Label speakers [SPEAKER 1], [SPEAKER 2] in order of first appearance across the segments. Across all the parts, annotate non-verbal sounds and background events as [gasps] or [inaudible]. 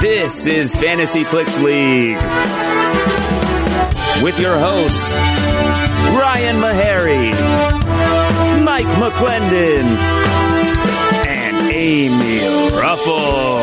[SPEAKER 1] This is Fantasy Flicks League with your hosts, Ryan Meharry, Mike McClendon, and Amy Ruffle.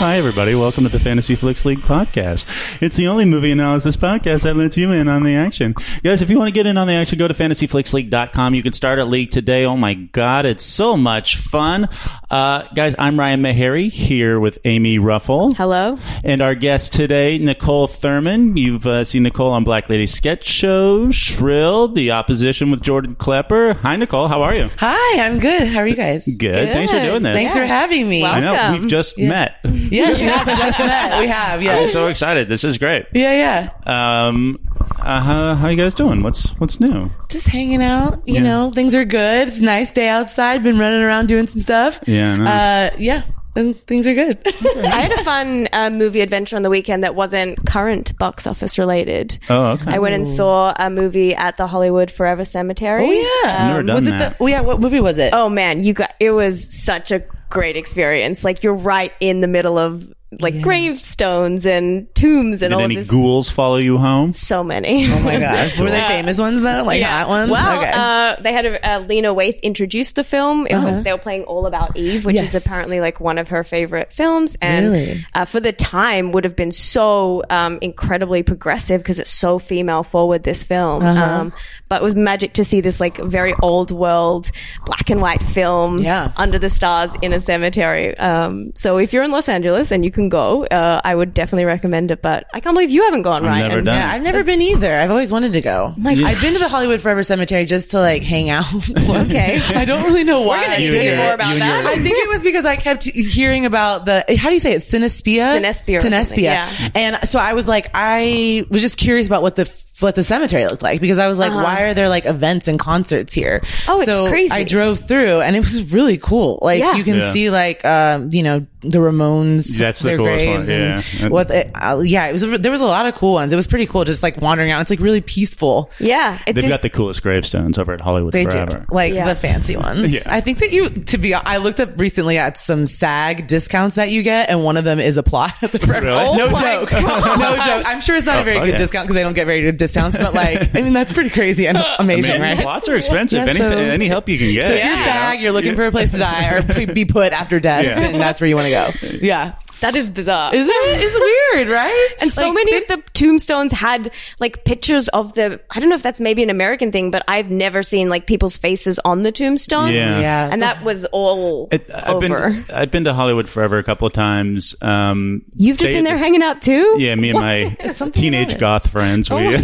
[SPEAKER 2] Hi, everybody. Welcome to the Fantasy Flicks League podcast. It's the only movie analysis podcast that lets you in on the action. Guys, if you want to get in on the action, go to fantasyflicksleague.com. You can start at league today. Oh, my God. It's so much fun. Uh, guys, I'm Ryan Meharry here with Amy Ruffle.
[SPEAKER 3] Hello.
[SPEAKER 2] And our guest today, Nicole Thurman. You've uh, seen Nicole on Black Lady Sketch Show, Shrill, The Opposition with Jordan Klepper. Hi, Nicole. How are you?
[SPEAKER 4] Hi, I'm good. How are you guys?
[SPEAKER 2] Good. Thanks for doing this.
[SPEAKER 4] Thanks for having me.
[SPEAKER 2] I
[SPEAKER 3] Wow.
[SPEAKER 2] know.
[SPEAKER 3] Welcome.
[SPEAKER 2] We've just met.
[SPEAKER 4] Yes, we have just met.
[SPEAKER 2] [laughs]
[SPEAKER 4] We have,
[SPEAKER 2] I'm
[SPEAKER 4] yes.
[SPEAKER 2] so excited. This is great.
[SPEAKER 4] Yeah, yeah.
[SPEAKER 2] Um, uh, how, how you guys doing? What's what's new?
[SPEAKER 4] Just hanging out. You
[SPEAKER 2] Yeah.
[SPEAKER 4] know, things are good. It's a nice day outside. Been running around doing some stuff.
[SPEAKER 2] Yeah, I know.
[SPEAKER 4] Uh, yeah. Th- Things are good. [laughs] Oh,
[SPEAKER 3] I had a fun uh, movie adventure on the weekend that wasn't current box office related.
[SPEAKER 2] Oh, okay.
[SPEAKER 3] I went and saw a movie at the Hollywood Forever Cemetery.
[SPEAKER 4] Oh, yeah.
[SPEAKER 3] Um,
[SPEAKER 2] Never done
[SPEAKER 4] was it
[SPEAKER 2] that.
[SPEAKER 4] the? Oh, yeah. What movie was it?
[SPEAKER 3] oh man, you got it was such a great experience. Like you're right in the middle of like gravestones and tombs and
[SPEAKER 2] Did
[SPEAKER 3] all
[SPEAKER 2] any
[SPEAKER 3] of this.
[SPEAKER 2] ghouls follow you home?
[SPEAKER 3] so many.
[SPEAKER 4] Oh my gosh. Were they famous ones though? Like hot ones?
[SPEAKER 3] Well,
[SPEAKER 4] okay.
[SPEAKER 3] uh, they had a, uh, Lena Waithe introduced the film. It was they were playing All About Eve, which
[SPEAKER 4] Uh-huh. Yes.
[SPEAKER 3] is apparently like one of her favorite films, and
[SPEAKER 4] Really?
[SPEAKER 3] uh, for the time would have been so um, incredibly progressive because it's so female forward. This film,
[SPEAKER 4] Uh-huh.
[SPEAKER 3] um, but it was magic to see this like very old world black and white film
[SPEAKER 4] Yeah.
[SPEAKER 3] under the stars in a cemetery. Um, so if you're in Los Angeles and you can go, uh, I would definitely recommend it. But I can't believe you haven't gone, Ryan.
[SPEAKER 2] never done
[SPEAKER 4] yeah, I've never been either. I've always wanted to go.
[SPEAKER 3] Oh
[SPEAKER 4] I've been to the Hollywood Forever Cemetery just to like hang out.
[SPEAKER 3] [laughs] Okay.
[SPEAKER 4] [laughs] I don't really know why.
[SPEAKER 3] We're gonna
[SPEAKER 4] I
[SPEAKER 3] dig
[SPEAKER 4] did it.
[SPEAKER 3] more about
[SPEAKER 2] [laughs]
[SPEAKER 3] that.
[SPEAKER 4] I think it was because I kept hearing about the how do you say it synespia
[SPEAKER 3] Synespia or something,
[SPEAKER 4] synespia
[SPEAKER 3] yeah.
[SPEAKER 4] and so I was like I was just curious about what the what the cemetery looked like because I was like why are there like events and concerts here
[SPEAKER 3] Uh-huh. Oh, it's
[SPEAKER 4] so
[SPEAKER 3] crazy.
[SPEAKER 4] I drove through and it was really cool like
[SPEAKER 3] Yeah.
[SPEAKER 4] you can
[SPEAKER 2] Yeah.
[SPEAKER 4] see like um you know the Ramones
[SPEAKER 2] That's the
[SPEAKER 4] their
[SPEAKER 2] coolest one,
[SPEAKER 4] graves and
[SPEAKER 2] yeah.
[SPEAKER 4] what the, uh, yeah it was there was a lot of cool ones it was pretty cool just like wandering out it's like really peaceful
[SPEAKER 3] Yeah, it's
[SPEAKER 2] They've
[SPEAKER 3] this-
[SPEAKER 2] got the coolest gravestones over at Hollywood
[SPEAKER 4] they
[SPEAKER 2] Forever.
[SPEAKER 4] do like
[SPEAKER 3] Yeah.
[SPEAKER 4] the fancy ones.
[SPEAKER 2] Yeah.
[SPEAKER 4] I think that you to be. I looked up recently at some SAG discounts that you get, and one of them is a plot [laughs] at the front.
[SPEAKER 2] Really?
[SPEAKER 4] No
[SPEAKER 2] Oh my
[SPEAKER 4] joke. No
[SPEAKER 2] [laughs]
[SPEAKER 4] joke. I'm sure it's not
[SPEAKER 2] Oh,
[SPEAKER 4] a very
[SPEAKER 2] okay.
[SPEAKER 4] good discount because they don't get very good discounts. But like, I mean, that's pretty crazy
[SPEAKER 2] [laughs]
[SPEAKER 4] and amazing,
[SPEAKER 2] Man,
[SPEAKER 4] right?
[SPEAKER 2] Plots are expensive.
[SPEAKER 4] Yeah,
[SPEAKER 2] any,
[SPEAKER 4] so-
[SPEAKER 2] any help you can get.
[SPEAKER 4] So if you're
[SPEAKER 2] you know?
[SPEAKER 4] SAG, you're looking for a place to die or p- be put after death,
[SPEAKER 2] Yeah.
[SPEAKER 4] and that's where you want to go. Yeah,
[SPEAKER 3] that is bizarre.
[SPEAKER 4] isn't it? It's weird, right?
[SPEAKER 3] And so
[SPEAKER 4] Like,
[SPEAKER 3] many
[SPEAKER 4] they-
[SPEAKER 3] of the tombstones had like pictures of the. I don't know if that's maybe an American thing, but I've never seen like people's faces on the tombstone.
[SPEAKER 2] Yeah.
[SPEAKER 4] Yeah.
[SPEAKER 3] and that was all
[SPEAKER 2] It- I've been
[SPEAKER 3] over.
[SPEAKER 2] I've been to Hollywood Forever a couple of times. Um,
[SPEAKER 3] You've just
[SPEAKER 2] they-
[SPEAKER 3] been there hanging out too.
[SPEAKER 2] Yeah, me and my teenage goth
[SPEAKER 4] Oh
[SPEAKER 2] friends. We, [laughs] we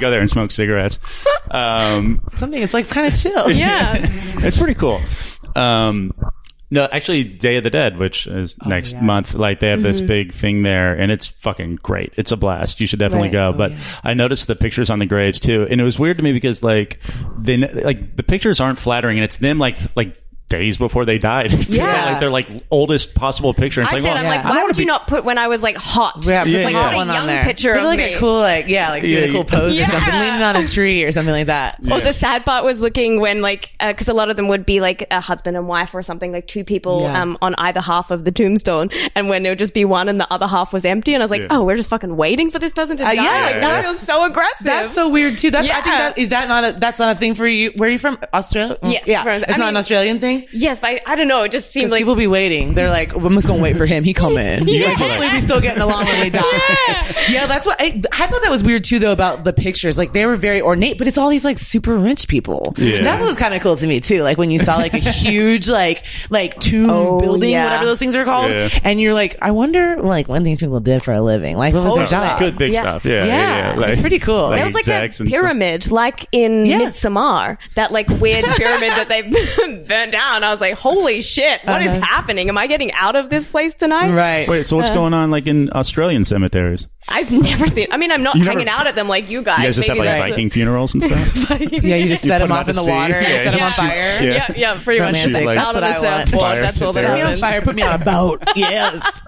[SPEAKER 2] go there and smoke cigarettes. Um,
[SPEAKER 4] something. It's like kind of chill.
[SPEAKER 3] yeah.
[SPEAKER 2] [laughs] it's pretty cool. Um, no, actually, Day of the Dead, which is
[SPEAKER 3] Oh,
[SPEAKER 2] next
[SPEAKER 4] yeah.
[SPEAKER 2] month, like they have this
[SPEAKER 3] Mm-hmm.
[SPEAKER 2] big thing there, and it's fucking great. It's a blast. You should definitely
[SPEAKER 3] Right. Oh,
[SPEAKER 2] go. but I noticed the pictures on the graves too, and it was weird to me because like they like the pictures aren't flattering, and it's them like like days before they died. [laughs] It feels
[SPEAKER 3] Yeah.
[SPEAKER 2] like their like oldest possible picture. It's
[SPEAKER 3] I
[SPEAKER 2] like,
[SPEAKER 3] said,
[SPEAKER 2] well,
[SPEAKER 3] I'm
[SPEAKER 4] yeah.
[SPEAKER 3] like,
[SPEAKER 2] I don't
[SPEAKER 3] why
[SPEAKER 2] wanna
[SPEAKER 3] would you
[SPEAKER 2] be-
[SPEAKER 3] not put when I was like hot?
[SPEAKER 4] Yeah,
[SPEAKER 2] Yeah,
[SPEAKER 4] put like
[SPEAKER 2] yeah.
[SPEAKER 4] that
[SPEAKER 2] Put a
[SPEAKER 4] one
[SPEAKER 3] young
[SPEAKER 4] on there.
[SPEAKER 3] picture
[SPEAKER 4] Put
[SPEAKER 3] of
[SPEAKER 4] like
[SPEAKER 3] me.
[SPEAKER 4] a cool, like yeah, like
[SPEAKER 2] Yeah,
[SPEAKER 4] doing a cool
[SPEAKER 2] yeah.
[SPEAKER 4] pose or something,
[SPEAKER 3] Yeah.
[SPEAKER 4] leaning on a tree or something like that.
[SPEAKER 3] Or the sad part was looking when like because a lot of them would be like a husband and wife or something like two people
[SPEAKER 4] Yeah.
[SPEAKER 3] um, on either half of the tombstone and when there would just be one and the other half was empty and I was like
[SPEAKER 2] Yeah.
[SPEAKER 3] oh we're just fucking waiting for this person to die
[SPEAKER 4] yeah,
[SPEAKER 3] like that
[SPEAKER 4] yeah, yeah.
[SPEAKER 3] feels so aggressive
[SPEAKER 4] That's so weird too. That's I think
[SPEAKER 3] Yeah.
[SPEAKER 4] that is that not a that's not a thing for you. Where are you from? Australia? Mm,
[SPEAKER 3] Yes,
[SPEAKER 4] yeah.
[SPEAKER 3] from-
[SPEAKER 4] it's
[SPEAKER 3] I
[SPEAKER 4] not
[SPEAKER 3] mean-
[SPEAKER 4] an Australian thing.
[SPEAKER 3] yes but I, I don't know it just seemed
[SPEAKER 4] Because
[SPEAKER 3] like
[SPEAKER 4] people be waiting. They're like, well, I'm just gonna wait for him. He
[SPEAKER 3] [laughs]
[SPEAKER 4] coming.
[SPEAKER 2] guys
[SPEAKER 4] yeah.
[SPEAKER 2] were
[SPEAKER 4] Hopefully,
[SPEAKER 2] like-
[SPEAKER 4] we still getting along when we die.
[SPEAKER 3] Yeah.
[SPEAKER 4] Yeah, that's what I, I thought that was weird too, though about the pictures. Like they were very ornate, but it's all these like super rich people.
[SPEAKER 2] Yeah.
[SPEAKER 4] That's what was kind of cool to me too. Like when you
[SPEAKER 3] [laughs]
[SPEAKER 4] saw like a huge like like tomb
[SPEAKER 3] Oh,
[SPEAKER 4] building,
[SPEAKER 3] yeah.
[SPEAKER 4] whatever those things are called,
[SPEAKER 2] Yeah.
[SPEAKER 4] and you're like, I wonder like when these people did for a living. Like what was their job?
[SPEAKER 2] good big
[SPEAKER 3] Yeah.
[SPEAKER 2] stuff. Yeah, yeah,
[SPEAKER 4] Yeah,
[SPEAKER 2] yeah.
[SPEAKER 4] it's pretty cool.
[SPEAKER 3] It was like
[SPEAKER 2] execs
[SPEAKER 3] a
[SPEAKER 2] and stuff.
[SPEAKER 3] pyramid, like in
[SPEAKER 4] Yeah.
[SPEAKER 3] Midsommar, that like weird pyramid that they [laughs] burnt down. I was like, holy shit, what is
[SPEAKER 4] Uh-huh.
[SPEAKER 3] happening? Am I getting out of this place tonight?
[SPEAKER 4] right.
[SPEAKER 2] Wait, so what's
[SPEAKER 3] Uh-huh.
[SPEAKER 2] going on like in Australian cemeteries?
[SPEAKER 3] I've never seen. I mean, I'm not
[SPEAKER 2] You never-
[SPEAKER 3] hanging out at them like you guys.
[SPEAKER 2] You guys just have
[SPEAKER 3] Maybe
[SPEAKER 2] like
[SPEAKER 3] that's
[SPEAKER 2] Viking funerals
[SPEAKER 3] [laughs]
[SPEAKER 2] and stuff.
[SPEAKER 4] Yeah, you just set
[SPEAKER 2] put
[SPEAKER 4] him
[SPEAKER 2] 'em
[SPEAKER 4] off
[SPEAKER 2] out
[SPEAKER 4] in
[SPEAKER 2] to
[SPEAKER 4] the
[SPEAKER 2] sea.
[SPEAKER 4] water,
[SPEAKER 2] Yeah,
[SPEAKER 4] set him on
[SPEAKER 2] shoot-
[SPEAKER 4] fire.
[SPEAKER 2] yeah.
[SPEAKER 3] Yeah, yeah, pretty much.
[SPEAKER 4] Romantic.
[SPEAKER 2] Like,
[SPEAKER 4] That's
[SPEAKER 3] out on
[SPEAKER 4] what
[SPEAKER 3] a
[SPEAKER 4] I want.
[SPEAKER 3] surfboard. That's all that
[SPEAKER 4] Set me on
[SPEAKER 3] happened.
[SPEAKER 4] fire. Put me on
[SPEAKER 2] [laughs]
[SPEAKER 4] a boat. Yes.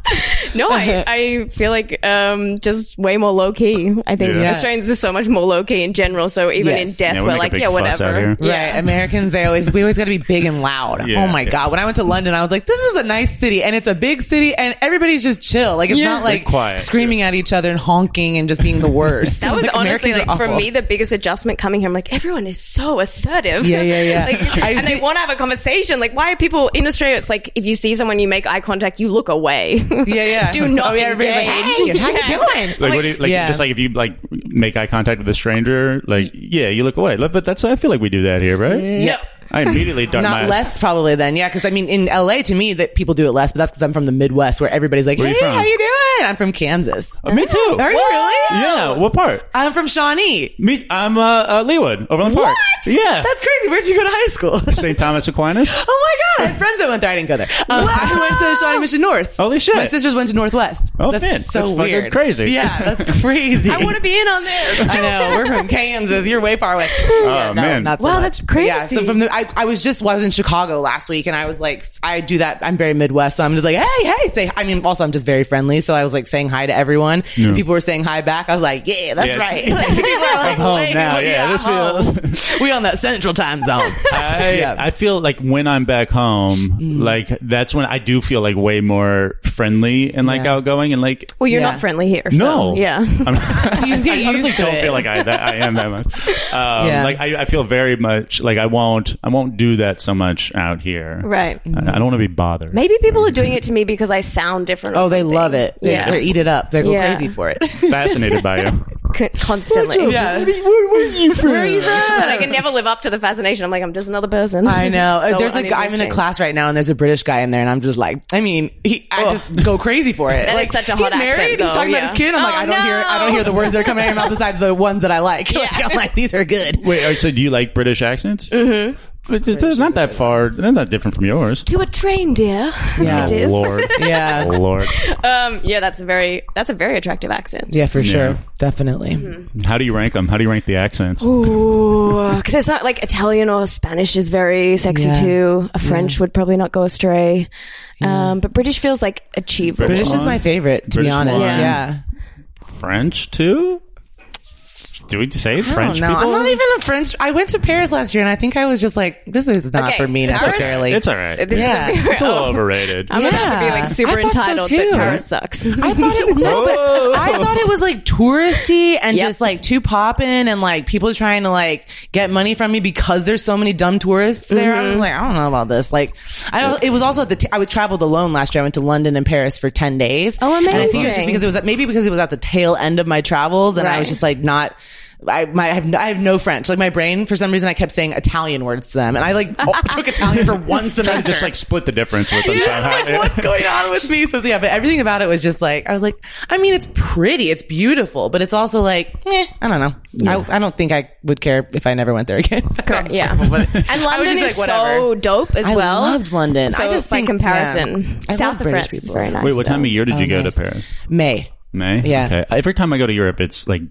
[SPEAKER 3] No,
[SPEAKER 4] [laughs]
[SPEAKER 3] I, I feel like um, just way more low key. I think
[SPEAKER 2] Yeah.
[SPEAKER 3] Australians are so much more low key in general. So even
[SPEAKER 4] Yes.
[SPEAKER 3] in death,
[SPEAKER 2] Yeah, we
[SPEAKER 3] we're
[SPEAKER 2] make a
[SPEAKER 3] like,
[SPEAKER 2] big
[SPEAKER 3] yeah,
[SPEAKER 2] fuss out
[SPEAKER 3] whatever.
[SPEAKER 2] here.
[SPEAKER 3] Yeah.
[SPEAKER 4] Right. Americans, they always, we always got to be big and loud.
[SPEAKER 2] Yeah,
[SPEAKER 4] oh my
[SPEAKER 2] yeah.
[SPEAKER 4] God. When I went to London, I was like, this is a nice city and it's a big city and everybody's just chill. Like, it's
[SPEAKER 3] Yeah.
[SPEAKER 4] not like
[SPEAKER 2] quiet,
[SPEAKER 4] screaming at each other and honking and just being the worst.
[SPEAKER 3] That was
[SPEAKER 4] [laughs] Like,
[SPEAKER 3] honestly
[SPEAKER 4] Americans
[SPEAKER 3] like
[SPEAKER 4] are
[SPEAKER 3] for
[SPEAKER 4] awful.
[SPEAKER 3] me the biggest adjustment coming here. I'm like everyone is so assertive.
[SPEAKER 4] Yeah, yeah,
[SPEAKER 3] [laughs]
[SPEAKER 4] yeah.
[SPEAKER 3] like,
[SPEAKER 4] [laughs] I
[SPEAKER 3] and they
[SPEAKER 4] do-
[SPEAKER 3] want to have a conversation. Like why are people in Australia? It's like if you see someone, you make eye contact, you look away.
[SPEAKER 4] Yeah,
[SPEAKER 3] [laughs]
[SPEAKER 4] yeah.
[SPEAKER 3] Do not
[SPEAKER 4] Oh, yeah, everybody's like,
[SPEAKER 3] engage.
[SPEAKER 4] "Hey, how you doing?"
[SPEAKER 2] Like, what do you, like
[SPEAKER 4] Yeah.
[SPEAKER 2] just like if you like make eye contact with a stranger, like yeah, you look away. Like, But that's I feel like we do that here, right?
[SPEAKER 3] Yeah.
[SPEAKER 2] I immediately dart my
[SPEAKER 4] Not
[SPEAKER 2] eyes.
[SPEAKER 4] less probably then, yeah. Because I mean, in LA, to me, that people do it less, but that's because I'm from the Midwest, where everybody's like,
[SPEAKER 2] Where you
[SPEAKER 4] "Hey,
[SPEAKER 2] from?
[SPEAKER 4] how you doing?" I'm from Kansas.
[SPEAKER 2] Uh, me too.
[SPEAKER 4] Are you really?
[SPEAKER 2] Yeah. What part?
[SPEAKER 4] I'm from Shawnee.
[SPEAKER 2] Me. I'm uh, uh Leewood, Overland Park. Yeah.
[SPEAKER 4] That's crazy. Where'd you go to high
[SPEAKER 2] [laughs]
[SPEAKER 4] school?
[SPEAKER 2] St. Thomas Aquinas.
[SPEAKER 4] oh my god, I had friends that went there. I didn't go there. Um, I went to Shawnee Mission North.
[SPEAKER 2] Holy shit.
[SPEAKER 4] My sisters went to Northwest.
[SPEAKER 2] Oh,
[SPEAKER 4] that's
[SPEAKER 2] man.
[SPEAKER 4] so
[SPEAKER 2] That's fucking
[SPEAKER 4] weird,
[SPEAKER 2] crazy.
[SPEAKER 4] Yeah, that's
[SPEAKER 2] [laughs]
[SPEAKER 4] crazy.
[SPEAKER 3] I want to be in on this.
[SPEAKER 4] [laughs] I know
[SPEAKER 3] [laughs]
[SPEAKER 4] we're from Kansas. You're way
[SPEAKER 2] [laughs]
[SPEAKER 4] far away. Oh
[SPEAKER 2] man.
[SPEAKER 3] Wow, that's
[SPEAKER 4] Yeah. So
[SPEAKER 3] crazy.
[SPEAKER 4] from the, I, I was just well, I was in Chicago last week, and I was like, I do that. I'm very Midwest, so I'm just like, hey, hey, say. I mean, also I'm just very friendly, so I was like saying hi to everyone. And people were saying hi back. I was like, yeah, that's
[SPEAKER 2] Yeah, it's- [laughs]
[SPEAKER 4] right. Like, people are like,
[SPEAKER 2] home
[SPEAKER 4] wait,
[SPEAKER 2] now. Yeah,
[SPEAKER 4] I'm
[SPEAKER 2] this feels- [laughs]
[SPEAKER 4] home. we on that Central Time Zone.
[SPEAKER 2] I,
[SPEAKER 4] Yeah. Mm.
[SPEAKER 2] I feel like when I'm back home, like that's when I do feel like way more friendly and like
[SPEAKER 4] Yeah.
[SPEAKER 2] outgoing and like
[SPEAKER 3] Well, you're
[SPEAKER 4] Yeah.
[SPEAKER 3] not friendly here.
[SPEAKER 2] no,
[SPEAKER 3] so, yeah.
[SPEAKER 4] [laughs]
[SPEAKER 2] I'm-
[SPEAKER 4] You
[SPEAKER 2] [laughs]
[SPEAKER 4] get
[SPEAKER 2] I honestly
[SPEAKER 4] used
[SPEAKER 2] [laughs]
[SPEAKER 4] to
[SPEAKER 2] don't
[SPEAKER 4] it.
[SPEAKER 2] feel like I that I am that much. Um,
[SPEAKER 4] Yeah.
[SPEAKER 2] Like I, I feel very much like I won't I won't do that so much out here.
[SPEAKER 3] Right.
[SPEAKER 2] I, I don't want to be bothered.
[SPEAKER 3] Maybe people are doing it to me because I sound different. or
[SPEAKER 4] Oh, they
[SPEAKER 3] something.
[SPEAKER 4] love it. They,
[SPEAKER 3] Yeah.
[SPEAKER 4] they eat it up. They go
[SPEAKER 3] Yeah.
[SPEAKER 4] crazy
[SPEAKER 3] [laughs]
[SPEAKER 4] for it.
[SPEAKER 2] Fascinated by
[SPEAKER 4] [laughs]
[SPEAKER 2] you.
[SPEAKER 3] C- [laughs] constantly.
[SPEAKER 4] Yeah.
[SPEAKER 3] Where are you from? And I can never live up to the fascination. I'm like, I'm just another person.
[SPEAKER 4] I know.
[SPEAKER 3] It's [laughs] so
[SPEAKER 4] there's a guy, I'm in a
[SPEAKER 3] uninteresting.
[SPEAKER 4] class right now, and there's a British guy in there, and I'm just like, I mean, he, I just go crazy for it.
[SPEAKER 3] That
[SPEAKER 4] like
[SPEAKER 3] is such a hot
[SPEAKER 4] he's married.
[SPEAKER 3] accent,
[SPEAKER 4] he's
[SPEAKER 3] though,
[SPEAKER 4] talking
[SPEAKER 3] yeah.
[SPEAKER 4] about his kid. I'm like,
[SPEAKER 3] Oh,
[SPEAKER 4] I don't hear, I
[SPEAKER 3] no.
[SPEAKER 4] don't hear the words that are coming out of your mouth besides the ones that I like. [laughs] Like, I'm like, these are good.
[SPEAKER 2] [laughs] Wait, are- so do you like British accents? Mm-hmm. But it's, it's not that far. That's not different from yours.
[SPEAKER 3] To a train, dear.
[SPEAKER 4] Yeah.
[SPEAKER 3] It is.
[SPEAKER 2] Lord.
[SPEAKER 4] Yeah.
[SPEAKER 2] Oh, Lord.
[SPEAKER 3] Um, yeah, that's a very that's a very attractive accent.
[SPEAKER 4] Yeah, for
[SPEAKER 2] sure.
[SPEAKER 4] sure, definitely.
[SPEAKER 3] Mm-hmm.
[SPEAKER 2] How do you rank them? How do you rank the accents?
[SPEAKER 3] Ooh, because it's not like Italian or Spanish is very sexy
[SPEAKER 4] Yeah.
[SPEAKER 3] too. A French would probably not go astray, um, but British feels like achievable.
[SPEAKER 2] British
[SPEAKER 4] British
[SPEAKER 2] is
[SPEAKER 4] is
[SPEAKER 2] my
[SPEAKER 4] my favorite, to
[SPEAKER 2] British
[SPEAKER 4] be honest.
[SPEAKER 2] wine.
[SPEAKER 4] Yeah,
[SPEAKER 2] French too? Do we say French
[SPEAKER 4] I don't know.
[SPEAKER 2] people?
[SPEAKER 4] I'm not even a French. I went to Paris last year, and I think I was just like, this is not
[SPEAKER 3] Okay,
[SPEAKER 4] for me
[SPEAKER 3] Paris-
[SPEAKER 4] necessarily.
[SPEAKER 2] it's all right.
[SPEAKER 3] This
[SPEAKER 4] Yeah.
[SPEAKER 3] is a very,
[SPEAKER 2] It's a little [laughs] overrated.
[SPEAKER 3] I'm about to be
[SPEAKER 4] Yeah.
[SPEAKER 3] like super
[SPEAKER 4] I thought so,
[SPEAKER 3] entitled
[SPEAKER 4] too.
[SPEAKER 3] that Paris [laughs] sucks.
[SPEAKER 4] I thought it no,
[SPEAKER 2] [laughs] Whoa.
[SPEAKER 4] but I thought it was like touristy and
[SPEAKER 3] Yep.
[SPEAKER 4] just like too poppin' and like people trying to like get money from me because there's so many dumb tourists there. I was
[SPEAKER 3] Mm-hmm.
[SPEAKER 4] like, I don't know about this. Like, I don't. It was also at the. T- I would traveled alone last year. I went to London and Paris for ten days.
[SPEAKER 3] Oh,
[SPEAKER 4] And I think it was
[SPEAKER 3] amazing.
[SPEAKER 4] just because it was at, maybe because it was at the tail end of my travels, and I
[SPEAKER 3] Right.
[SPEAKER 4] was just like not. I, my, I, have no, I have no French. Like my brain, for some reason, I kept saying Italian words to them, and I like [laughs] took Italian for one
[SPEAKER 2] Trying to
[SPEAKER 4] semester
[SPEAKER 2] just like split the difference
[SPEAKER 4] [laughs]
[SPEAKER 2] with them somehow.
[SPEAKER 4] like, what's going on with me? So yeah, but everything about it was just like I was like, I mean, it's pretty, it's beautiful, but it's also like, eh, I don't know. I, I don't think I would care if I never went there again. [laughs] That sounds
[SPEAKER 3] yeah.
[SPEAKER 4] terrible,
[SPEAKER 3] [laughs]
[SPEAKER 4] but
[SPEAKER 3] And
[SPEAKER 4] I was
[SPEAKER 3] London
[SPEAKER 4] just
[SPEAKER 3] is
[SPEAKER 4] like, whatever.
[SPEAKER 3] so dope as
[SPEAKER 4] I
[SPEAKER 3] well.
[SPEAKER 4] loved London.
[SPEAKER 3] So
[SPEAKER 4] I just
[SPEAKER 3] by
[SPEAKER 4] think-
[SPEAKER 3] comparison,
[SPEAKER 4] yeah. I
[SPEAKER 3] south
[SPEAKER 4] love
[SPEAKER 3] of
[SPEAKER 4] British
[SPEAKER 3] France is
[SPEAKER 4] people.
[SPEAKER 3] very nice.
[SPEAKER 2] Wait, what
[SPEAKER 3] though.
[SPEAKER 2] time of year did you go
[SPEAKER 4] nice.
[SPEAKER 2] to Paris?
[SPEAKER 4] May.
[SPEAKER 2] May?
[SPEAKER 4] Yeah.
[SPEAKER 2] Okay. Every time I go to Europe, it's like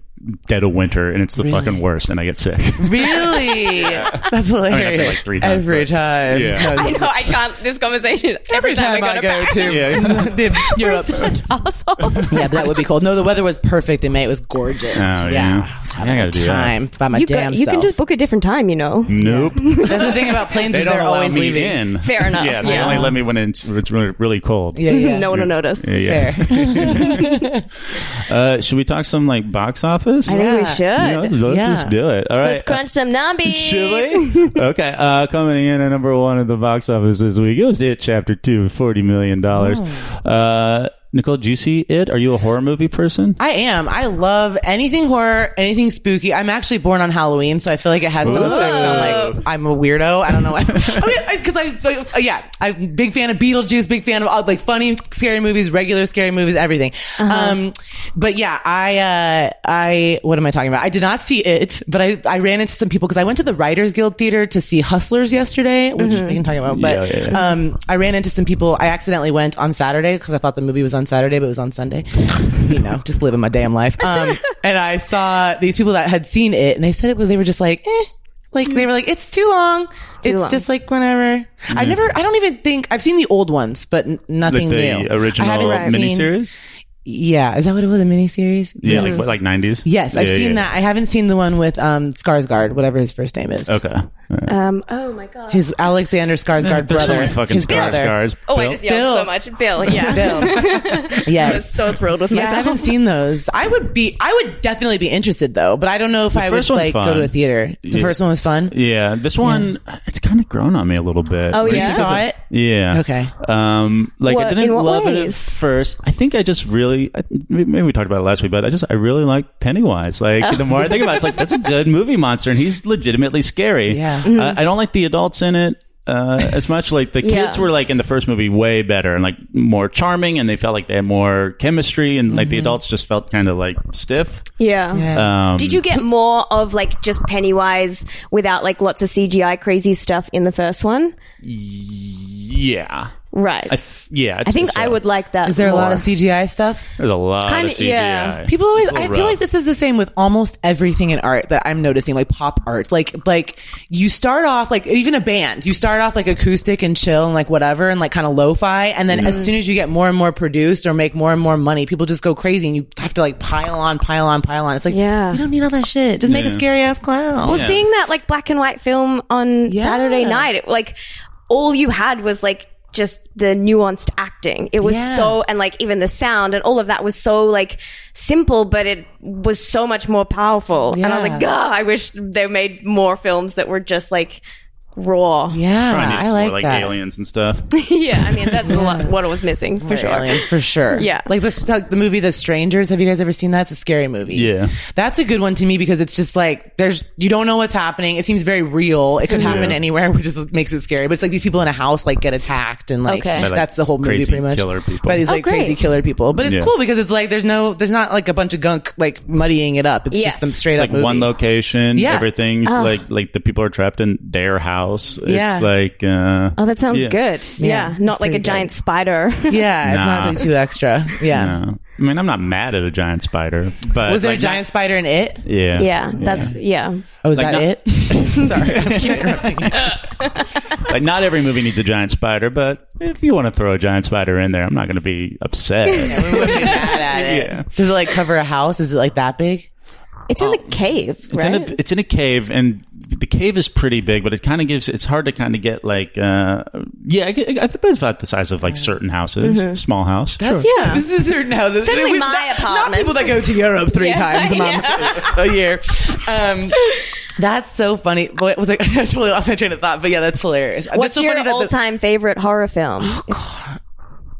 [SPEAKER 2] dead of winter and it's the fucking worst and I get sick. [laughs]
[SPEAKER 4] Really? [laughs] That's hilarious.
[SPEAKER 2] been, like, three times,
[SPEAKER 4] Every
[SPEAKER 2] but-
[SPEAKER 4] time.
[SPEAKER 2] Yeah.
[SPEAKER 4] No,
[SPEAKER 3] [laughs] I know I can't. This conversation
[SPEAKER 4] Every time I go
[SPEAKER 3] Paris,
[SPEAKER 4] to
[SPEAKER 2] Yeah.
[SPEAKER 4] [laughs] the
[SPEAKER 3] [laughs] we're
[SPEAKER 4] Europe.
[SPEAKER 3] such assholes.
[SPEAKER 4] Yeah, but that would be cold. No, the weather was perfect in May. It was gorgeous.
[SPEAKER 2] yeah.
[SPEAKER 4] I was
[SPEAKER 2] Oh, Yeah, I
[SPEAKER 4] having
[SPEAKER 2] gotta
[SPEAKER 4] a
[SPEAKER 2] do that.
[SPEAKER 4] time by
[SPEAKER 3] [laughs]
[SPEAKER 4] my
[SPEAKER 3] You, go-
[SPEAKER 4] damn
[SPEAKER 3] you can
[SPEAKER 4] self.
[SPEAKER 3] just book a different time, you know.
[SPEAKER 2] Nope.
[SPEAKER 4] That's the thing about planes
[SPEAKER 2] They
[SPEAKER 4] is
[SPEAKER 2] don't
[SPEAKER 4] [laughs] they're
[SPEAKER 2] allow
[SPEAKER 4] always
[SPEAKER 2] me
[SPEAKER 4] leaving.
[SPEAKER 2] in.
[SPEAKER 3] Fair
[SPEAKER 2] [laughs]
[SPEAKER 3] enough,
[SPEAKER 2] Yeah, they
[SPEAKER 3] yeah.
[SPEAKER 2] only let me when it's, it's really, really cold.
[SPEAKER 4] Yeah,
[SPEAKER 3] [laughs]
[SPEAKER 4] yeah.
[SPEAKER 3] no one will notice.
[SPEAKER 2] Yeah, yeah.
[SPEAKER 4] fair.
[SPEAKER 2] Uh, should we talk some like box office?
[SPEAKER 3] I think we
[SPEAKER 4] Yeah.
[SPEAKER 3] should.
[SPEAKER 2] Yeah, let's, let's
[SPEAKER 4] Yeah.
[SPEAKER 2] just do it. All right.
[SPEAKER 3] Let's crunch some numbies.
[SPEAKER 2] Should we? okay. Uh, coming in
[SPEAKER 4] Oh.
[SPEAKER 2] at number one at the box office this week, it was It Chapter 2, $40 million. Uh, Nicole, do you see it? Are you a horror movie person?
[SPEAKER 4] I am. I love anything horror, anything spooky. I'm actually born on Halloween, so I feel like it has some effect on like I'm a weirdo. I don't know why, [laughs] because I, I, yeah, I'm a big fan of Beetlejuice, big fan of all, like funny scary movies, regular scary movies, everything.
[SPEAKER 2] Uh-huh.
[SPEAKER 4] Um, but yeah, I uh, I what am I talking about? I did not see it, but I I ran into some people because I went to the Writers Guild Theater to see Hustlers yesterday, which we can talk about. But
[SPEAKER 2] Mm-hmm. Yeah, yeah, yeah.
[SPEAKER 4] um, I ran into some people. I accidentally went on Saturday because I thought the movie was on Saturday, but it was on Sunday. you know, just living my damn life. Um, and I saw these people that had seen it, and they said it was. They were just like, eh. Like they were like, it's too long. it's
[SPEAKER 3] long.
[SPEAKER 4] just like whenever. I never. I don't even think I've seen the old ones, but n- nothing
[SPEAKER 2] Mm. Like
[SPEAKER 4] new.
[SPEAKER 2] the
[SPEAKER 4] I
[SPEAKER 2] original
[SPEAKER 4] haven't seen-
[SPEAKER 2] miniseries?
[SPEAKER 4] Yeah, is that what it was? A miniseries?
[SPEAKER 2] Yeah, like what, like 90s?
[SPEAKER 4] Yes, I've
[SPEAKER 2] Yeah,
[SPEAKER 4] seen
[SPEAKER 2] yeah.
[SPEAKER 4] that. I haven't seen the one with um Skarsgård, whatever his first name is.
[SPEAKER 2] Okay. All right.
[SPEAKER 3] Um, oh my god.
[SPEAKER 4] His Alexander Skarsgård
[SPEAKER 2] There's so
[SPEAKER 4] brother.
[SPEAKER 2] many fucking
[SPEAKER 4] his
[SPEAKER 2] scars,
[SPEAKER 4] brother.
[SPEAKER 2] scars.
[SPEAKER 3] oh, I
[SPEAKER 2] Bill?
[SPEAKER 3] just yelled
[SPEAKER 4] Bill.
[SPEAKER 3] so much. [laughs] Bill, yeah.
[SPEAKER 4] Bill.
[SPEAKER 3] I was
[SPEAKER 4] [laughs] Yes.
[SPEAKER 3] so thrilled with
[SPEAKER 4] yeah,
[SPEAKER 3] myself.
[SPEAKER 4] I haven't seen those. I would be, I would definitely be interested though, but I don't know if I would
[SPEAKER 2] first one's
[SPEAKER 4] like go
[SPEAKER 2] fun.
[SPEAKER 4] to a theater. The
[SPEAKER 2] Yeah.
[SPEAKER 4] first one was fun.
[SPEAKER 2] Yeah, this one it's kind of grown on me a little bit.
[SPEAKER 3] Oh,
[SPEAKER 2] Like,
[SPEAKER 3] yeah?
[SPEAKER 4] You saw it?
[SPEAKER 2] Yeah.
[SPEAKER 4] Okay.
[SPEAKER 2] Um, like I
[SPEAKER 3] What-
[SPEAKER 2] didn't
[SPEAKER 3] in what
[SPEAKER 2] love it at
[SPEAKER 3] ways?
[SPEAKER 2] first. I think I just really I, maybe we talked about it last week, but I just I really like Pennywise. Like the more I think about it, it's like that's a good movie monster, and he's legitimately scary.
[SPEAKER 4] Yeah.
[SPEAKER 2] Uh, I don't like the adults in it. Uh, as much like the
[SPEAKER 3] Yeah.
[SPEAKER 2] kids were like in the first movie way better and like more charming and they felt like they had more chemistry and like the adults just felt kind of like stiff.
[SPEAKER 3] yeah.
[SPEAKER 2] Um,
[SPEAKER 3] Did you get more of like just Pennywise without like lots of CGI crazy stuff in the first one?
[SPEAKER 2] Yeah.
[SPEAKER 3] Right.
[SPEAKER 2] I f- yeah.
[SPEAKER 3] I think I would like that.
[SPEAKER 4] Is there a lot of
[SPEAKER 3] more.
[SPEAKER 4] CGI stuff?
[SPEAKER 2] There's a lot
[SPEAKER 3] Kinda-
[SPEAKER 2] of CGI.
[SPEAKER 3] yeah.
[SPEAKER 4] People always.
[SPEAKER 2] It's a
[SPEAKER 4] I
[SPEAKER 2] little
[SPEAKER 4] feel
[SPEAKER 2] rough.
[SPEAKER 4] like this is the same with almost everything in art that I'm noticing, like pop art. Like, like you start off like even a band. You start off like acoustic and chill and like whatever and like kind of lo-fi, and then
[SPEAKER 2] Mm-hmm.
[SPEAKER 4] as soon as you get more and more produced or make more and more money, people just go crazy, and you have to like pile on, pile on, pile on. It's like,
[SPEAKER 3] Yeah.
[SPEAKER 4] we don't need all that shit. Just make a
[SPEAKER 2] Yeah.
[SPEAKER 4] scary ass clown.
[SPEAKER 3] Well, seeing that like black and white film on
[SPEAKER 4] Yeah.
[SPEAKER 3] Saturday night, it, like all you had was like just the nuanced acting. It was
[SPEAKER 4] Yeah.
[SPEAKER 3] so, and like even the sound and all of that was so like simple, but it was so much more powerful. And I was
[SPEAKER 4] Yeah.
[SPEAKER 3] like, God, I wish they made more films that were just like raw. [laughs] Yeah,
[SPEAKER 4] Yeah,
[SPEAKER 2] Probably needs
[SPEAKER 4] I
[SPEAKER 2] more,
[SPEAKER 4] like, that.
[SPEAKER 2] aliens and stuff.
[SPEAKER 3] I mean,
[SPEAKER 4] [laughs]
[SPEAKER 3] that's a lot, what it was missing for sure.
[SPEAKER 4] Aliens, for sure.
[SPEAKER 3] Yeah.
[SPEAKER 4] like the like the movie The Strangers. Have you guys ever seen that? It's a scary movie.
[SPEAKER 2] Yeah.
[SPEAKER 4] that's a good one to me because it's just like there's you don't know what's happening. It seems very real. It could happen
[SPEAKER 2] Yeah.
[SPEAKER 4] anywhere, which just makes it scary. But it's like these people in a house like get attacked and like
[SPEAKER 3] Okay. By,
[SPEAKER 2] like,
[SPEAKER 4] that's the whole movie
[SPEAKER 2] crazy
[SPEAKER 4] pretty much.
[SPEAKER 2] killer people.
[SPEAKER 4] By these
[SPEAKER 3] Oh,
[SPEAKER 4] like
[SPEAKER 3] great.
[SPEAKER 4] crazy killer people. But it's
[SPEAKER 2] Yeah.
[SPEAKER 4] cool because it's like there's no there's not like a bunch of gunk like muddying it up. It's
[SPEAKER 3] Yes.
[SPEAKER 4] just them straight
[SPEAKER 2] It's
[SPEAKER 4] up
[SPEAKER 2] like
[SPEAKER 4] movie.
[SPEAKER 2] one location.
[SPEAKER 4] Yeah.
[SPEAKER 2] Everything's like like the people are trapped in their house.
[SPEAKER 4] Yeah.
[SPEAKER 2] It's like uh,
[SPEAKER 3] Oh, that sounds
[SPEAKER 2] Yeah.
[SPEAKER 3] good. Yeah.
[SPEAKER 4] Yeah,
[SPEAKER 3] Not
[SPEAKER 4] it's
[SPEAKER 3] like a
[SPEAKER 4] pretty good.
[SPEAKER 3] giant spider. [laughs]
[SPEAKER 4] Yeah, it's not
[SPEAKER 2] Nah.
[SPEAKER 4] like too extra. Yeah.
[SPEAKER 2] uh, I mean, I'm not mad at a giant spider, but
[SPEAKER 4] Was there
[SPEAKER 2] like,
[SPEAKER 4] a giant spider in it?
[SPEAKER 2] not- yeah.
[SPEAKER 3] yeah. That's, yeah.
[SPEAKER 4] Oh, is
[SPEAKER 2] Like,
[SPEAKER 4] that
[SPEAKER 2] [laughs]
[SPEAKER 4] it? Sorry, [laughs] I keep interrupting. you.
[SPEAKER 2] like not every movie needs a giant spider, but if you want to throw a giant spider in there, I'm not going to be
[SPEAKER 4] [laughs]
[SPEAKER 2] upset.
[SPEAKER 4] We wouldn't be mad at
[SPEAKER 2] [laughs]
[SPEAKER 4] it.
[SPEAKER 2] Yeah.
[SPEAKER 4] Does it like cover a house? Is it like that big?
[SPEAKER 3] It's
[SPEAKER 4] Oh.
[SPEAKER 3] in the cave,
[SPEAKER 2] It's
[SPEAKER 3] right?
[SPEAKER 2] in a it's in a cave, and the cave is pretty big, but it kind of gives. It's hard to kind of get like, uh, yeah, I, gu- I think it's about the size of like certain houses, small house.
[SPEAKER 3] yeah.
[SPEAKER 4] This is certain houses.
[SPEAKER 3] Especially
[SPEAKER 4] We-
[SPEAKER 3] my
[SPEAKER 4] not,
[SPEAKER 3] apartment.
[SPEAKER 4] Not people that go to Europe
[SPEAKER 3] [laughs]
[SPEAKER 4] three times a month, a year. Um, that's so funny. What was I, [laughs] I totally lost my train of thought, but yeah, that's hilarious.
[SPEAKER 3] What's
[SPEAKER 4] that's so
[SPEAKER 3] your
[SPEAKER 4] funny that the-
[SPEAKER 3] all-time favorite horror film?
[SPEAKER 4] [gasps]
[SPEAKER 3] [laughs]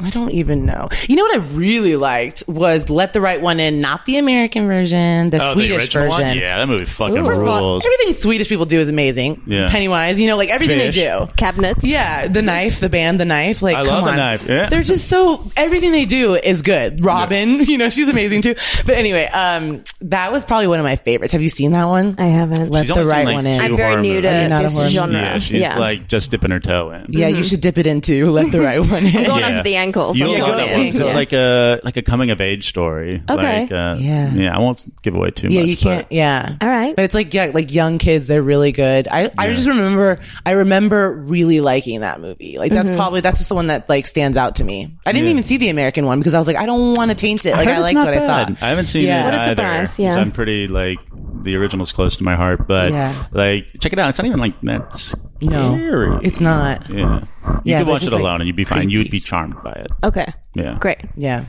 [SPEAKER 4] I don't even know. You know what I really liked was Let the Right One In, not the American version, the
[SPEAKER 2] Oh, the
[SPEAKER 4] Swedish
[SPEAKER 2] original one?
[SPEAKER 4] version.
[SPEAKER 2] Yeah, that movie fucking
[SPEAKER 4] First of all,
[SPEAKER 2] rules.
[SPEAKER 4] everything Swedish people do is amazing.
[SPEAKER 2] Yeah.
[SPEAKER 4] Pennywise, you know, like everything
[SPEAKER 2] Fish.
[SPEAKER 4] they do.
[SPEAKER 3] Cabinets.
[SPEAKER 4] Yeah, the knife, the band, the knife. Like,
[SPEAKER 2] I love
[SPEAKER 4] come
[SPEAKER 2] the
[SPEAKER 4] on.
[SPEAKER 2] knife, yeah.
[SPEAKER 4] They're just so everything they do is good. Robin, [laughs] you know, she's amazing too. But anyway, um, that was probably one of my favorites. Have you seen that one?
[SPEAKER 3] I haven't.
[SPEAKER 4] Let
[SPEAKER 2] She's
[SPEAKER 4] the
[SPEAKER 2] only seen,
[SPEAKER 4] right
[SPEAKER 2] like,
[SPEAKER 4] one in.
[SPEAKER 2] two
[SPEAKER 3] I'm very
[SPEAKER 2] horror
[SPEAKER 3] new to
[SPEAKER 2] movies.
[SPEAKER 4] You're not a
[SPEAKER 3] this
[SPEAKER 4] horror
[SPEAKER 3] genre.
[SPEAKER 2] Yeah, she's like just dipping her toe in.
[SPEAKER 4] yeah, you should dip it into let the
[SPEAKER 2] [laughs]
[SPEAKER 4] right one in.
[SPEAKER 3] Going onto the ankles.
[SPEAKER 2] You'll
[SPEAKER 3] Yeah,
[SPEAKER 2] love
[SPEAKER 4] go
[SPEAKER 2] that
[SPEAKER 4] to the
[SPEAKER 2] one 'cause
[SPEAKER 4] ankles.
[SPEAKER 2] it's like a like a coming of age story.
[SPEAKER 3] Okay.
[SPEAKER 2] Like, uh,
[SPEAKER 4] Yeah.
[SPEAKER 2] yeah. I won't give away too
[SPEAKER 4] Yeah,
[SPEAKER 2] much.
[SPEAKER 4] you can't.
[SPEAKER 2] but-
[SPEAKER 4] yeah.
[SPEAKER 3] All right.
[SPEAKER 4] But it's like yeah, like young kids, they're really good. I I just remember I remember really liking that movie. Like that's probably that's just the one that like stands out to me. I didn't
[SPEAKER 2] Yeah.
[SPEAKER 4] even see the American one because I was like I don't want to taint it. Like
[SPEAKER 2] heard
[SPEAKER 4] I
[SPEAKER 2] it's
[SPEAKER 4] liked
[SPEAKER 2] not
[SPEAKER 4] what
[SPEAKER 2] bad.
[SPEAKER 4] I saw.
[SPEAKER 2] I haven't seen
[SPEAKER 4] Yeah.
[SPEAKER 2] it
[SPEAKER 4] What a
[SPEAKER 2] either.
[SPEAKER 3] surprise,
[SPEAKER 2] 'cause
[SPEAKER 3] yeah.
[SPEAKER 2] I'm pretty like the original's close to my heart, but
[SPEAKER 4] Yeah.
[SPEAKER 2] like check it out. It's not even like that
[SPEAKER 4] No,
[SPEAKER 2] scary.
[SPEAKER 4] it's not.
[SPEAKER 2] Yeah, you
[SPEAKER 4] Yeah,
[SPEAKER 2] could
[SPEAKER 4] but
[SPEAKER 2] watch
[SPEAKER 4] it's
[SPEAKER 2] it
[SPEAKER 4] just, like,
[SPEAKER 2] alone and you'd be fine.
[SPEAKER 4] creepy.
[SPEAKER 2] You'd be charmed by it.
[SPEAKER 3] Okay.
[SPEAKER 2] Yeah,
[SPEAKER 3] Great.
[SPEAKER 4] Yeah.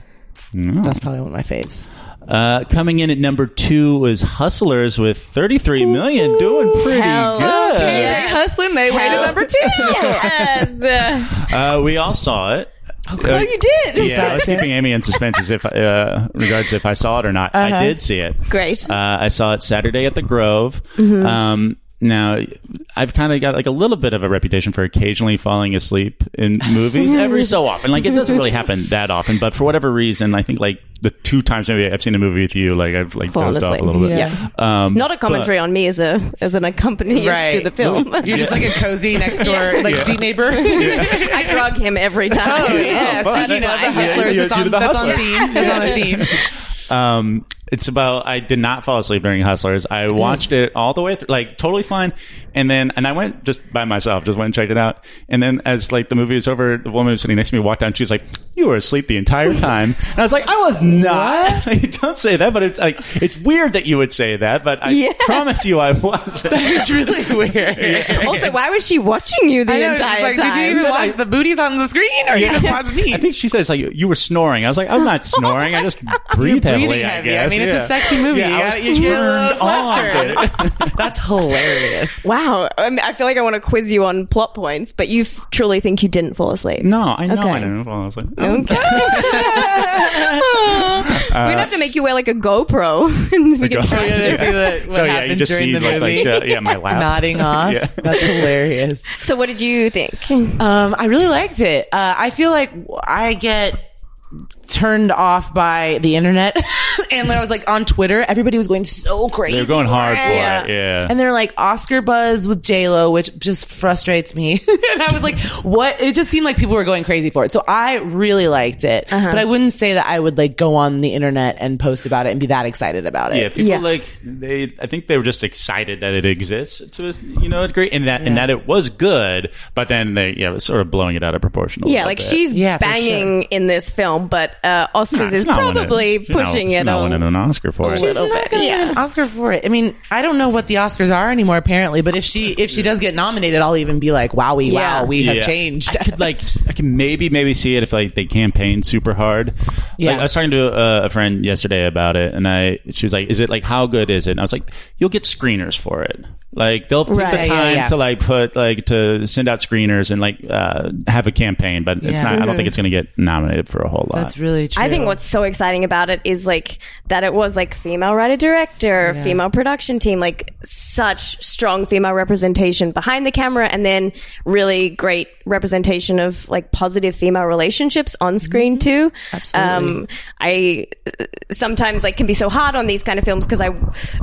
[SPEAKER 2] Mm.
[SPEAKER 4] That's probably one of my faves.
[SPEAKER 2] Uh, coming in at number two was Hustlers with 33 million, doing pretty
[SPEAKER 3] Hell
[SPEAKER 2] good.
[SPEAKER 3] okay. [laughs]
[SPEAKER 4] hustling. They
[SPEAKER 3] Yes.
[SPEAKER 2] Uh, we all saw it.
[SPEAKER 3] Oh, you did.
[SPEAKER 2] Yeah, I was keeping Amy in suspense as if uh, regards if I saw it or not. I did see it.
[SPEAKER 3] Uh-huh. Great. Mm-hmm.
[SPEAKER 2] Uh, I saw it Saturday at the Grove. Um, now, I've kind of got like a little bit of a reputation for occasionally falling asleep in
[SPEAKER 3] [laughs]
[SPEAKER 2] movies every so often. Like it doesn't really happen that often, but for whatever reason, I think like the two times maybe I've seen a movie with you, like I've like
[SPEAKER 3] Fallen
[SPEAKER 2] dozed off
[SPEAKER 3] asleep.
[SPEAKER 2] a little bit.
[SPEAKER 3] Yeah.
[SPEAKER 2] Um,
[SPEAKER 3] Not a commentary on me as a as an accompanist
[SPEAKER 4] Right.
[SPEAKER 3] to the
[SPEAKER 4] [laughs]
[SPEAKER 3] film.
[SPEAKER 4] You're just like a cozy [laughs] next door, like
[SPEAKER 2] [laughs]
[SPEAKER 4] seat neighbor.
[SPEAKER 3] [laughs] I drug him every time.
[SPEAKER 4] Oh,
[SPEAKER 3] [laughs]
[SPEAKER 4] yeah.
[SPEAKER 2] fun.
[SPEAKER 4] Speaking of the
[SPEAKER 2] Yeah, yeah,
[SPEAKER 4] hustlers,
[SPEAKER 2] yeah,
[SPEAKER 4] it's
[SPEAKER 2] you're
[SPEAKER 4] on,
[SPEAKER 2] the
[SPEAKER 4] that's
[SPEAKER 2] hustler.
[SPEAKER 4] on theme. It's [laughs] on
[SPEAKER 2] [laughs]
[SPEAKER 4] a theme.
[SPEAKER 2] um, it's about I did not fall asleep during Hustlers. I watched it all the way through, like totally fine. And then and I went just by myself, just went and checked it out. And then as like the movie was over, the woman who's sitting next to me walked down. She was like, "You were asleep the entire time." And I was like, "I was [laughs] not." Don't say that, but it's like it's weird that you would say that. But I
[SPEAKER 3] Yeah.
[SPEAKER 2] promise you, I
[SPEAKER 4] [laughs]
[SPEAKER 2] wasn't.
[SPEAKER 4] It's really weird.
[SPEAKER 3] Also, why was she watching you the
[SPEAKER 4] I know, it's
[SPEAKER 3] entire
[SPEAKER 4] like,
[SPEAKER 3] time?
[SPEAKER 4] Did you even watch the booties on the screen, or you just watch me?
[SPEAKER 2] I think she says like you, you were snoring. I was like, I was
[SPEAKER 4] [laughs]
[SPEAKER 2] not
[SPEAKER 4] Oh
[SPEAKER 2] snoring. I just breathe
[SPEAKER 4] breathing
[SPEAKER 2] heavily. I
[SPEAKER 4] heavy. I
[SPEAKER 2] guess.
[SPEAKER 4] mean, it's a
[SPEAKER 2] Yeah.
[SPEAKER 4] sexy movie.
[SPEAKER 2] Yeah, I was
[SPEAKER 4] You get a little
[SPEAKER 2] [laughs] turned on.
[SPEAKER 4] That's hilarious.
[SPEAKER 3] wow, I, mean, I feel like I want to quiz you on plot points, but you f- truly think you didn't fall asleep.
[SPEAKER 2] No, I know
[SPEAKER 3] Okay.
[SPEAKER 2] I "Oh." didn't fall asleep.
[SPEAKER 3] [laughs] Okay. We're gonna have to make you wear like a GoPro. [laughs] and we can
[SPEAKER 2] GoPro.
[SPEAKER 3] try
[SPEAKER 4] We're
[SPEAKER 3] it.
[SPEAKER 4] gonna see what, what
[SPEAKER 2] so yeah,
[SPEAKER 4] happened
[SPEAKER 2] you just
[SPEAKER 4] during
[SPEAKER 2] see
[SPEAKER 4] the
[SPEAKER 2] like,
[SPEAKER 4] movie.
[SPEAKER 2] like uh, yeah,
[SPEAKER 3] [laughs]
[SPEAKER 2] my lap
[SPEAKER 4] Nodding off.
[SPEAKER 2] Yeah.
[SPEAKER 4] That's hilarious.
[SPEAKER 3] So, what did you think?
[SPEAKER 4] Um, I really liked it. Uh, I feel like I get turned off by the internet. [laughs] and when I was like on Twitter, everybody was going so crazy.
[SPEAKER 2] They're going hard for it. Yeah.
[SPEAKER 4] And they're like Oscar buzz with J Lo, which just frustrates me. [laughs] and I was like, what? It just seemed like people were going crazy for it. So I really liked it,
[SPEAKER 3] Uh-huh.
[SPEAKER 4] but I wouldn't say that I would like go on the internet and post about it and be that excited about it.
[SPEAKER 2] yeah, people
[SPEAKER 3] Yeah.
[SPEAKER 2] like they. I think they were just excited that it exists to you know a degree, and that and that it was good. But then they yeah, it was sort of blowing it out of proportion. a
[SPEAKER 3] Yeah,
[SPEAKER 2] little
[SPEAKER 3] like
[SPEAKER 2] bit.
[SPEAKER 3] she's
[SPEAKER 4] Yeah, for
[SPEAKER 3] banging in this film, but uh, Oscars
[SPEAKER 2] Nah,
[SPEAKER 3] is
[SPEAKER 2] she's not winning-
[SPEAKER 3] probably
[SPEAKER 2] she's not-
[SPEAKER 3] pushing
[SPEAKER 2] she's
[SPEAKER 3] it
[SPEAKER 2] Not winning
[SPEAKER 3] on.
[SPEAKER 2] an Oscar for it.
[SPEAKER 3] She's
[SPEAKER 4] She's not
[SPEAKER 3] bit,
[SPEAKER 4] gonna
[SPEAKER 3] yeah.
[SPEAKER 4] get an Oscar for it. I mean, I don't know what the Oscars are anymore, apparently. But if she if she does get nominated, I'll even be like, "Wowie,
[SPEAKER 3] Yeah.
[SPEAKER 4] wow, we
[SPEAKER 2] Yeah.
[SPEAKER 4] have changed."
[SPEAKER 3] [laughs]
[SPEAKER 2] I could like s- I can maybe maybe see it if like they campaign super hard.
[SPEAKER 4] Yeah.
[SPEAKER 2] Like, I was talking to uh, a, a friend yesterday about it, and I she was like, "Is it like how good is it?" And I was like, "You'll get screeners for it. Like they'll take
[SPEAKER 3] Right.
[SPEAKER 2] the
[SPEAKER 4] Yeah, yeah,
[SPEAKER 2] time
[SPEAKER 4] yeah.
[SPEAKER 2] to like put like to send out screeners and like uh, have a campaign, but it's
[SPEAKER 4] Yeah. Mm-hmm.
[SPEAKER 2] not. I don't think it's going to get nominated for a whole lot.
[SPEAKER 4] That's really true.
[SPEAKER 3] I think what's so exciting about it is like that it was like female writer director, female production team, like such strong female representation behind the camera, and then really great representation of like positive female relationships on screen too.
[SPEAKER 4] Absolutely.
[SPEAKER 3] Um, I uh, sometimes like can be so hard on these kind of films because I.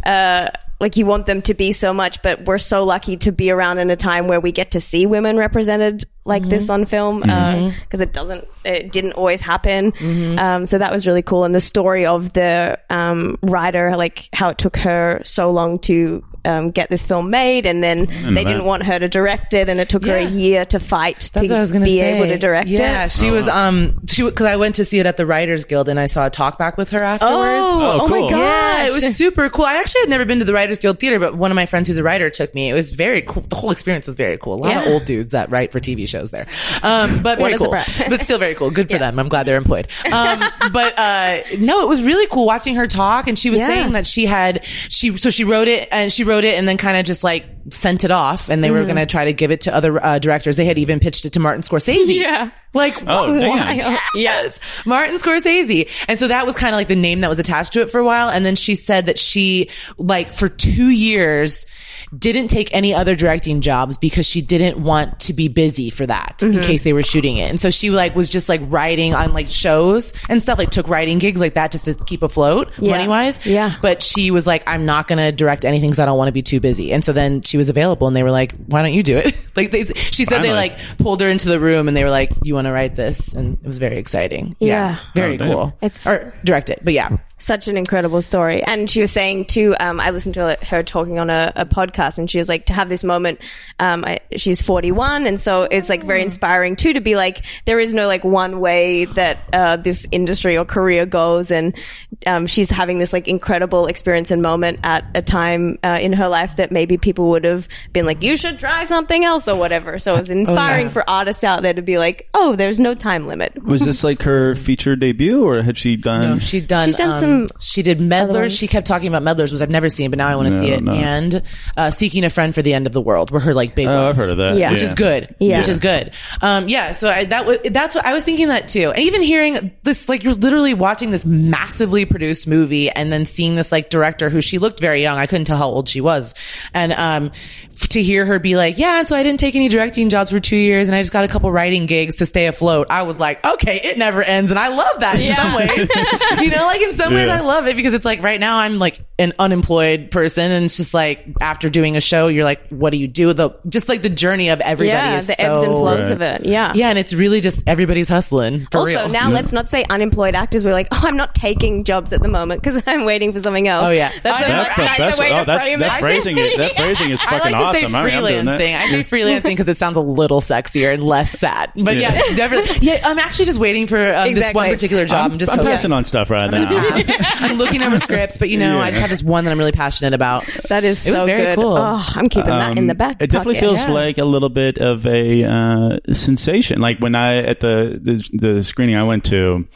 [SPEAKER 3] Uh, like you want them to be so much, but we're so lucky to be around in a time where we get to see women represented like
[SPEAKER 4] Mm-hmm.
[SPEAKER 3] this on film because it doesn't, it didn't always happen.
[SPEAKER 4] Mm-hmm.
[SPEAKER 3] Um, so that was really cool, and the story of the um, writer, like how it took her so long to um, get this film made, and then they
[SPEAKER 2] that.
[SPEAKER 3] didn't want her to direct it, and it took her a
[SPEAKER 4] Yeah.
[SPEAKER 3] year to fight
[SPEAKER 4] That's
[SPEAKER 3] to
[SPEAKER 4] what I was gonna
[SPEAKER 3] be
[SPEAKER 4] say.
[SPEAKER 3] able to direct it.
[SPEAKER 4] Yeah, she was um she because I went to see it at the Writers Guild and I saw a talk back with her afterwards.
[SPEAKER 2] Oh,
[SPEAKER 3] Oh, oh
[SPEAKER 2] cool.
[SPEAKER 3] my god!
[SPEAKER 4] Yeah, it was super cool. I actually had never been to the Writers Guild Theater, but one of my friends who's a writer took me. It was very cool. The whole experience was very cool. A lot of
[SPEAKER 3] Yeah.
[SPEAKER 4] old dudes that write for TV shows there, um,
[SPEAKER 3] What
[SPEAKER 4] but very
[SPEAKER 3] a
[SPEAKER 4] cool.
[SPEAKER 3] surprise. [laughs]
[SPEAKER 4] but still very cool. Good for them. I'm glad they're employed. Um, but uh, no, it was really cool watching her talk, and she was
[SPEAKER 3] Yeah.
[SPEAKER 4] saying that she had she so she wrote it and she wrote it and then kind of just like sent it off, and they
[SPEAKER 3] Mm-hmm.
[SPEAKER 4] were going to try to give it to other uh, directors. They had even pitched it to Martin Scorsese.
[SPEAKER 3] Yeah.
[SPEAKER 4] like
[SPEAKER 2] Oh,
[SPEAKER 4] [laughs]
[SPEAKER 3] [laughs]
[SPEAKER 4] wh-
[SPEAKER 2] damn.
[SPEAKER 4] why? yes, Martin Scorsese. And so that was kind of like the name that was attached to it for a while. And then she said that she, like, for two years, didn't take any other directing jobs because she didn't want to be busy for that in
[SPEAKER 3] Mm-hmm.
[SPEAKER 4] case they were shooting it. And so she like was just like writing on like shows and stuff, like took writing gigs like that just to keep afloat money wise.
[SPEAKER 3] Yeah.
[SPEAKER 4] But she was like, I'm not going to direct anything because I don't want to be too busy. And so then she was available and they were like, why don't you do it? [laughs] like they, she said they
[SPEAKER 2] Finally.
[SPEAKER 4] like pulled her into the room and they were like, "You want to write this?" And it was very exciting.
[SPEAKER 3] Yeah.
[SPEAKER 4] very
[SPEAKER 2] Oh, damn.
[SPEAKER 4] cool.
[SPEAKER 3] It's-
[SPEAKER 4] or direct it, but yeah,
[SPEAKER 3] such an incredible story. And she was saying too, um, I listened to her talking on a, a podcast, and she was like, to have this moment. Um, I, she's 41, and so it's like
[SPEAKER 4] Hmm.
[SPEAKER 3] very inspiring too to be like, there is no like one way that uh, this industry or career goes, and um, she's having this like incredible experience and moment at a time uh, in her life that maybe people would have been like, you should try something else or whatever. So it
[SPEAKER 4] Oh,
[SPEAKER 3] was inspiring for artists out there to be like, oh, there's no time limit.
[SPEAKER 5] Was this like her feature debut, or had she done?
[SPEAKER 2] Mm.
[SPEAKER 4] she'd done.
[SPEAKER 3] She's done
[SPEAKER 4] um,
[SPEAKER 3] some
[SPEAKER 4] She did Meddlers. She kept talking about Meddlers, which I've never seen, but now I want to
[SPEAKER 2] No,
[SPEAKER 4] see it.
[SPEAKER 2] no.
[SPEAKER 4] And uh, Seeking a Friend for the End of the World were her like big.
[SPEAKER 2] Oh, I've
[SPEAKER 4] ones.
[SPEAKER 2] heard of that.
[SPEAKER 3] Yeah.
[SPEAKER 4] Which
[SPEAKER 2] [laughs]
[SPEAKER 4] is good.
[SPEAKER 3] Yeah.
[SPEAKER 4] Which is good. Um, yeah. So I, that was, that's what I was thinking that too. And even hearing this, like you're literally watching this massively produced movie and then seeing this like director who she looked very young. I couldn't tell how old she was. And, um, f- to hear her be like, yeah, and so I didn't take any directing jobs for two years and I just got a couple writing gigs to stay afloat. I was like, okay, it never ends. And I love that in some ways. you know, like in some ways
[SPEAKER 2] Yeah.
[SPEAKER 4] I love it because it's like right now I'm like an unemployed person and it's just like after doing a show, you're like, what do you do? The, just like the journey of every everybody
[SPEAKER 3] yeah,
[SPEAKER 4] is
[SPEAKER 3] the
[SPEAKER 4] so-
[SPEAKER 3] ebbs and flows of it. Yeah.
[SPEAKER 4] Yeah, and it's really just everybody's hustling. For
[SPEAKER 3] Also,
[SPEAKER 4] real.
[SPEAKER 3] now let's not say unemployed actors. We're like, oh, I'm not taking jobs at the moment because [laughs] I'm waiting for something else.
[SPEAKER 4] Oh, yeah.
[SPEAKER 3] that's,
[SPEAKER 4] [laughs] I
[SPEAKER 3] a
[SPEAKER 4] know.
[SPEAKER 2] That's
[SPEAKER 3] much
[SPEAKER 2] the
[SPEAKER 3] nicer
[SPEAKER 2] best.
[SPEAKER 3] way
[SPEAKER 2] Oh,
[SPEAKER 3] to
[SPEAKER 2] that,
[SPEAKER 3] frame
[SPEAKER 2] that
[SPEAKER 3] it.
[SPEAKER 2] phrasing it.
[SPEAKER 4] [laughs]
[SPEAKER 2] That phrasing is
[SPEAKER 4] I
[SPEAKER 2] fucking
[SPEAKER 4] like to say
[SPEAKER 2] awesome. I mean, I'm doing that.
[SPEAKER 4] freelancing. I say freelancing because it sounds a little sexier and less sad. But yeah, definitely. Yeah, I'm actually just waiting for um, this one
[SPEAKER 3] Exactly.
[SPEAKER 4] particular job. I'm, just
[SPEAKER 2] I'm
[SPEAKER 4] hoping-
[SPEAKER 2] passing on stuff right now. Um,
[SPEAKER 4] [laughs] I'm looking over scripts, but you know, I just have this one that I'm really passionate about.
[SPEAKER 3] [laughs] That is
[SPEAKER 4] It was
[SPEAKER 3] so
[SPEAKER 4] very
[SPEAKER 3] good.
[SPEAKER 4] cool.
[SPEAKER 3] Oh, I'm keeping that in the back.
[SPEAKER 2] Um, It definitely
[SPEAKER 3] pocket.
[SPEAKER 2] feels
[SPEAKER 3] Yeah.
[SPEAKER 2] like a little bit of a uh, sensation. Like when I at the the, the screening I went to.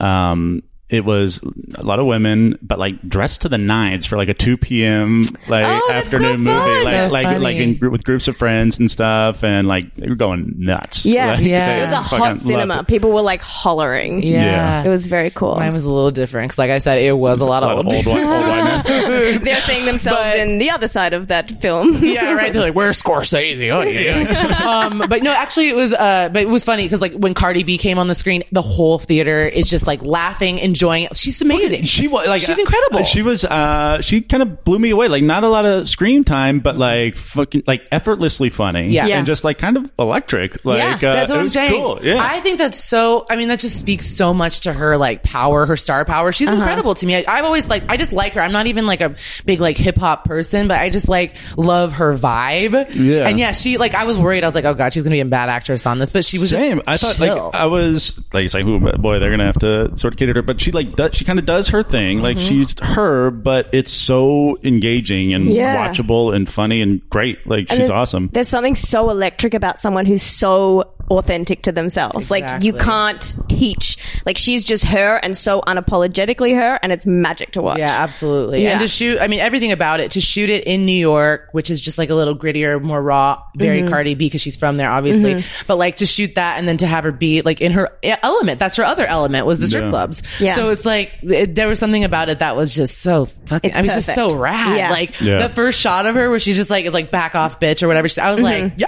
[SPEAKER 2] Um, it was a lot of women, but like dressed to the nines for like a two p.m. like
[SPEAKER 3] Oh, that's
[SPEAKER 2] afternoon
[SPEAKER 3] so
[SPEAKER 2] movie,
[SPEAKER 3] fun.
[SPEAKER 2] like
[SPEAKER 4] So
[SPEAKER 2] like
[SPEAKER 4] funny.
[SPEAKER 2] like in, gr- with groups of friends and stuff, and like they were going nuts.
[SPEAKER 3] Yeah.
[SPEAKER 2] Like,
[SPEAKER 4] Yeah.
[SPEAKER 2] they
[SPEAKER 4] It
[SPEAKER 3] It was a
[SPEAKER 2] fucking
[SPEAKER 3] hot
[SPEAKER 2] loved
[SPEAKER 3] cinema.
[SPEAKER 2] it.
[SPEAKER 3] People were like hollering.
[SPEAKER 4] Yeah.
[SPEAKER 2] Yeah.
[SPEAKER 3] It was very cool.
[SPEAKER 4] Mine was a little different because, like I said, it was, a lot,
[SPEAKER 2] A lot of
[SPEAKER 4] of
[SPEAKER 2] old white, old white
[SPEAKER 3] [laughs]
[SPEAKER 2] men.
[SPEAKER 3] [laughs] They're seeing themselves
[SPEAKER 4] But-
[SPEAKER 3] in the other side of that film.
[SPEAKER 2] [laughs]
[SPEAKER 4] yeah, right. They're like, where's Scorsese? Oh, yeah. um, but no, actually, it was. Uh, but it was funny because like when Cardi B came on the screen, the whole theater is just like laughing, enjoying. it. She's amazing.
[SPEAKER 2] She was like
[SPEAKER 4] she's incredible.
[SPEAKER 2] She was uh she kind of blew me away. Like not a lot of screen time, but like fucking like effortlessly funny.
[SPEAKER 4] Mm-hmm. Yeah.
[SPEAKER 3] Yeah.
[SPEAKER 2] and just like kind of electric. Like
[SPEAKER 3] Yeah,
[SPEAKER 2] uh,
[SPEAKER 4] that's what
[SPEAKER 2] it
[SPEAKER 4] I'm
[SPEAKER 2] was
[SPEAKER 4] saying.
[SPEAKER 2] cool. Yeah,
[SPEAKER 4] I think that's so. I mean, that just speaks so much to her like power, her star power. She's incredible to me. I, I've always like, I just like her. I'm not even like a big like hip hop person, but I just like love her vibe.
[SPEAKER 2] Yeah.
[SPEAKER 4] and yeah, she like I was worried. I was like, oh god, she's gonna be a bad actress on this, but she was
[SPEAKER 2] same.
[SPEAKER 4] Just
[SPEAKER 2] I thought
[SPEAKER 4] chill.
[SPEAKER 2] like I was like saying, "Ooh, boy, they're gonna have to sort of cater to her." But she like does, she kind of does her thing.
[SPEAKER 4] Mm-hmm.
[SPEAKER 2] Like she's her, but it's so engaging and
[SPEAKER 3] Yeah.
[SPEAKER 2] watchable and funny and great. Like she's
[SPEAKER 3] there's-
[SPEAKER 2] awesome.
[SPEAKER 3] There's something so electric about someone who's so authentic to themselves. Like you
[SPEAKER 4] Exactly.
[SPEAKER 3] can't teach. Like she's just her and so unapologetically her, and it's magic to watch.
[SPEAKER 4] Yeah, absolutely.
[SPEAKER 3] Yeah.
[SPEAKER 4] And to shoot, I mean, everything about it, to shoot it in New York, which is just like a little grittier, more raw, very
[SPEAKER 3] Mm-hmm.
[SPEAKER 4] Cardi B because she's from there, obviously. But like to shoot that and then to have her be like in her e- element. That's her other element was the strip
[SPEAKER 2] Yeah.
[SPEAKER 4] clubs.
[SPEAKER 3] Yeah.
[SPEAKER 4] So it's like it, there was something about it that was just so fucking,
[SPEAKER 3] It's
[SPEAKER 4] I mean, it's just
[SPEAKER 3] perfect.
[SPEAKER 4] so rad.
[SPEAKER 3] Yeah.
[SPEAKER 4] Like
[SPEAKER 2] Yeah.
[SPEAKER 4] the first shot of her where she just like is like back off bitch or whatever. She, I was like,
[SPEAKER 3] Mm-hmm.
[SPEAKER 4] yeah.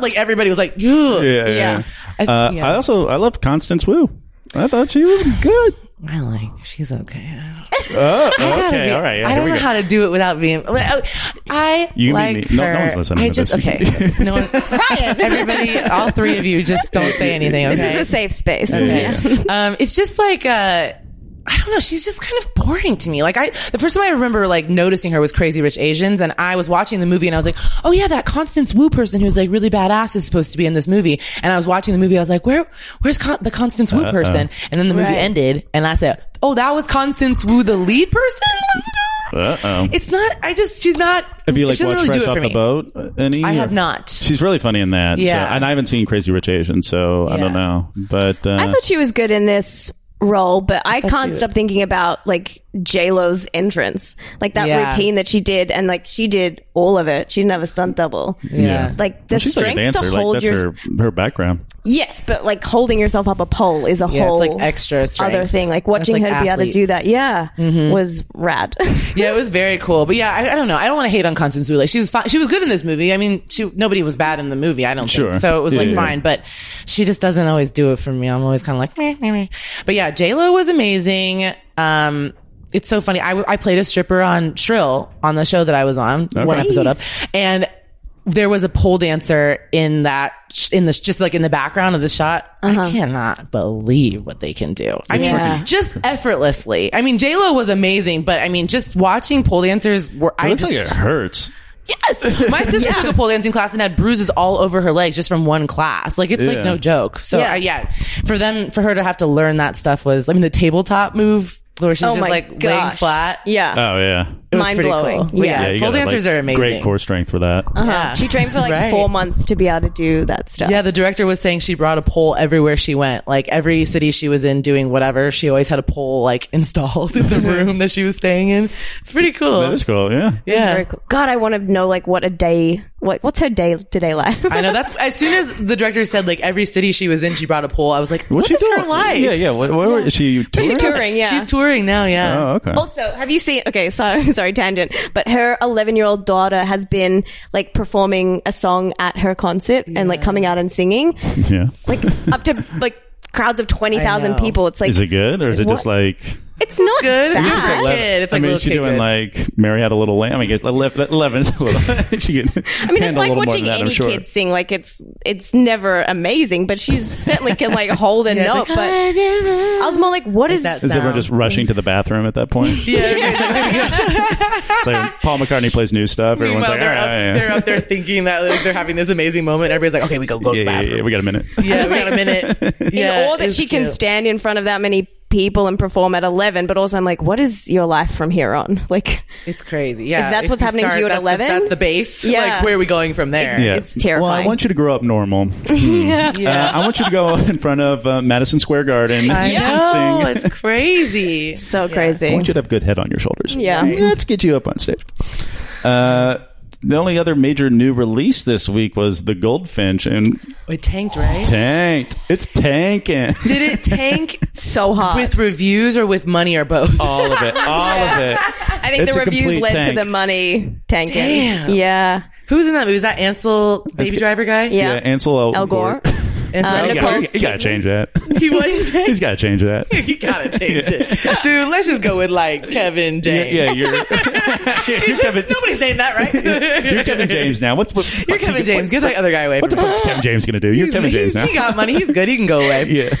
[SPEAKER 4] Like everybody was like,
[SPEAKER 2] Yeah,
[SPEAKER 4] yeah.
[SPEAKER 3] Yeah.
[SPEAKER 2] yeah.
[SPEAKER 4] I th-
[SPEAKER 2] Uh,
[SPEAKER 4] yeah.
[SPEAKER 2] I also I loved Constance Wu. I thought she was
[SPEAKER 4] [laughs]
[SPEAKER 2] good.
[SPEAKER 4] I like, she's okay.
[SPEAKER 2] Oh,
[SPEAKER 4] gotta
[SPEAKER 2] okay,
[SPEAKER 4] be-
[SPEAKER 2] all right. Yeah,
[SPEAKER 4] I
[SPEAKER 2] here
[SPEAKER 4] don't
[SPEAKER 2] we
[SPEAKER 4] know
[SPEAKER 2] go.
[SPEAKER 4] how to do it without being. I
[SPEAKER 2] You can
[SPEAKER 4] like
[SPEAKER 2] beat me. No- no
[SPEAKER 4] her.
[SPEAKER 2] one's listening
[SPEAKER 4] I
[SPEAKER 2] to
[SPEAKER 4] just
[SPEAKER 2] this.
[SPEAKER 4] okay. No one.
[SPEAKER 2] [laughs]
[SPEAKER 4] Everybody, all three of you, just don't say anything. Okay?
[SPEAKER 3] This is a safe space.
[SPEAKER 2] Yeah.
[SPEAKER 4] um, it's just like uh, I don't know. She's just kind of boring to me. Like I, the first time I remember like noticing her was Crazy Rich Asians, and I was watching the movie, and I was like, oh yeah, that Constance Wu person who's like really badass is supposed to be in this movie. And I was watching the movie, I was like, where, where's Con- the Constance
[SPEAKER 2] Uh-uh.
[SPEAKER 4] Wu person? And then the movie
[SPEAKER 3] Right.
[SPEAKER 4] ended, and I said, oh, that was Constance Wu, the lead person. [laughs] Was it her?
[SPEAKER 2] Uh-oh.
[SPEAKER 4] It's not. I just she's not.
[SPEAKER 2] Uh-uh. Have you like
[SPEAKER 4] she doesn't
[SPEAKER 2] watched
[SPEAKER 4] really do
[SPEAKER 2] Fresh
[SPEAKER 4] it
[SPEAKER 2] Off
[SPEAKER 4] for
[SPEAKER 2] the
[SPEAKER 4] me.
[SPEAKER 2] Boat? uh, Any?
[SPEAKER 4] I have
[SPEAKER 2] or-
[SPEAKER 4] not.
[SPEAKER 2] She's really funny in that. so-
[SPEAKER 4] Yeah.
[SPEAKER 2] and I haven't seen Crazy Rich Asian, so I
[SPEAKER 4] Yeah.
[SPEAKER 2] don't know. But uh,
[SPEAKER 3] I thought she was good in this role, but I,
[SPEAKER 4] she
[SPEAKER 3] can't
[SPEAKER 4] was-
[SPEAKER 3] stop thinking about like J Lo's entrance, like that
[SPEAKER 4] Yeah.
[SPEAKER 3] routine that she did, and like she did all of it. She didn't have a stunt double.
[SPEAKER 4] Yeah.
[SPEAKER 3] Like the
[SPEAKER 2] she's
[SPEAKER 3] strength
[SPEAKER 2] like a dancer.
[SPEAKER 3] to hold
[SPEAKER 2] like
[SPEAKER 3] your
[SPEAKER 2] that's her her background.
[SPEAKER 3] yes, but like holding yourself up a pole is a
[SPEAKER 4] Yeah,
[SPEAKER 3] whole
[SPEAKER 4] it's like extra strength.
[SPEAKER 3] other thing. Like watching
[SPEAKER 4] like
[SPEAKER 3] her be able to
[SPEAKER 4] athlete. Mm-hmm.
[SPEAKER 3] do that, yeah, was rad.
[SPEAKER 4] Yeah, it was very cool. But yeah, I, I don't know. I don't want to hate on Constance Wu. Like she was fine. She was good in this movie. I mean, she nobody was bad in the movie. I don't
[SPEAKER 2] Sure.
[SPEAKER 4] think so. It was like
[SPEAKER 2] Yeah.
[SPEAKER 4] fine, but she just doesn't always do it for me. I'm always kind of like, meh, meh, meh. but yeah, J Lo was amazing. Um, it's so funny. I, w- I played a stripper on Shrill on the show that I was on one episode of, and there was a pole dancer in that sh- in this just like in the background of the shot.
[SPEAKER 3] Uh-huh.
[SPEAKER 4] I cannot believe what they can do. I mean,
[SPEAKER 3] Yeah.
[SPEAKER 4] just effortlessly. I mean, J Lo was amazing, but I mean, just watching pole dancers were.
[SPEAKER 2] It
[SPEAKER 4] I
[SPEAKER 2] looks
[SPEAKER 4] just,
[SPEAKER 2] like it hurts.
[SPEAKER 4] Yes, my
[SPEAKER 3] [laughs]
[SPEAKER 4] sister took a pole dancing class and had bruises all over her legs just from one class. Like it's
[SPEAKER 2] Yeah.
[SPEAKER 4] like no joke. So
[SPEAKER 3] Yeah.
[SPEAKER 4] yeah. I, yeah, for them, for her to have to learn that stuff was. I mean, the tabletop move where she's
[SPEAKER 3] [laughs] Oh
[SPEAKER 4] just
[SPEAKER 3] my
[SPEAKER 4] like laying
[SPEAKER 3] gosh.
[SPEAKER 4] flat.
[SPEAKER 3] Yeah.
[SPEAKER 2] Oh yeah.
[SPEAKER 4] It was
[SPEAKER 3] mind
[SPEAKER 4] pretty
[SPEAKER 3] blowing.
[SPEAKER 4] cool.
[SPEAKER 3] Yeah.
[SPEAKER 4] Yeah,
[SPEAKER 2] you
[SPEAKER 4] Pole
[SPEAKER 2] gotta,
[SPEAKER 4] dancers
[SPEAKER 2] like,
[SPEAKER 4] are amazing.
[SPEAKER 2] Great core strength for that.
[SPEAKER 3] Uh-huh.
[SPEAKER 4] Yeah.
[SPEAKER 3] She trained for like
[SPEAKER 4] Right.
[SPEAKER 3] four months to be able to do that stuff.
[SPEAKER 4] Yeah, the director was saying she brought a pole everywhere she went. Like every city she was in doing whatever, she always had a pole like [laughs] installed in the room that she was staying in. It's pretty cool.
[SPEAKER 2] That is cool. Yeah.
[SPEAKER 4] yeah.
[SPEAKER 3] Very cool. God, I want to know like what a day, what what's her day today like?
[SPEAKER 4] I know that's as soon as the director said like every city she was in, she brought a pole. I was like,
[SPEAKER 2] What's
[SPEAKER 4] what
[SPEAKER 2] she
[SPEAKER 4] is
[SPEAKER 2] doing?
[SPEAKER 4] her life?
[SPEAKER 2] Yeah, yeah. What, what, Is she touring?
[SPEAKER 3] touring, yeah.
[SPEAKER 4] She's touring now, yeah.
[SPEAKER 2] Oh, okay.
[SPEAKER 3] [laughs] Also, have you seen? Okay, sorry, [laughs] sorry, tangent. But her 11 year old daughter has been like performing a song at her concert and like coming out and singing,
[SPEAKER 2] yeah.
[SPEAKER 3] like up to like crowds of 20,000
[SPEAKER 4] I know.
[SPEAKER 3] people. It's like
[SPEAKER 2] Is it good or is it just like? Ah,
[SPEAKER 3] it's not
[SPEAKER 4] Good.
[SPEAKER 3] bad.
[SPEAKER 4] It's a
[SPEAKER 2] Eleven-
[SPEAKER 4] kid. It's like
[SPEAKER 2] I mean,
[SPEAKER 4] little
[SPEAKER 2] she's
[SPEAKER 4] kid
[SPEAKER 2] doing
[SPEAKER 4] good.
[SPEAKER 2] like Mary had a little lamb. I mean, it's ele- eleven's a little. she can
[SPEAKER 3] I
[SPEAKER 2] handle a
[SPEAKER 3] mean, it's like
[SPEAKER 2] little more
[SPEAKER 3] watching
[SPEAKER 2] than that, I'm
[SPEAKER 3] any
[SPEAKER 2] sure.
[SPEAKER 3] kid sing. Like it's it's never amazing, but she certainly can like
[SPEAKER 4] [laughs]
[SPEAKER 3] hold a note.
[SPEAKER 4] it's like,
[SPEAKER 3] but I was more like, what is?
[SPEAKER 4] that
[SPEAKER 2] Is everyone
[SPEAKER 4] sound.
[SPEAKER 2] just rushing to the bathroom at that
[SPEAKER 4] [laughs]
[SPEAKER 2] point?
[SPEAKER 4] Yeah, everybody's like, "Here
[SPEAKER 2] [laughs]
[SPEAKER 4] we go."
[SPEAKER 2] It's like Paul McCartney plays new stuff. Everyone's
[SPEAKER 4] Meanwhile,
[SPEAKER 2] like, all
[SPEAKER 4] they're, up,
[SPEAKER 2] right,
[SPEAKER 4] they're up there thinking that like, they're having this amazing moment. Everybody's like, okay, we go
[SPEAKER 2] yeah,
[SPEAKER 4] go to the
[SPEAKER 2] yeah,
[SPEAKER 4] bathroom.
[SPEAKER 2] yeah, we got a minute.
[SPEAKER 4] [laughs] Yeah, we got a minute. Yeah,
[SPEAKER 3] or that
[SPEAKER 4] it's
[SPEAKER 3] she can
[SPEAKER 4] cute.
[SPEAKER 3] stand in front of that many people and perform at 11 but also i'm like what is your life from here on [laughs] like
[SPEAKER 4] It's crazy. Yeah,
[SPEAKER 3] If that's what's
[SPEAKER 4] we
[SPEAKER 3] happening to you at
[SPEAKER 4] that's the-
[SPEAKER 3] 11?
[SPEAKER 4] that's the base. [laughs]
[SPEAKER 3] Yeah.
[SPEAKER 4] like where are we going from there?
[SPEAKER 2] Yeah.
[SPEAKER 3] It's terrifying.
[SPEAKER 2] Well, I want you to grow up
[SPEAKER 4] [laughs]
[SPEAKER 2] normal. Hmm.
[SPEAKER 4] Yeah.
[SPEAKER 2] Uh, I want you to go [laughs] in front of uh, Madison Square Garden
[SPEAKER 4] I
[SPEAKER 2] and
[SPEAKER 4] know
[SPEAKER 2] sing.
[SPEAKER 4] it's [laughs] crazy.
[SPEAKER 3] so
[SPEAKER 2] [laughs]
[SPEAKER 3] crazy
[SPEAKER 2] I want you to have good head on your shoulders.
[SPEAKER 3] Yeah.
[SPEAKER 2] Let's get you up on stage. Uh, the only other major new release this week was The Goldfinch and
[SPEAKER 4] It tanked, right?
[SPEAKER 2] tanked. It's tanking.
[SPEAKER 4] [laughs] Did it tank
[SPEAKER 3] so hard
[SPEAKER 4] with reviews or with money or both?
[SPEAKER 2] all of it. All of
[SPEAKER 4] [laughs]
[SPEAKER 2] it.
[SPEAKER 3] I think
[SPEAKER 2] It's
[SPEAKER 3] the
[SPEAKER 2] a
[SPEAKER 3] reviews
[SPEAKER 2] complete
[SPEAKER 3] led
[SPEAKER 2] tank.
[SPEAKER 3] to the money tanking.
[SPEAKER 4] Damn.
[SPEAKER 3] Yeah.
[SPEAKER 4] Who's in that movie? Is that Ansel, Baby Driver guy?
[SPEAKER 3] Yeah.
[SPEAKER 2] Yeah, Ansel El,
[SPEAKER 3] Al Gore. Uh,
[SPEAKER 4] Ansel Elgort.
[SPEAKER 2] [laughs] You [laughs]
[SPEAKER 3] Nicole-
[SPEAKER 2] gotta, you gotta change that. [laughs]
[SPEAKER 4] He what did you say?
[SPEAKER 2] He's gotta change that.
[SPEAKER 4] You
[SPEAKER 2] [laughs]
[SPEAKER 4] gotta change it, dude. Let's just go with like Kevin
[SPEAKER 2] Yeah,
[SPEAKER 4] James.
[SPEAKER 2] yeah you're, you're, [laughs] Kevin,
[SPEAKER 4] [laughs] Nobody's named that,
[SPEAKER 2] [laughs]
[SPEAKER 4] right?
[SPEAKER 2] you're Kevin James now. What's what,
[SPEAKER 4] You're Kevin James. Get that other guy away.
[SPEAKER 2] What the
[SPEAKER 4] from
[SPEAKER 2] fuck's
[SPEAKER 4] us.
[SPEAKER 2] Kevin James gonna do? You're Kevin
[SPEAKER 4] He-
[SPEAKER 2] James now.
[SPEAKER 4] He got money. He's good. He can go
[SPEAKER 2] [laughs]
[SPEAKER 4] away.
[SPEAKER 2] Yeah.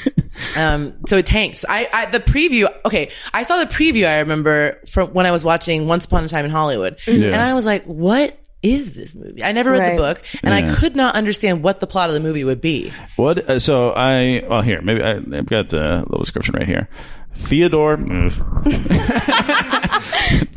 [SPEAKER 4] Um, so it tanks. I, I the preview. Okay, I saw the preview. I remember from when I was watching Once Upon a Time in Hollywood, and I was like, "What is this movie?" I never read
[SPEAKER 3] Right.
[SPEAKER 4] the book, and
[SPEAKER 2] Yeah.
[SPEAKER 4] I could not understand what the plot of the movie would be.
[SPEAKER 2] What? Uh, so I. Well, here. Maybe I, I've got the little description right here. Theodore. [laughs]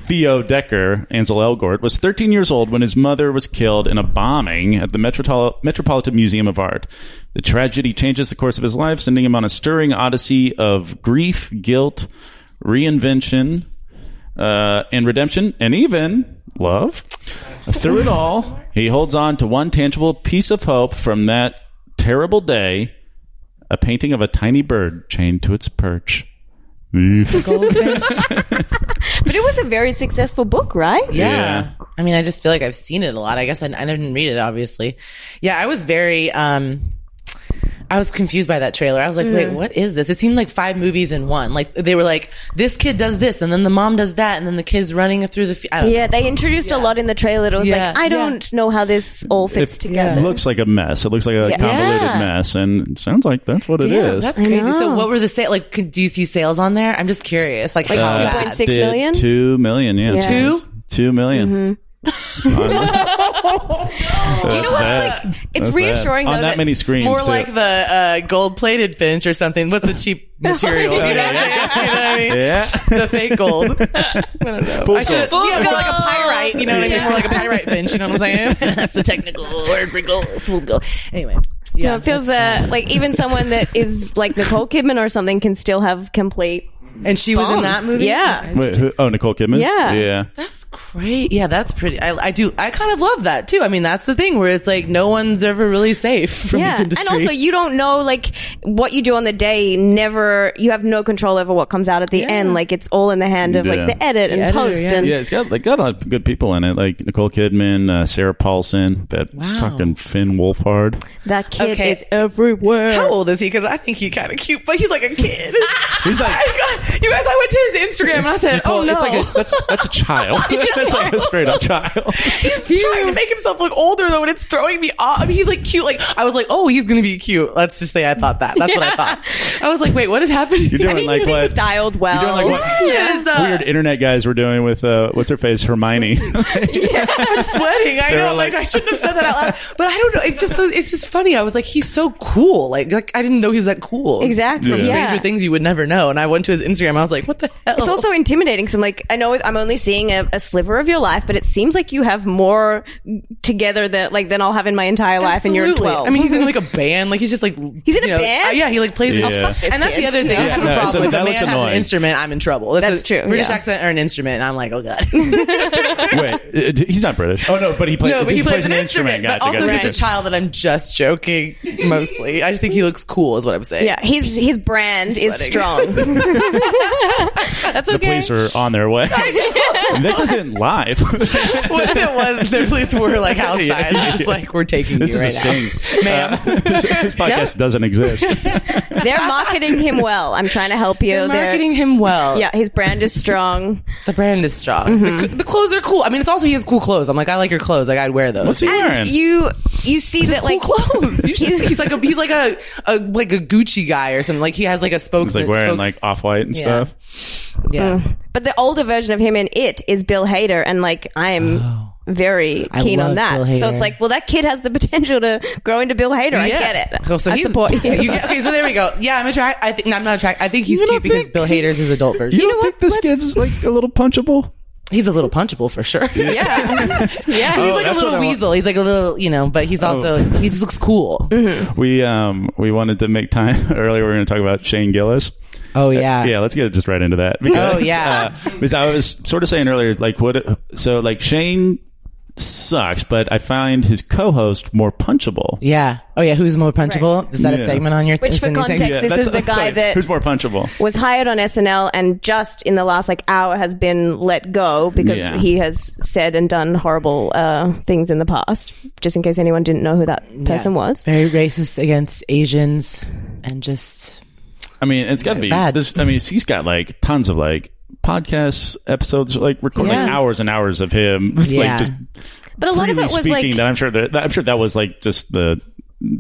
[SPEAKER 2] Theo Decker, Ansel Elgort, was 13 years old when his mother was killed in a bombing at the Metrotol- Metropolitan Museum of Art. The tragedy changes the course of his life, sending him on a stirring odyssey of grief, guilt, reinvention, uh, and redemption, and even love. Through it all, he holds on to one tangible piece of hope from that terrible day a painting of a tiny bird chained to its perch. Oof.
[SPEAKER 3] But it was a very successful book, right?
[SPEAKER 4] Yeah.
[SPEAKER 2] Yeah.
[SPEAKER 4] I mean, I just feel like I've seen it a lot. I guess I, I didn't read it, obviously. Yeah, I was very, um, I was confused by that trailer. I was like, wait, what is this? It seemed like five movies in one. Like, they were like, this kid does this, and then the mom does that, and then the kid's running through the, f- I don't know.
[SPEAKER 3] Yeah, they introduced a lot in the trailer. It was
[SPEAKER 4] Yeah.
[SPEAKER 3] like, I don't know how this all fits
[SPEAKER 2] It
[SPEAKER 3] together.
[SPEAKER 2] looks like a mess. It looks like a
[SPEAKER 4] Yeah.
[SPEAKER 2] convoluted
[SPEAKER 4] Yeah.
[SPEAKER 2] mess, and it sounds like that's what it
[SPEAKER 4] Yeah,
[SPEAKER 2] is.
[SPEAKER 4] that's
[SPEAKER 3] I
[SPEAKER 4] crazy. So,
[SPEAKER 3] know.
[SPEAKER 4] what were the sales? Like, could, do you see sales on there? I'm just curious. Like, like how
[SPEAKER 2] Uh,
[SPEAKER 4] bad?
[SPEAKER 3] 2.6
[SPEAKER 2] did
[SPEAKER 3] million?
[SPEAKER 2] Two million, yeah.
[SPEAKER 3] Yeah. Two? Mm-hmm.
[SPEAKER 2] Two million.
[SPEAKER 3] [laughs] Do you know what's
[SPEAKER 2] bad.
[SPEAKER 3] like? It's
[SPEAKER 2] That's
[SPEAKER 3] reassuring
[SPEAKER 2] bad.
[SPEAKER 3] though
[SPEAKER 2] on that, many screens.
[SPEAKER 4] More
[SPEAKER 2] too.
[SPEAKER 4] like the uh, gold-plated Finch or something. What's a cheap material? you, know? what I mean? [laughs] You know what I
[SPEAKER 3] [laughs]
[SPEAKER 4] mean?
[SPEAKER 2] yeah.
[SPEAKER 4] The fake gold. I don't know. I should,
[SPEAKER 3] gold.
[SPEAKER 4] yeah,
[SPEAKER 3] Fool's
[SPEAKER 4] more like a
[SPEAKER 3] gold.
[SPEAKER 4] pyrite. You know what I mean?
[SPEAKER 3] Yeah.
[SPEAKER 4] More like a pyrite finch. You know what I'm saying? [laughs] That's the technical word for gold. Fool's gold. Anyway, yeah,
[SPEAKER 3] No, it feels uh, like even someone that is like Nicole Kidman or something can still have complete.
[SPEAKER 4] and she was in that
[SPEAKER 3] bombs.
[SPEAKER 4] movie.
[SPEAKER 3] Yeah.
[SPEAKER 2] Wait, who, oh, Nicole Kidman.
[SPEAKER 3] Yeah.
[SPEAKER 2] yeah.
[SPEAKER 4] That's great. Yeah, that's pretty. I, I do. I kind of love that too. I mean, that's the thing where it's like no one's ever really safe from
[SPEAKER 3] Yeah,
[SPEAKER 4] this
[SPEAKER 3] and
[SPEAKER 4] industry.
[SPEAKER 3] also you don't know like what you do on the day. Never, you have no control over what comes out at the end. Like it's all in the hand of
[SPEAKER 2] Yeah.
[SPEAKER 3] like the edit and
[SPEAKER 4] editor,
[SPEAKER 3] post.
[SPEAKER 4] yeah.
[SPEAKER 3] And
[SPEAKER 2] Yeah, it's got like got a lot of good people in it, like Nicole Kidman, uh, Sarah Paulson, that
[SPEAKER 4] Wow.
[SPEAKER 2] fucking Finn Wolfhard.
[SPEAKER 3] that kid
[SPEAKER 4] Okay.
[SPEAKER 3] is everywhere.
[SPEAKER 4] How old is he? Because I think he's kind of cute, but he's like a
[SPEAKER 3] [laughs]
[SPEAKER 4] kid.
[SPEAKER 2] He's like-
[SPEAKER 4] [laughs] I got- you guys, I went to his Instagram and I said, "Oh no, [laughs]
[SPEAKER 2] it's like a, that's that's a child. that's like a straight up child. [laughs]
[SPEAKER 4] he's trying to make himself look older though, and it's throwing me off." I mean, he's like cute. Like I was like, "Oh, he's gonna be cute." Let's just say I thought that. That's what
[SPEAKER 3] [laughs]
[SPEAKER 4] I thought. I was like, "Wait, what is happening?" [laughs]
[SPEAKER 2] You're doing
[SPEAKER 3] I mean,
[SPEAKER 2] like
[SPEAKER 3] he's been
[SPEAKER 2] what?
[SPEAKER 3] styled
[SPEAKER 2] You're
[SPEAKER 3] well.
[SPEAKER 2] doing like what?
[SPEAKER 4] Yes, uh,
[SPEAKER 2] Weird internet guys were doing with uh, what's her face Hermione.
[SPEAKER 4] I'm sweating. I
[SPEAKER 2] They
[SPEAKER 4] know.
[SPEAKER 2] were
[SPEAKER 4] Like,
[SPEAKER 2] like-
[SPEAKER 4] I shouldn't have said that
[SPEAKER 2] [laughs]
[SPEAKER 4] out loud, but I don't know. It's just it's just funny. I was like, he's so cool. Like, like I didn't know he was that cool.
[SPEAKER 3] Exactly.
[SPEAKER 4] From
[SPEAKER 3] Yeah.
[SPEAKER 4] Stranger
[SPEAKER 3] Yeah.
[SPEAKER 4] Things, you would never know. And I went to his Instagram. I was like, "What the hell?"
[SPEAKER 3] It's also intimidating because I'm like, I know I'm only seeing a, a sliver of your life, but it seems like you have more together that like than I'll have in my entire life. And you're
[SPEAKER 4] Absolutely.
[SPEAKER 3] 12.
[SPEAKER 4] I mean, he's in like a band. Like he's just like he's
[SPEAKER 3] in a band?
[SPEAKER 4] yeah, he like plays.
[SPEAKER 2] Yeah.
[SPEAKER 4] an
[SPEAKER 2] Oh, fuck
[SPEAKER 4] instrument.
[SPEAKER 3] this
[SPEAKER 4] and that's
[SPEAKER 3] kid.
[SPEAKER 4] the other thing. I
[SPEAKER 3] Yeah.
[SPEAKER 4] have
[SPEAKER 2] No,
[SPEAKER 4] a
[SPEAKER 2] it's
[SPEAKER 4] problem.
[SPEAKER 2] a-
[SPEAKER 4] if a
[SPEAKER 2] that
[SPEAKER 4] man
[SPEAKER 2] looks
[SPEAKER 4] has
[SPEAKER 2] annoying.
[SPEAKER 4] an instrument, I'm in trouble.
[SPEAKER 3] That's
[SPEAKER 4] a
[SPEAKER 3] true,
[SPEAKER 4] British
[SPEAKER 3] yeah.
[SPEAKER 4] accent or an instrument, and I'm like, oh god.
[SPEAKER 2] [laughs] Wait, uh, d- he's not British. Oh no, but he plays.
[SPEAKER 4] [laughs] no, but he, plays, an instrument.
[SPEAKER 2] Gotcha,
[SPEAKER 4] but also,
[SPEAKER 2] gotcha,
[SPEAKER 4] he's a
[SPEAKER 2] gotcha.
[SPEAKER 4] child that I'm
[SPEAKER 3] [laughs]
[SPEAKER 4] just joking. Mostly, I just think he looks cool. Is what I'm saying.
[SPEAKER 3] yeah, his his brand is strong. [laughs] That's okay.
[SPEAKER 2] The police are on their
[SPEAKER 4] [laughs]
[SPEAKER 2] way. this isn't live.
[SPEAKER 4] [laughs] What if it was? The police were like
[SPEAKER 2] [laughs]
[SPEAKER 4] outside.
[SPEAKER 2] Yeah, yeah,
[SPEAKER 4] Just
[SPEAKER 2] yeah.
[SPEAKER 4] like we're taking
[SPEAKER 2] [laughs] this
[SPEAKER 4] you
[SPEAKER 2] is
[SPEAKER 4] right
[SPEAKER 2] a sting, [laughs]
[SPEAKER 4] [laughs] Ma'am.
[SPEAKER 2] Uh, this, this podcast doesn't exist.
[SPEAKER 3] They're marketing him well. I'm trying to help you. They're-
[SPEAKER 4] now. They're marketing him well.
[SPEAKER 3] Yeah, Mm-hmm. his brand is strong.
[SPEAKER 4] the brand is strong. The, the clothes are cool. I mean, it's also he has cool clothes. I'm like, I like your clothes. Like I'd wear those.
[SPEAKER 2] What's he wearing?
[SPEAKER 3] And you you see that
[SPEAKER 4] cool
[SPEAKER 3] like
[SPEAKER 4] clothes.
[SPEAKER 3] [laughs]
[SPEAKER 4] You should, he's like a he's like a, a like a Gucci guy or something. Like he has like a
[SPEAKER 2] he's
[SPEAKER 4] spokesman.
[SPEAKER 2] like wearing like
[SPEAKER 4] spokes-
[SPEAKER 2] off white and
[SPEAKER 4] Yeah.
[SPEAKER 2] stuff.
[SPEAKER 4] yeah.
[SPEAKER 3] But the older version of him in it is Bill Hader, and like I'm very keen
[SPEAKER 4] Oh. love
[SPEAKER 3] on that.
[SPEAKER 4] Bill
[SPEAKER 3] So
[SPEAKER 4] Hader.
[SPEAKER 3] it's like, well, that kid has the potential to grow into Bill Hader. I
[SPEAKER 4] Yeah.
[SPEAKER 3] get it.
[SPEAKER 4] Cool. So
[SPEAKER 3] I
[SPEAKER 4] he's- [laughs]
[SPEAKER 3] support you.
[SPEAKER 4] get- okay, so there we go. Yeah, I'm attracted. I think no, I'm not attracted. I think he's
[SPEAKER 2] You don't
[SPEAKER 4] cute because
[SPEAKER 2] think-
[SPEAKER 4] Bill Hader's his adult version.
[SPEAKER 2] You, don't think this kid's like a little punchable?
[SPEAKER 4] He's a little punchable for [laughs] sure.
[SPEAKER 3] yeah, yeah.
[SPEAKER 2] that's what
[SPEAKER 4] he's like a
[SPEAKER 2] I
[SPEAKER 4] little
[SPEAKER 2] want. Oh.
[SPEAKER 4] weasel. He's like a little, you know, but he's also he just looks cool.
[SPEAKER 3] Mm-hmm.
[SPEAKER 2] We um we wanted to make time [laughs] earlier. We are going to talk about Shane Gillis.
[SPEAKER 4] Oh yeah.
[SPEAKER 2] yeah, let's get just right into that. Because,
[SPEAKER 4] Oh, yeah.
[SPEAKER 2] uh, because I was sort of saying earlier, like what? So like Shane sucks, but I find his co-host more punchable.
[SPEAKER 4] Yeah. Oh yeah. Who's more punchable? Is that
[SPEAKER 2] Yeah.
[SPEAKER 4] a segment on your?
[SPEAKER 3] Which,
[SPEAKER 4] is
[SPEAKER 3] for
[SPEAKER 4] it a new segment?
[SPEAKER 3] context, This
[SPEAKER 2] that's-
[SPEAKER 3] is the
[SPEAKER 2] I'm
[SPEAKER 3] guy
[SPEAKER 2] sorry,
[SPEAKER 3] that-
[SPEAKER 2] who's more punchable.
[SPEAKER 3] Was hired on SNL and just in the last like hour has been let go because
[SPEAKER 2] Yeah.
[SPEAKER 3] he has said and done horrible uh, things in the past. Just in case anyone didn't know who that person was.
[SPEAKER 4] Very racist against Asians and just
[SPEAKER 2] I mean, it's got to be.
[SPEAKER 4] Bad.
[SPEAKER 2] This, I mean, he's got like tons of like podcasts, episodes, like recording
[SPEAKER 4] Yeah.
[SPEAKER 2] hours and hours of him. [laughs]
[SPEAKER 4] Yeah.
[SPEAKER 2] like, just
[SPEAKER 3] But a lot of
[SPEAKER 2] freely
[SPEAKER 3] it was
[SPEAKER 2] speaking.
[SPEAKER 3] like
[SPEAKER 2] that I'm sure that that- I'm sure that was like just the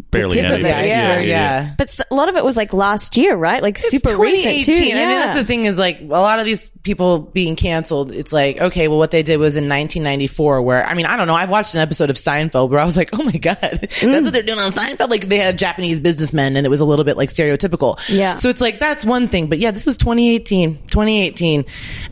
[SPEAKER 2] barely
[SPEAKER 4] tip of it.
[SPEAKER 2] anything.
[SPEAKER 4] Yeah, yeah. yeah.
[SPEAKER 3] But s- a lot of it was like last year, right? Like super recent too.
[SPEAKER 4] I mean, that's the thing is like a lot of these people being canceled. It's like, okay, well, what they did was in 1994, where I mean, I don't know. I've watched an episode of Seinfeld where I was like, oh my God, [laughs]
[SPEAKER 3] Mm.
[SPEAKER 4] that's what they're doing on Seinfeld. Like they had Japanese businessmen and it was a little bit like stereotypical.
[SPEAKER 3] Yeah.
[SPEAKER 4] So it's like, that's one thing. But yeah, this is 2018, 2018.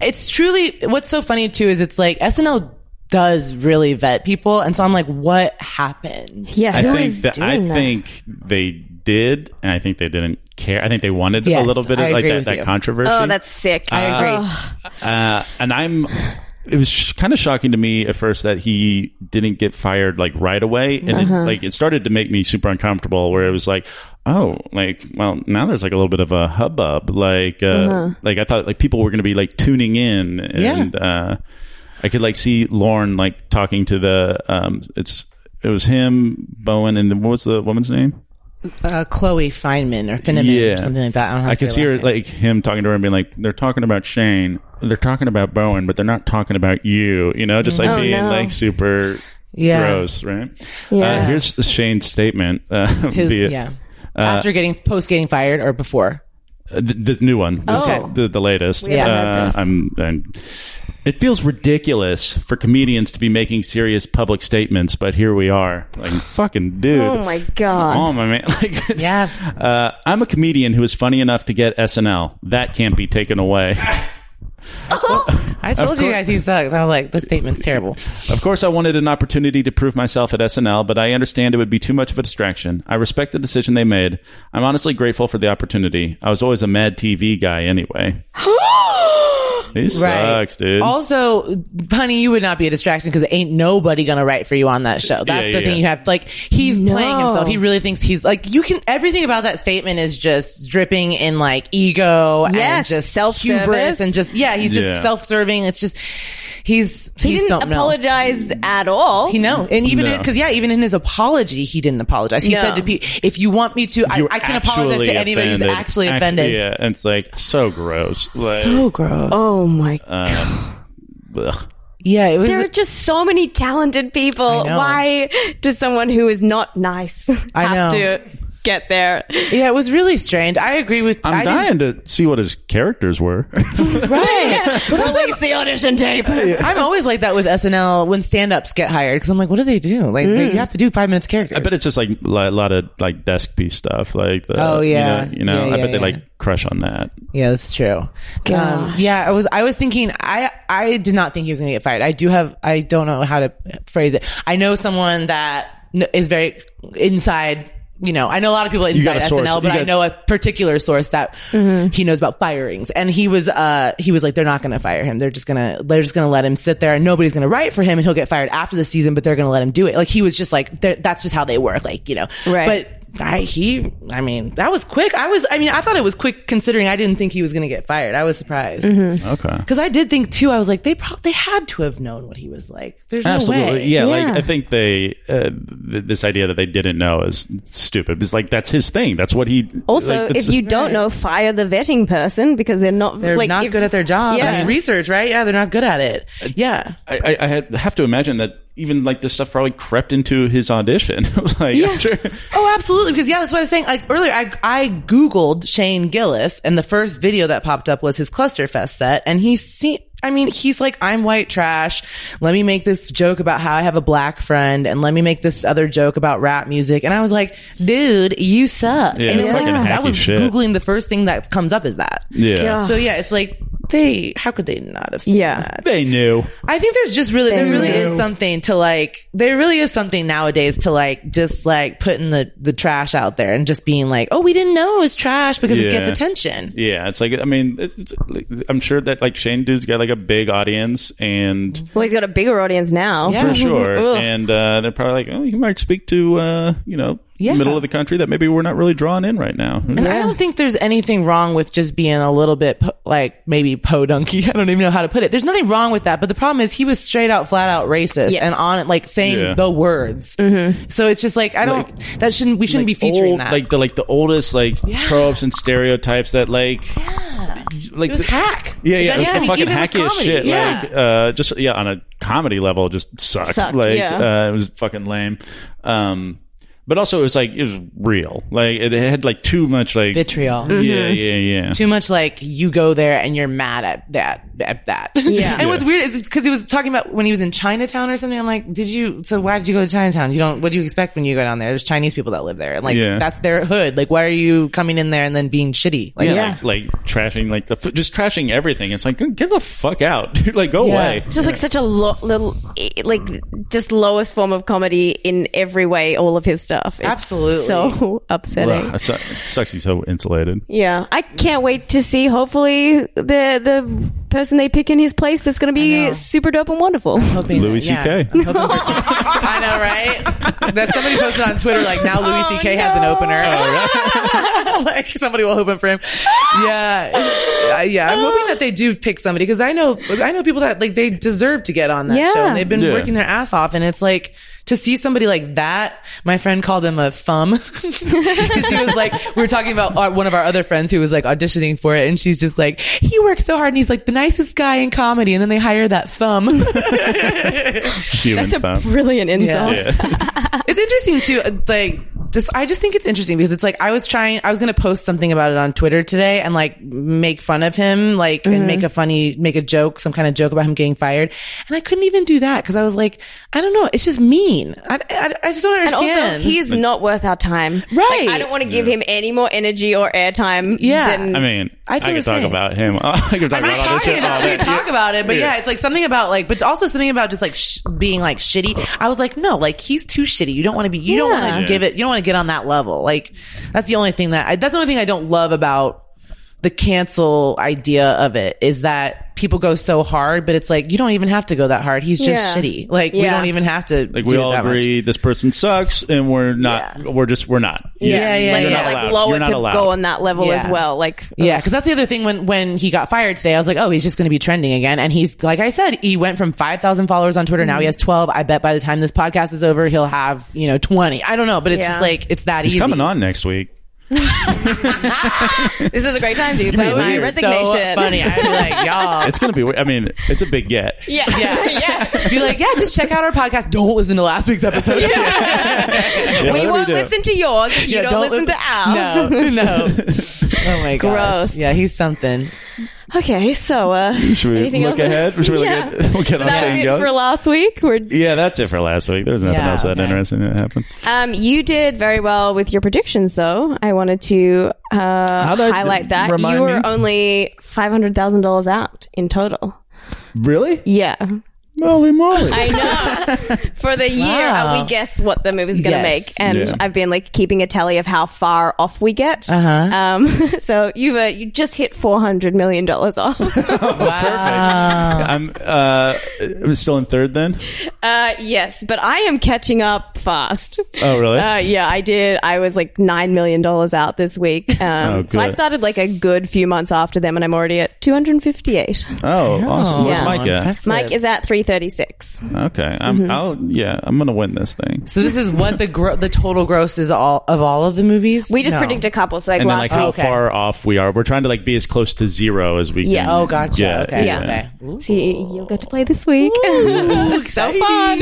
[SPEAKER 4] It's truly what's so funny too is it's like SNL does really vet people. And so I'm like, what happened?
[SPEAKER 3] yeah,
[SPEAKER 2] I
[SPEAKER 3] who
[SPEAKER 2] think
[SPEAKER 3] is
[SPEAKER 2] that I
[SPEAKER 3] doing that?
[SPEAKER 2] think they did, and I think they didn't care. I think they wanted
[SPEAKER 4] Yes,
[SPEAKER 2] a little bit of
[SPEAKER 4] I
[SPEAKER 2] like
[SPEAKER 4] agree
[SPEAKER 2] that,
[SPEAKER 4] with
[SPEAKER 2] that
[SPEAKER 4] you.
[SPEAKER 2] controversy.
[SPEAKER 3] Oh, that's sick. I
[SPEAKER 4] agree.
[SPEAKER 3] [gasps]
[SPEAKER 2] uh, and I'm. It was sh- kind of shocking to me at first that he didn't get fired like right away, and it, like it started to make me super uncomfortable. Where it was like, oh, like well, now there's like a little bit of a hubbub. Like, uh, like I thought like people were going to be like tuning in, and uh, I could like see Lauren like talking to the um, it's it was him, Bowen, and then what was the woman's name?
[SPEAKER 4] Uh, Chloe Feynman or Finneman or something like that. I don't know. how to
[SPEAKER 2] I can
[SPEAKER 4] say
[SPEAKER 2] see
[SPEAKER 4] her
[SPEAKER 2] her
[SPEAKER 4] last name.
[SPEAKER 2] like him talking to her and being like, they're talking about Shane, they're talking about Bowen, but they're not talking about you. You know, just like
[SPEAKER 3] Oh,
[SPEAKER 2] being
[SPEAKER 3] no.
[SPEAKER 2] like super
[SPEAKER 4] Yeah.
[SPEAKER 2] gross, right? Uh,
[SPEAKER 3] Yeah.
[SPEAKER 2] here's Shane's statement. Uh, [laughs]
[SPEAKER 4] His,
[SPEAKER 2] the,
[SPEAKER 4] yeah. After getting post getting fired or before.
[SPEAKER 2] uh, th- this new one, this,
[SPEAKER 3] Oh.
[SPEAKER 2] the, the latest.
[SPEAKER 3] haven't
[SPEAKER 2] Uh,
[SPEAKER 3] heard this.
[SPEAKER 2] I'm, I'm- It feels ridiculous for comedians to be making serious public statements, but here we are. Like fucking dude.
[SPEAKER 3] Oh my god.
[SPEAKER 2] Oh my man! [laughs] Like,
[SPEAKER 4] Yeah.
[SPEAKER 2] uh, I'm a comedian who is funny enough to get SNL. That can't be taken away. [laughs]
[SPEAKER 4] I told you guys he sucks. I was like, this statement's terrible.
[SPEAKER 2] Of course, I wanted an opportunity to prove myself at SNL, but I understand it would be too much of a distraction. I respect the decision they made. I'm honestly grateful for the opportunity. I was always a mad TV guy anyway. he sucks, dude.
[SPEAKER 4] Also, honey, you would not be a distraction because ain't nobody gonna write for you on that show. That's
[SPEAKER 2] Yeah,
[SPEAKER 4] the
[SPEAKER 2] yeah,
[SPEAKER 4] thing
[SPEAKER 2] yeah.
[SPEAKER 4] you have. Like he's playing himself. He really thinks he's like you can. Everything about that statement is just dripping in like ego and
[SPEAKER 3] Yes,
[SPEAKER 4] just
[SPEAKER 3] self-service.
[SPEAKER 4] hubris and just yeah. He's just
[SPEAKER 2] Yeah.
[SPEAKER 4] self-serving. It's just he's
[SPEAKER 3] he
[SPEAKER 4] he's
[SPEAKER 3] didn't
[SPEAKER 4] something else.
[SPEAKER 3] apologize at all.
[SPEAKER 4] He know, and even
[SPEAKER 2] Mm-hmm. No.
[SPEAKER 4] because yeah, even in his apology, he didn't apologize. He
[SPEAKER 3] No.
[SPEAKER 4] said to Pete, "If you want me to, I,
[SPEAKER 2] You're
[SPEAKER 4] I can apologize
[SPEAKER 2] actually
[SPEAKER 4] to anybody who's
[SPEAKER 2] offended.
[SPEAKER 4] actually
[SPEAKER 2] Act-
[SPEAKER 4] offended."
[SPEAKER 2] yeah, and it's like so gross. Like,
[SPEAKER 4] So gross.
[SPEAKER 3] oh my.
[SPEAKER 2] Uh, ugh.
[SPEAKER 4] yeah, it was.
[SPEAKER 3] there are just so many talented people.
[SPEAKER 4] I know.
[SPEAKER 3] Why does someone who is not nice [laughs] have
[SPEAKER 4] I know.
[SPEAKER 3] to? get there.
[SPEAKER 4] Yeah, it was really strange. I agree with.
[SPEAKER 2] I'm
[SPEAKER 4] I didn't-
[SPEAKER 2] dying to see what his characters were. [laughs]
[SPEAKER 3] Release the audition tape.
[SPEAKER 4] I'm always like that with SNL when stand-ups get hired because I'm like, what do they do? Like, they,
[SPEAKER 3] Mm.
[SPEAKER 4] you have to do five minutes of characters.
[SPEAKER 2] I bet it's just like a lot of like desk piece stuff. Like the,
[SPEAKER 4] Oh,
[SPEAKER 2] you
[SPEAKER 4] yeah.
[SPEAKER 2] know- you know,
[SPEAKER 4] Yeah,
[SPEAKER 2] I
[SPEAKER 4] yeah,
[SPEAKER 2] bet they
[SPEAKER 4] yeah.
[SPEAKER 2] like crush on that.
[SPEAKER 4] yeah, that's true. Um,
[SPEAKER 3] Gosh.
[SPEAKER 4] yeah, I was I was thinking I I did not think he was going to get fired. I do have I don't know how to phrase it. I know someone that kn- is very inside. You know, I know a lot of people
[SPEAKER 2] got
[SPEAKER 4] inside
[SPEAKER 2] a source.
[SPEAKER 4] SNL,
[SPEAKER 2] You
[SPEAKER 4] but I
[SPEAKER 2] got-
[SPEAKER 4] know a particular source that
[SPEAKER 3] Mm-hmm.
[SPEAKER 4] he knows about firings, and he was uh he was like they're not going to fire him. They're just gonna they're just gonna let him sit there, and nobody's going to write for him, and he'll get fired after the season. But they're going to let him do it. Like he was just like they're- that's just how they work. Like you know,
[SPEAKER 3] Right.
[SPEAKER 4] But I he I mean that was quick. I was I mean I thought it was quick considering I didn't think he was going to get fired. I was surprised
[SPEAKER 3] Mm-hmm.
[SPEAKER 4] because
[SPEAKER 2] Okay.
[SPEAKER 4] I did think too. I was like they probably they had to have known what he was like. There's
[SPEAKER 2] Absolutely.
[SPEAKER 4] no way.
[SPEAKER 2] Yeah,
[SPEAKER 3] Yeah.
[SPEAKER 2] Like I think they uh, th- this idea that they didn't know is stupid. It's like that's his thing. That's what he.
[SPEAKER 3] Also,
[SPEAKER 2] like, that's-
[SPEAKER 3] if you don't know, fire the vetting person because they're not
[SPEAKER 4] They're
[SPEAKER 3] like,
[SPEAKER 4] not
[SPEAKER 3] if-
[SPEAKER 4] good at their job.
[SPEAKER 3] Yeah.
[SPEAKER 4] That's research, right? Yeah, they're not good at it. yeah.
[SPEAKER 2] I, I- I had, have to imagine that even like this stuff probably crept into his audition. [laughs] like I'm sure-
[SPEAKER 4] Oh, absolutely. Because yeah, that's what I was saying. Like earlier, I I googled Shane Gillis, and the first video that popped up was his Clusterfest set, and he seemed. I mean, he's like, I'm white trash. Let me make this joke about how I have a black friend, and let me make this other joke about rap music. And I was like, dude, you suck.
[SPEAKER 2] Yeah,
[SPEAKER 4] and it was like,
[SPEAKER 2] fucking
[SPEAKER 4] that
[SPEAKER 2] hacky
[SPEAKER 4] was
[SPEAKER 2] shit.
[SPEAKER 4] googling the first thing that comes up is that.
[SPEAKER 2] yeah.
[SPEAKER 3] Yeah.
[SPEAKER 4] So yeah, it's like they. How could they not have? Seen
[SPEAKER 3] Yeah.
[SPEAKER 4] that?
[SPEAKER 2] They knew.
[SPEAKER 4] I think there's just really there
[SPEAKER 3] Thank
[SPEAKER 4] really
[SPEAKER 3] you.
[SPEAKER 4] is something to like there really is something nowadays to like just like putting the the trash out there and just being like, "Oh, we didn't know it was trash because it
[SPEAKER 2] Yeah.
[SPEAKER 4] gets attention."
[SPEAKER 2] Yeah, it's like I mean, it's, it's, like, I'm sure that like Shane dude's got like a big audience, and
[SPEAKER 3] well, he's got a bigger audience now.
[SPEAKER 4] Yeah.
[SPEAKER 2] for sure,
[SPEAKER 3] Ugh.
[SPEAKER 2] and uh, they're probably like, oh, he might speak to uh, you know
[SPEAKER 4] Yeah.
[SPEAKER 2] middle of the country that maybe we're not really drawn in right now.
[SPEAKER 4] And I don't think there's anything wrong with just being a little bit po- like maybe podunky. [laughs] I don't even know how to put it. There's nothing wrong with that, but the problem is he was straight out flat out racist
[SPEAKER 3] Yes. Mm-hmm.
[SPEAKER 4] and on like saying
[SPEAKER 2] Yeah.
[SPEAKER 4] the words. So it's just like I don't that shouldn't we shouldn't be featuring
[SPEAKER 2] old,
[SPEAKER 4] that.
[SPEAKER 2] like the like the oldest like tropes and stereotypes that like like
[SPEAKER 4] it was
[SPEAKER 2] the-
[SPEAKER 4] hack.
[SPEAKER 2] yeah yeah
[SPEAKER 4] That
[SPEAKER 2] it was
[SPEAKER 4] should
[SPEAKER 2] the
[SPEAKER 4] be
[SPEAKER 2] fucking
[SPEAKER 4] even with
[SPEAKER 2] hackiest
[SPEAKER 4] comedy.
[SPEAKER 2] shit
[SPEAKER 4] Yeah.
[SPEAKER 2] like uh just yeah on a comedy level it just sucked,
[SPEAKER 3] Sucked,
[SPEAKER 2] like
[SPEAKER 3] yeah.
[SPEAKER 2] uh, it was fucking lame um but also it was like it was real like it had like too much like
[SPEAKER 4] vitriol. Mm-hmm.
[SPEAKER 2] yeah yeah yeah
[SPEAKER 4] too much like you go there and you're mad at that at that
[SPEAKER 3] Yeah.
[SPEAKER 4] [laughs] and what's weird is because he was talking about when he was in chinatown or something i'm like did you so why did you go to chinatown you don't what do you expect when you go down there there's chinese people that live there and like
[SPEAKER 2] Yeah.
[SPEAKER 4] that's their hood like why are you coming in there and then being shitty like
[SPEAKER 2] yeah,
[SPEAKER 4] yeah.
[SPEAKER 2] Like, like trashing like the f- just trashing everything it's like get the fuck out [laughs] dude like go
[SPEAKER 4] Yeah.
[SPEAKER 2] away
[SPEAKER 3] It's just like such a lo- little, eh, like just lowest form of comedy in every way. All of his stuff, It's
[SPEAKER 4] Absolutely.
[SPEAKER 3] so [laughs] upsetting.
[SPEAKER 2] Ugh, it su- it sucks he's so
[SPEAKER 4] [laughs]
[SPEAKER 2] insulated
[SPEAKER 3] Yeah, I can't wait to see. Hopefully, the the person they pick in his place that's going to
[SPEAKER 4] I know.
[SPEAKER 3] be super dope and
[SPEAKER 4] [laughs]
[SPEAKER 3] wonderful.
[SPEAKER 4] Hoping
[SPEAKER 2] Louis
[SPEAKER 4] that-
[SPEAKER 2] CK.
[SPEAKER 4] I'm hoping for some- [laughs] I know, right? That somebody posted on Twitter like now Louis C.K. has an opener.
[SPEAKER 2] Oh,
[SPEAKER 4] [laughs] like somebody will open for him. Yeah, Uh, yeah. I'm hoping that they do pick somebody because I know I know people that like they deserve to get on that
[SPEAKER 3] Yeah.
[SPEAKER 4] show. And they've been
[SPEAKER 2] Yeah.
[SPEAKER 4] working their ass off, and it's like. To see somebody like that, my friend called him a thumb. [laughs] 'Cause she was like, we were talking about our, one of our other friends who was like auditioning for it, and she's just like, he works so hard, and he's like the nicest guy in comedy, and then they hire that thumb. [laughs]
[SPEAKER 2] human
[SPEAKER 3] That's a
[SPEAKER 2] thumb.
[SPEAKER 3] brilliant insult.
[SPEAKER 2] yeah
[SPEAKER 4] it's interesting too uh, like just i just think it's interesting because it's like i was trying i was going to post something about it on twitter today and like make fun of him like and make a funny make a joke some kind of joke about him getting fired and i couldn't even do that because i was like i don't know it's just mean i, I, I just don't
[SPEAKER 3] And
[SPEAKER 4] understand
[SPEAKER 3] also, he is not worth our time.
[SPEAKER 4] Right.
[SPEAKER 3] Like, I don't want to give him any more energy or airtime.
[SPEAKER 4] Yeah.
[SPEAKER 3] Than,
[SPEAKER 2] I mean, I,
[SPEAKER 4] Mm-hmm. I feel
[SPEAKER 2] could
[SPEAKER 4] the
[SPEAKER 2] talk
[SPEAKER 4] same.
[SPEAKER 2] about him. [laughs] I could talk
[SPEAKER 4] I'm
[SPEAKER 2] about all
[SPEAKER 4] not
[SPEAKER 2] this
[SPEAKER 4] talking
[SPEAKER 2] shit. all
[SPEAKER 4] about it. We
[SPEAKER 2] day.
[SPEAKER 4] can talk about it, but yeah. it's like something about like, but also something about just like sh- being like shitty. I was like, no, like he's too shitty. You don't want to be. You don't want to
[SPEAKER 3] Yeah.
[SPEAKER 4] give it. You don't want to get on that level. Like that's the only thing that I, that's the only thing I don't love about the cancel idea of it is that people go so hard, but it's like you don't even have to go that hard. He's just
[SPEAKER 3] Yeah.
[SPEAKER 4] shitty. Like we
[SPEAKER 3] Yeah.
[SPEAKER 4] don't even have to.
[SPEAKER 2] Like
[SPEAKER 4] do
[SPEAKER 2] we
[SPEAKER 4] it
[SPEAKER 2] all
[SPEAKER 4] that much.
[SPEAKER 2] agree, this person sucks, and we're not. We're just we're not.
[SPEAKER 4] Yeah, yeah,
[SPEAKER 3] Let's
[SPEAKER 4] yeah.
[SPEAKER 3] not
[SPEAKER 2] You're not
[SPEAKER 3] like
[SPEAKER 2] allowed.
[SPEAKER 3] lower
[SPEAKER 2] You're not
[SPEAKER 3] to
[SPEAKER 2] allowed.
[SPEAKER 3] go on that level
[SPEAKER 4] Yeah.
[SPEAKER 3] as well. Like,
[SPEAKER 4] Yeah, because that's the other thing. When when he got fired today, I was like, oh, he's just going to be trending again. And he's like I said, he went from five thousand followers on Twitter. Now
[SPEAKER 3] Mm-hmm.
[SPEAKER 4] he has twelve. I bet by the time this podcast is over, he'll have you know twenty. I don't know, but it's
[SPEAKER 3] Yeah.
[SPEAKER 4] just like it's that
[SPEAKER 2] He's
[SPEAKER 4] easy.
[SPEAKER 2] coming on next week.
[SPEAKER 3] This is a great time, dude.
[SPEAKER 6] gonna be
[SPEAKER 3] By my
[SPEAKER 6] weird.
[SPEAKER 3] Oh, resignation.
[SPEAKER 4] So funny. I'd be like, y'all.
[SPEAKER 2] It's gonna be. weird. I mean, it's a big get.
[SPEAKER 3] [laughs] Yeah, yeah, [laughs] yeah.
[SPEAKER 4] Be like, yeah, just check out our podcast. Don't listen to last week's episode. [laughs]
[SPEAKER 2] Yeah,
[SPEAKER 3] we
[SPEAKER 2] whatever
[SPEAKER 3] won't
[SPEAKER 2] you do.
[SPEAKER 3] listen to yours if you
[SPEAKER 4] Yeah,
[SPEAKER 3] don't, listen, to ours.
[SPEAKER 4] No, no.
[SPEAKER 3] [laughs]
[SPEAKER 4] Oh my gosh.
[SPEAKER 3] Gross.
[SPEAKER 4] Yeah, he's something.
[SPEAKER 3] [laughs] Okay, so
[SPEAKER 2] [laughs]
[SPEAKER 3] uh,
[SPEAKER 2] Should we
[SPEAKER 3] anything
[SPEAKER 2] look
[SPEAKER 3] else?
[SPEAKER 2] ahead? Should we look
[SPEAKER 3] yeah.
[SPEAKER 2] at- we'll get
[SPEAKER 3] so
[SPEAKER 2] on
[SPEAKER 3] that was
[SPEAKER 2] Shane
[SPEAKER 3] it
[SPEAKER 2] Young?
[SPEAKER 3] for last week. We're,
[SPEAKER 2] Yeah, that's it for last week. There's nothing
[SPEAKER 4] Yeah,
[SPEAKER 2] else that
[SPEAKER 4] okay.
[SPEAKER 2] interesting that happened.
[SPEAKER 3] um, you did very well with your predictions, though. I wanted to uh,
[SPEAKER 2] How'd I-
[SPEAKER 3] highlight that
[SPEAKER 2] remind
[SPEAKER 3] you were
[SPEAKER 2] me?
[SPEAKER 3] only five hundred thousand dollars out in total.
[SPEAKER 2] Really?
[SPEAKER 3] Yeah,
[SPEAKER 2] Holy moly!
[SPEAKER 3] I know.
[SPEAKER 4] [laughs]
[SPEAKER 3] for the year,
[SPEAKER 4] Wow.
[SPEAKER 3] uh, we guess what the movie's going to
[SPEAKER 4] Yes.
[SPEAKER 3] make, and
[SPEAKER 2] Yeah.
[SPEAKER 3] I've been like keeping a tally of how far off we get.
[SPEAKER 4] Uh-huh.
[SPEAKER 3] Um, [laughs] so you uh, you just hit four hundred million dollars off.
[SPEAKER 2] I'm uh, I'm still in third then.
[SPEAKER 3] Uh, yes, but I am catching up fast.
[SPEAKER 2] Oh, really?
[SPEAKER 3] Uh, yeah, I did. I was like $9 million out this week. Um,
[SPEAKER 2] [laughs] Oh,
[SPEAKER 3] so I
[SPEAKER 2] good.
[SPEAKER 3] started like a good few months after them and I'm already at 258.
[SPEAKER 2] Oh, awesome. Where's
[SPEAKER 3] Yeah.
[SPEAKER 2] Mike at?
[SPEAKER 3] Mike is at 336.
[SPEAKER 2] Okay, I'm.
[SPEAKER 3] Mm-hmm.
[SPEAKER 2] I'll. Yeah, I'm gonna win this thing.
[SPEAKER 4] So this is what the gro- the total gross is all of all of the movies.
[SPEAKER 3] We just
[SPEAKER 4] No.
[SPEAKER 3] predict a couple. So like,
[SPEAKER 2] And then
[SPEAKER 3] last
[SPEAKER 2] like how
[SPEAKER 4] Okay.
[SPEAKER 2] far off we are. We're trying to like be as close to zero as we
[SPEAKER 3] Yeah.
[SPEAKER 2] can.
[SPEAKER 4] Oh, gotcha.
[SPEAKER 2] Yeah,
[SPEAKER 4] okay.
[SPEAKER 2] yeah.
[SPEAKER 4] Okay.
[SPEAKER 3] so you, you'll get to play this week. [laughs] so fun.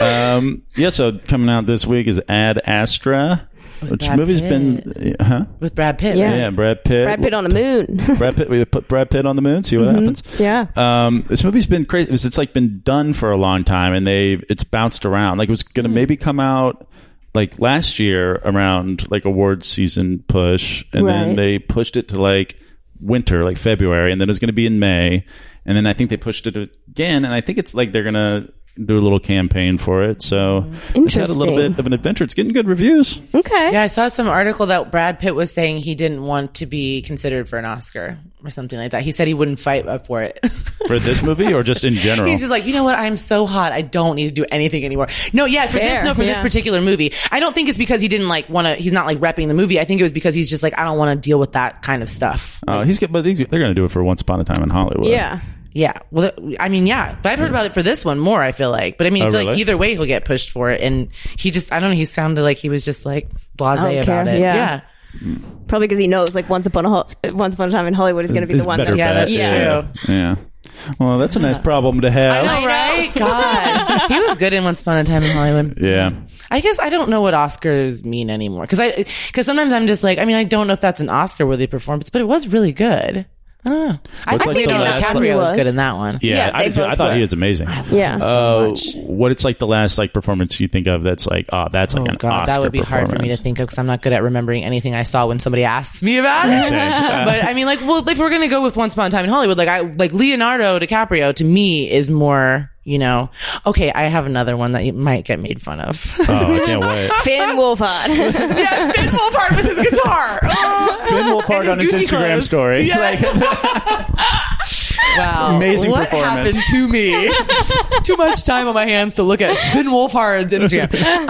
[SPEAKER 2] Um, yeah, so coming out this week is Ad Astra, which
[SPEAKER 4] Brad
[SPEAKER 2] movie's been, uh, huh?
[SPEAKER 4] With Brad Pitt.
[SPEAKER 3] Yeah.
[SPEAKER 4] right?
[SPEAKER 2] Yeah, Brad Pitt.
[SPEAKER 3] Brad Pitt on a moon. [laughs]
[SPEAKER 2] Brad Pitt. We put Brad Pitt on the moon. See what happens.
[SPEAKER 3] Yeah.
[SPEAKER 2] Um, this movie's been crazy. It's, it's like been done for a long time, and they it's bounced around. Like it was
[SPEAKER 3] Hmm.
[SPEAKER 2] gonna maybe come out like last year around like awards season push, and then
[SPEAKER 3] Right.
[SPEAKER 2] they pushed it to like winter, like February, and then it was gonna be in May, and then I think they pushed it again, and I think it's like they're gonna do a little campaign for it. So it's had a little
[SPEAKER 3] Hmm. Interesting.
[SPEAKER 2] bit of an adventure. It's getting good reviews.
[SPEAKER 3] Okay.
[SPEAKER 4] Yeah, I saw some article that Brad Pitt was saying he didn't want to be considered for an Oscar or something like that. He said he wouldn't fight up for it. [laughs]
[SPEAKER 2] For this movie or
[SPEAKER 3] [laughs]
[SPEAKER 2] just in general?
[SPEAKER 4] He's just like, you know what? I'm so hot. I don't need to do anything anymore. No, yeah, for
[SPEAKER 3] Fair,
[SPEAKER 4] this, no, for this
[SPEAKER 3] yeah.
[SPEAKER 4] particular movie, I don't think it's because he didn't like want to. He's not like repping the movie. I think it was because he's just like, I don't want to deal with that kind of stuff.
[SPEAKER 2] Oh, he's good, but he's, they're going to do it for Once Upon a Time in Hollywood.
[SPEAKER 3] Yeah.
[SPEAKER 4] Yeah. Well, th- I mean, yeah, but I've heard about it for this one more. I feel like, but I mean, I
[SPEAKER 2] Oh,
[SPEAKER 4] feel like
[SPEAKER 2] really?
[SPEAKER 4] either way, he'll get pushed for it. And he just, I don't know. He sounded like he was just like blasé
[SPEAKER 3] don't care.
[SPEAKER 4] about it.
[SPEAKER 3] Yeah.
[SPEAKER 4] yeah.
[SPEAKER 3] Probably because he knows like once upon a Hol- once upon a time in Hollywood is going to be
[SPEAKER 2] It's
[SPEAKER 3] the one
[SPEAKER 2] better
[SPEAKER 3] that
[SPEAKER 4] Yeah,
[SPEAKER 2] bet.
[SPEAKER 4] that's Uh,
[SPEAKER 2] yeah. Yeah. Well, that's a nice problem to have.
[SPEAKER 4] All [laughs] right, God, he was good in Once Upon a Time in Hollywood.
[SPEAKER 2] Yeah.
[SPEAKER 4] I guess I don't know what Oscars mean anymore because I because sometimes I'm just like, I mean, I don't know if that's an Oscar worthy performance, but it was really good. I don't know. I
[SPEAKER 2] What's
[SPEAKER 4] think
[SPEAKER 2] like the
[SPEAKER 4] Leonardo
[SPEAKER 2] last
[SPEAKER 3] one?
[SPEAKER 4] DiCaprio was
[SPEAKER 3] Was.
[SPEAKER 4] good in that one.
[SPEAKER 2] Yeah.
[SPEAKER 3] Yeah,
[SPEAKER 2] I,
[SPEAKER 3] they
[SPEAKER 2] did too. I
[SPEAKER 3] both
[SPEAKER 2] thought
[SPEAKER 3] were.
[SPEAKER 2] he was amazing. [laughs]
[SPEAKER 3] Yeah.
[SPEAKER 2] Oh, what it's like the last like performance you think of that's like, oh, that's like
[SPEAKER 4] Oh
[SPEAKER 2] an
[SPEAKER 4] God,
[SPEAKER 2] Oscar
[SPEAKER 4] that would be hard for me to
[SPEAKER 2] performance.
[SPEAKER 4] think of because I'm not good at remembering anything I saw when somebody asks me about [laughs] it.
[SPEAKER 2] Same.
[SPEAKER 4] but I mean, like, well, if we're gonna go with Once Upon a Time in Hollywood, like, I like Leonardo DiCaprio to me is more, you know. Okay, I have another one that you might get made fun of.
[SPEAKER 2] Oh, I can't wait.
[SPEAKER 3] Finn Wolfhard.
[SPEAKER 4] [laughs]
[SPEAKER 3] [laughs]
[SPEAKER 4] yeah, Finn Wolfhard with his [laughs] guitar. Oh.
[SPEAKER 2] Finn will part
[SPEAKER 4] his
[SPEAKER 2] on his
[SPEAKER 4] Gucci
[SPEAKER 2] Instagram
[SPEAKER 4] clothes.
[SPEAKER 2] story.
[SPEAKER 4] Yeah. [laughs] Wow.
[SPEAKER 2] Amazing
[SPEAKER 4] what
[SPEAKER 2] performance.
[SPEAKER 4] happened to [laughs] me? Too much time on my hands to look at Finn Wolfhard's Instagram.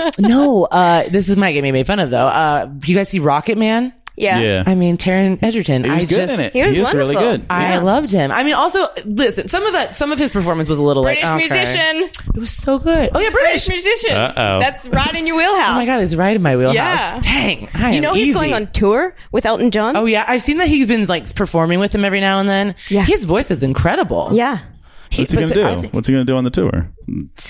[SPEAKER 4] Um, no, uh, this is might get me made fun of though. Uh, you guys see Rocket Man?
[SPEAKER 3] yeah.
[SPEAKER 2] yeah.
[SPEAKER 4] I mean, Taryn Edgerton.
[SPEAKER 2] he was
[SPEAKER 4] I
[SPEAKER 2] good
[SPEAKER 4] just,
[SPEAKER 2] in it.
[SPEAKER 3] He was
[SPEAKER 2] really
[SPEAKER 3] wonderful.
[SPEAKER 2] good.
[SPEAKER 4] I loved him. I mean, also listen. Some of that, some of his performance was a little
[SPEAKER 3] British
[SPEAKER 4] like okay.
[SPEAKER 3] musician.
[SPEAKER 4] It was so good. Oh yeah, British.
[SPEAKER 3] British musician.
[SPEAKER 2] Uh-oh.
[SPEAKER 3] That's right in your wheelhouse.
[SPEAKER 4] Oh my god, it's right in my wheelhouse.
[SPEAKER 3] Yeah.
[SPEAKER 4] Dang, I
[SPEAKER 3] You know he's going on tour with Elton John.
[SPEAKER 4] Oh yeah, I've seen that he's been like performing with him every now and then.
[SPEAKER 3] Yeah.
[SPEAKER 4] his voice is incredible.
[SPEAKER 3] yeah.
[SPEAKER 4] He-
[SPEAKER 2] What's he
[SPEAKER 4] but
[SPEAKER 2] going to
[SPEAKER 4] so- I
[SPEAKER 2] do?
[SPEAKER 4] think-
[SPEAKER 2] What's he going to do on the tour?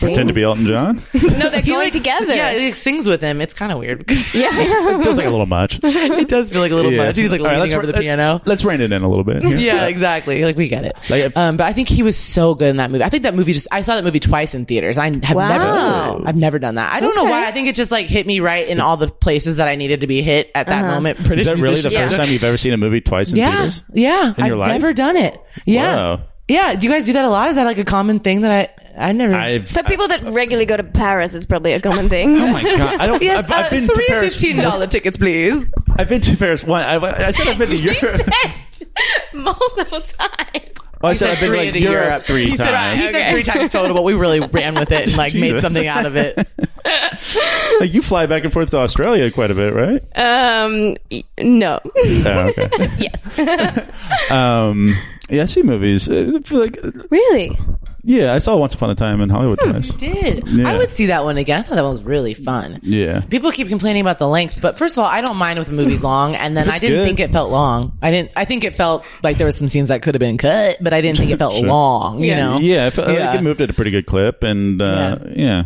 [SPEAKER 2] Pretend to be Elton
[SPEAKER 4] [laughs]
[SPEAKER 2] John?
[SPEAKER 3] No, they're
[SPEAKER 4] He,
[SPEAKER 3] going
[SPEAKER 4] like,
[SPEAKER 3] together.
[SPEAKER 4] Yeah, he like, sings with him. It's kind of weird.
[SPEAKER 3] [laughs]
[SPEAKER 4] [laughs]
[SPEAKER 3] yeah.
[SPEAKER 2] Feels like a little much.
[SPEAKER 4] it does feel like [laughs] a little
[SPEAKER 2] Yeah.
[SPEAKER 4] much. He's like
[SPEAKER 2] All right,
[SPEAKER 4] leaning
[SPEAKER 2] let's-
[SPEAKER 4] over the
[SPEAKER 2] let-
[SPEAKER 4] piano.
[SPEAKER 2] Let's rein it in a little bit. here.
[SPEAKER 4] [laughs] Yeah, exactly. Like we get it.
[SPEAKER 2] Like, if-
[SPEAKER 4] um, but I think he was so good in that movie. I think that movie just I saw that movie twice in theaters. I have
[SPEAKER 3] Wow.
[SPEAKER 4] never I've never done that. I don't know
[SPEAKER 3] Okay.
[SPEAKER 4] why. I think it just like hit me right in all the places that I needed to be hit at
[SPEAKER 3] Uh-huh.
[SPEAKER 4] that moment. British
[SPEAKER 2] Is that really the
[SPEAKER 4] musician.
[SPEAKER 2] first time you've ever seen a movie twice in
[SPEAKER 4] Yeah.
[SPEAKER 2] theaters?
[SPEAKER 4] Yeah.
[SPEAKER 2] In your
[SPEAKER 4] I've
[SPEAKER 2] life?
[SPEAKER 4] never done it. Yeah.
[SPEAKER 2] Wow.
[SPEAKER 4] Yeah. Do you guys do that a lot? Is that like a common thing that I I never
[SPEAKER 2] I've
[SPEAKER 3] For people that regularly go to Paris, it's probably a common thing. [laughs]
[SPEAKER 2] Oh my god! I don't.
[SPEAKER 4] Yes,
[SPEAKER 2] I've, I've
[SPEAKER 4] uh,
[SPEAKER 2] been to
[SPEAKER 4] three
[SPEAKER 2] Paris.
[SPEAKER 4] fifteen dollar tickets, please.
[SPEAKER 2] I've been to Paris one. I, I said I've been to Europe.
[SPEAKER 3] [laughs] Multiple times.
[SPEAKER 2] Oh, I said, I've been
[SPEAKER 4] three
[SPEAKER 2] like
[SPEAKER 4] to
[SPEAKER 2] Europe, three
[SPEAKER 4] he
[SPEAKER 2] times.
[SPEAKER 4] Said, he said three times total, but we really ran with it and like made
[SPEAKER 2] Jesus.
[SPEAKER 4] something out of it.
[SPEAKER 2] Like you fly back and forth to Australia quite a bit,
[SPEAKER 4] [laughs]
[SPEAKER 2] right?
[SPEAKER 3] Um, y- no. [laughs]
[SPEAKER 2] Oh, okay.
[SPEAKER 4] [laughs]
[SPEAKER 3] yes.
[SPEAKER 2] um, yeah, I see movies. Uh, for, like,
[SPEAKER 3] really?
[SPEAKER 2] Yeah, I saw Once Upon a Time in Hollywood
[SPEAKER 4] Hmm.
[SPEAKER 2] twice. [laughs]
[SPEAKER 4] Did
[SPEAKER 2] Yeah.
[SPEAKER 4] I would see that one again? I thought that one was really fun.
[SPEAKER 2] Yeah.
[SPEAKER 4] People keep complaining about the length, but first of all, I don't mind if
[SPEAKER 2] [laughs]
[SPEAKER 4] the movie's long. And then
[SPEAKER 2] If
[SPEAKER 4] I
[SPEAKER 2] it's
[SPEAKER 4] didn't
[SPEAKER 2] good.
[SPEAKER 4] think it felt long. I didn't. I think it felt like there were some scenes that could have been cut, but I didn't think it felt
[SPEAKER 2] [laughs] Sure.
[SPEAKER 4] long. You
[SPEAKER 3] Yeah.
[SPEAKER 4] know?
[SPEAKER 2] Yeah, I felt
[SPEAKER 4] Yeah.
[SPEAKER 2] like it moved at a pretty good clip, and uh, yeah.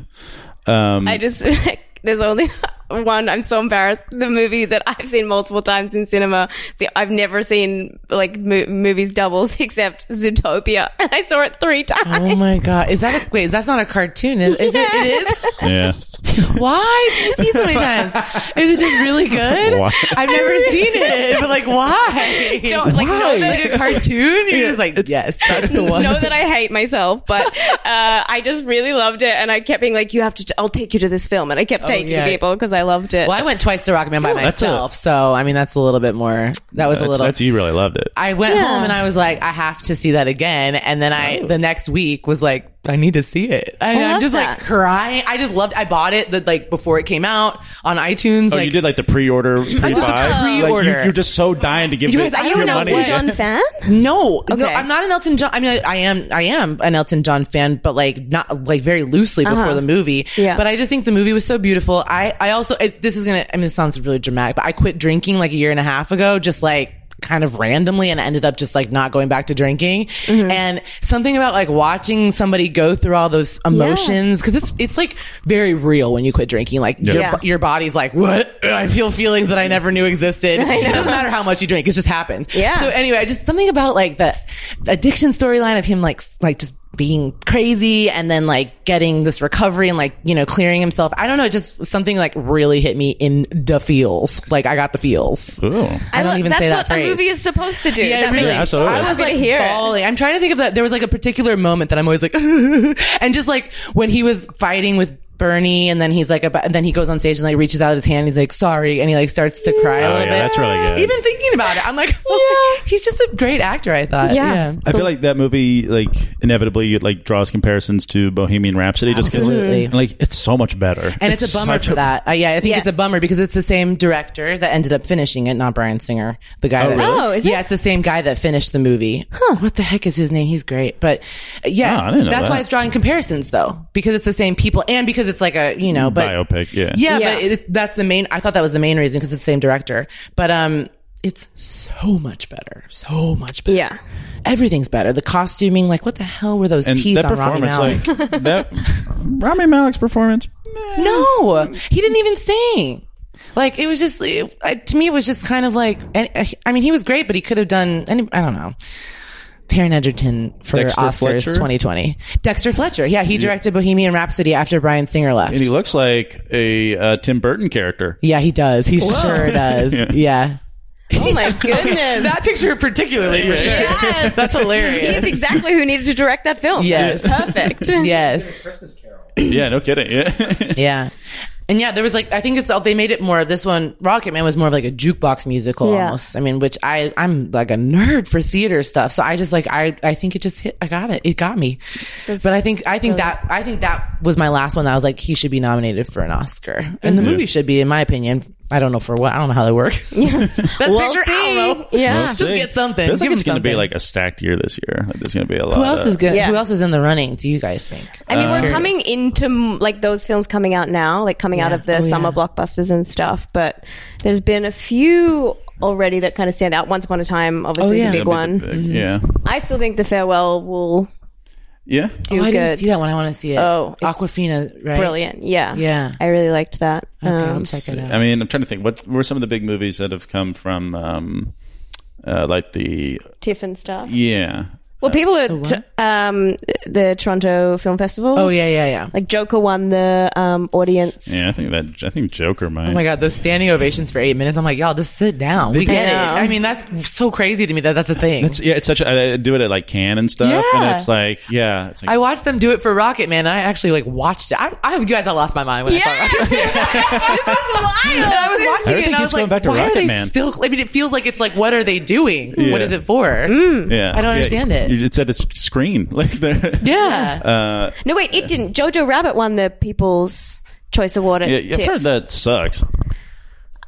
[SPEAKER 2] Um,
[SPEAKER 4] Mm.
[SPEAKER 3] I just [laughs] there's only one. I'm so embarrassed. The movie that I've seen multiple times in cinema. See, I've never seen like mo- movies doubles [laughs] except Zootopia, [laughs] and I saw it three times.
[SPEAKER 4] Oh my god! Is that a, wait? Is that's not a cartoon? Is, is it? [laughs] It
[SPEAKER 3] [laughs]
[SPEAKER 4] is.
[SPEAKER 2] yeah.
[SPEAKER 4] Why did you see it so many times? Is it just really good?
[SPEAKER 2] Why?
[SPEAKER 4] I've never seen it, but like, why?
[SPEAKER 3] Don't, like, know that-
[SPEAKER 4] like a cartoon. You're just like, yes, that's [laughs] the one.
[SPEAKER 3] know that I hate myself, but uh, I just really loved it, and I kept being like, "You have to. i I'll take you to this film," and I kept taking
[SPEAKER 4] Oh, yeah.
[SPEAKER 3] people because I loved it.
[SPEAKER 4] Well, I went twice to Rockman by
[SPEAKER 2] that's a-
[SPEAKER 4] myself, so I mean that's a little bit more. That was
[SPEAKER 2] That's,
[SPEAKER 4] a little.
[SPEAKER 2] that's- you really loved it.
[SPEAKER 4] I went home and I was like, I have to see that again. And then I the next week was like, I need to see it. I,
[SPEAKER 3] Oh. love
[SPEAKER 4] am just
[SPEAKER 3] that.
[SPEAKER 4] like crying. I just loved. I bought it the, like before it came out on iTunes.
[SPEAKER 2] Oh,
[SPEAKER 4] like
[SPEAKER 2] you did like the pre-order pre-buy.
[SPEAKER 4] the pre-order.
[SPEAKER 2] Like, you, are just so dying to give
[SPEAKER 4] You
[SPEAKER 2] it
[SPEAKER 4] guys, I
[SPEAKER 2] your
[SPEAKER 4] don't know
[SPEAKER 2] money.
[SPEAKER 4] what- [laughs] John
[SPEAKER 3] fan?
[SPEAKER 4] No, no,
[SPEAKER 3] Okay.
[SPEAKER 4] I'm not an Elton John. I mean, I, I am, I am an Elton John fan, but like not like very loosely before the movie.
[SPEAKER 3] Uh-huh. Yeah.
[SPEAKER 4] But I just think the movie was so beautiful. I, I also it, this is gonna. I mean, it sounds really dramatic, but I quit drinking like a year and a half ago, just like kind of randomly, and ended up just like not going back to drinking.
[SPEAKER 3] Mm-hmm.
[SPEAKER 4] And something about like watching somebody go through all those emotions because it's it's like very real when you quit drinking. Like your
[SPEAKER 3] Yeah.
[SPEAKER 4] your body's like, what? [laughs] I feel feelings that I never
[SPEAKER 3] [laughs]
[SPEAKER 4] knew existed. It doesn't matter how much you drink; it just happens.
[SPEAKER 3] Yeah.
[SPEAKER 4] So anyway, I just something about like the addiction storyline of him like s- like just being crazy and then like getting this recovery and like you know clearing himself. I don't know, just something like really hit me in the feels. Like I got the feels.
[SPEAKER 2] Ooh.
[SPEAKER 4] I don't even
[SPEAKER 3] that's
[SPEAKER 4] say that
[SPEAKER 3] what
[SPEAKER 4] phrase.
[SPEAKER 3] a movie is supposed to do.
[SPEAKER 4] Yeah,
[SPEAKER 3] That
[SPEAKER 4] really.
[SPEAKER 3] makes-
[SPEAKER 2] Yeah, absolutely.
[SPEAKER 3] I was
[SPEAKER 4] Happy
[SPEAKER 3] like,
[SPEAKER 4] to
[SPEAKER 3] here.
[SPEAKER 4] bawling. I'm trying to think of that. There was like a particular moment that I'm always like, [laughs] and just like when he was fighting with Bernie, and then he's like, about, and then he goes on stage and like reaches out his hand, and he's like, sorry, and he like starts to cry a
[SPEAKER 2] Oh, yeah,
[SPEAKER 4] little bit.
[SPEAKER 2] that's really good.
[SPEAKER 4] Even thinking about it, I'm like, [laughs] he's just a great actor. I thought,
[SPEAKER 3] Yeah.
[SPEAKER 4] yeah.
[SPEAKER 2] I feel like that movie, like inevitably, it, like draws comparisons to Bohemian Rhapsody,
[SPEAKER 4] Absolutely.
[SPEAKER 2] just because, like, it's so much better,
[SPEAKER 4] And it's, a bummer
[SPEAKER 2] such
[SPEAKER 4] for
[SPEAKER 2] a-
[SPEAKER 4] that. Uh, yeah, I think
[SPEAKER 3] Yes.
[SPEAKER 4] it's a bummer because it's the same director that ended up finishing it, not Brian Singer, the guy.
[SPEAKER 2] Oh,
[SPEAKER 4] that,
[SPEAKER 2] really?
[SPEAKER 3] Oh, is
[SPEAKER 4] yeah,
[SPEAKER 3] it?
[SPEAKER 4] it's the same guy that finished the movie. What the heck is his name? He's great, but uh, yeah,
[SPEAKER 2] Oh, I didn't know
[SPEAKER 4] that's
[SPEAKER 2] that.
[SPEAKER 4] why it's drawing comparisons though, because it's the same people and because it's like a you know, but
[SPEAKER 2] biopic. Yeah,
[SPEAKER 4] yeah,
[SPEAKER 3] Yeah.
[SPEAKER 4] but it, that's the main. I thought that was the main reason because it's the same director, but um. It's so much better, so much better.
[SPEAKER 3] Yeah.
[SPEAKER 4] everything's better. The costuming, like, what the hell were those
[SPEAKER 2] and
[SPEAKER 4] teeth
[SPEAKER 2] that
[SPEAKER 4] on Rami
[SPEAKER 2] performance,
[SPEAKER 4] Malek?
[SPEAKER 2] like
[SPEAKER 4] [laughs]
[SPEAKER 2] that Rami Malek's performance. meh.
[SPEAKER 4] No,
[SPEAKER 2] Mm.
[SPEAKER 4] he didn't even sing. Like it was just it, I- to me, it was just kind of like. and- I mean, he was great, but he could have done. Any, I don't know. Taryn Edgerton for
[SPEAKER 2] Dexter
[SPEAKER 4] Oscars
[SPEAKER 2] Fletcher?
[SPEAKER 4] 2020. Dexter Fletcher, yeah, he directed Bohemian Rhapsody after Brian Singer left.
[SPEAKER 2] and he looks like a uh, Tim Burton character.
[SPEAKER 4] yeah, he does. He sure
[SPEAKER 2] [laughs]
[SPEAKER 4] does.
[SPEAKER 2] Yeah.
[SPEAKER 4] yeah.
[SPEAKER 3] Oh my goodness.
[SPEAKER 4] [laughs] that picture particularly for sure.
[SPEAKER 3] Yes.
[SPEAKER 2] [laughs]
[SPEAKER 4] That's hilarious.
[SPEAKER 3] He's exactly who needed to direct that film.
[SPEAKER 4] Yes. [laughs]
[SPEAKER 3] Perfect. [laughs]
[SPEAKER 4] yes.
[SPEAKER 2] yeah, no kidding. [laughs] Yeah,
[SPEAKER 4] Yeah. And yeah, there was like I think it's they made it more. This one, Rocketman, was more of like a jukebox musical
[SPEAKER 3] Yeah.
[SPEAKER 4] almost. I mean, which I I'm like a nerd for theater stuff, so I just like I I think it just hit. I got it. It got me. but I think I think that I think that was my last one. That I was like he should be nominated for an Oscar, and the movie should be, in my opinion. I don't know for what. I don't know how
[SPEAKER 3] [laughs]
[SPEAKER 4] they work. [laughs] Best
[SPEAKER 3] We'll
[SPEAKER 4] picture. I
[SPEAKER 3] see.
[SPEAKER 4] don't know.
[SPEAKER 3] Yeah.
[SPEAKER 4] Just get something.
[SPEAKER 2] Feels like
[SPEAKER 4] Give him
[SPEAKER 2] it's going to be
[SPEAKER 4] something.
[SPEAKER 2] like a stacked year this year. Like, there's going to be a lot.
[SPEAKER 4] Who else
[SPEAKER 2] of-
[SPEAKER 4] is good?
[SPEAKER 3] Yeah.
[SPEAKER 4] Who else is in the running? Do you guys think?
[SPEAKER 3] I mean, we're coming into m- like those films coming out now, like coming out
[SPEAKER 4] Yeah.
[SPEAKER 3] of the
[SPEAKER 4] Oh, yeah.
[SPEAKER 3] summer blockbusters and stuff. But there's been a few already that kind of stand out. Once Upon a Time, obviously,
[SPEAKER 4] Oh, yeah.
[SPEAKER 3] is a big
[SPEAKER 2] Gonna be
[SPEAKER 3] one.
[SPEAKER 2] the
[SPEAKER 4] Mm-hmm.
[SPEAKER 2] big- Yeah,
[SPEAKER 3] I still think The Farewell will
[SPEAKER 2] yeah.
[SPEAKER 3] do
[SPEAKER 4] Oh, I
[SPEAKER 3] good.
[SPEAKER 4] didn't see that one. I want to see it.
[SPEAKER 3] Oh, it's
[SPEAKER 4] Aquafina, right?
[SPEAKER 3] Brilliant. Yeah.
[SPEAKER 4] Yeah.
[SPEAKER 3] I really liked that.
[SPEAKER 4] Okay,
[SPEAKER 3] Um,
[SPEAKER 4] I'll check it out.
[SPEAKER 2] I mean, I'm trying to think. What were some of the big movies that have come from, um, uh, like the
[SPEAKER 3] TIFF and stuff.
[SPEAKER 2] yeah,
[SPEAKER 3] Well, people at t- um, the Toronto Film Festival.
[SPEAKER 4] Oh yeah, yeah, yeah.
[SPEAKER 3] Like Joker won the um, audience.
[SPEAKER 2] yeah. I think that I think Joker might.
[SPEAKER 4] Oh my god, those standing ovations for eight minutes. I'm like, y'all, just sit down. We get it.
[SPEAKER 3] know.
[SPEAKER 4] I mean, that's so crazy to me that that's a thing.
[SPEAKER 2] That's yeah. It's such. A, I do it at like Cannes and stuff, and
[SPEAKER 4] Yeah.
[SPEAKER 2] it's like yeah. It's like,
[SPEAKER 4] I watched them do it for Rocket Man. And I actually like watched it. I, I you guys, I lost my mind when I saw Rocket Man. [laughs] And I was watching it
[SPEAKER 2] Everything
[SPEAKER 4] and I
[SPEAKER 2] keeps
[SPEAKER 4] was
[SPEAKER 2] going
[SPEAKER 4] like,
[SPEAKER 2] back to
[SPEAKER 4] why
[SPEAKER 2] Rocket
[SPEAKER 4] are they
[SPEAKER 2] Man.
[SPEAKER 4] still? I mean, it feels like it's like, what are they doing? What
[SPEAKER 2] Yeah.
[SPEAKER 4] is it for?
[SPEAKER 2] yeah.
[SPEAKER 4] I don't
[SPEAKER 2] Yeah,
[SPEAKER 4] understand it.
[SPEAKER 2] you- It's at a s- screen. [laughs] Like there.
[SPEAKER 4] Yeah.
[SPEAKER 2] Uh,
[SPEAKER 3] No, wait, it didn't. Jojo Rabbit won the People's Choice Award at
[SPEAKER 2] yeah, yeah, I've
[SPEAKER 3] TIFF.
[SPEAKER 2] heard that sucks.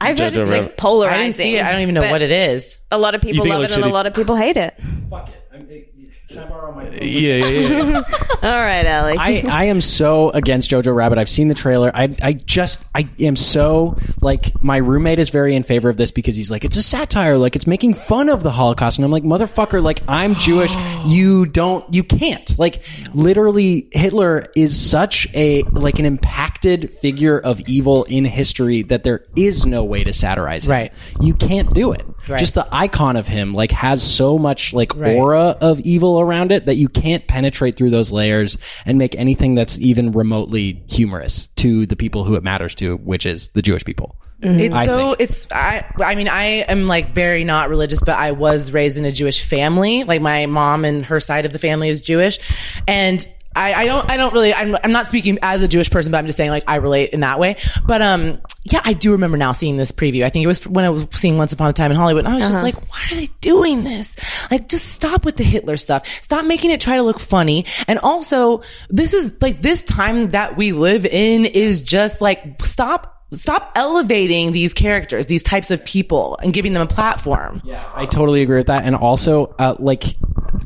[SPEAKER 3] I've heard
[SPEAKER 2] Jojo
[SPEAKER 3] it's
[SPEAKER 2] Rabbit.
[SPEAKER 3] like polarizing.
[SPEAKER 4] I didn't see it. I don't even know
[SPEAKER 3] but
[SPEAKER 4] what it is.
[SPEAKER 3] A lot of people
[SPEAKER 2] think it
[SPEAKER 3] love it
[SPEAKER 2] looks
[SPEAKER 3] and a
[SPEAKER 2] shitty?
[SPEAKER 3] lot of people hate it.
[SPEAKER 2] yeah, yeah, yeah.
[SPEAKER 4] [laughs]
[SPEAKER 3] All right, Ellie.
[SPEAKER 7] I, I am so against Jojo Rabbit. I've seen the trailer. I, I just, I am so, like, my roommate is very in favor of this because he's like, it's a satire. Like, it's making fun of the Holocaust. And I'm like, motherfucker, like,
[SPEAKER 4] [gasps]
[SPEAKER 7] I'm Jewish. you don't, you can't. Like, literally, Hitler is such a, like, an impacted figure of evil in history that there is no way to satirize him.
[SPEAKER 4] Right.
[SPEAKER 7] You can't do it.
[SPEAKER 4] Right.
[SPEAKER 7] Just the icon of him, like, has so much, like,
[SPEAKER 4] Right.
[SPEAKER 7] aura aura of evil around it that you can't penetrate through those layers and make anything that's even remotely humorous to the people who it matters to, which is the Jewish people.
[SPEAKER 4] It's so it's I I mean I am like very not religious but I was raised in a Jewish family like my mom and her side of the family is Jewish and I, I don't I don't really I'm I'm not speaking as a Jewish person but I'm just saying like I relate in that way but um yeah I do remember now seeing this preview I think it was when I was seeing Once Upon a Time in Hollywood and I was just like why are they doing this like just stop with the Hitler stuff stop making it try to look funny and also this is like this time that we live in is just like stop stop elevating these characters, these types of people, and giving them a platform.
[SPEAKER 7] Yeah, I totally agree with that. And also, uh, like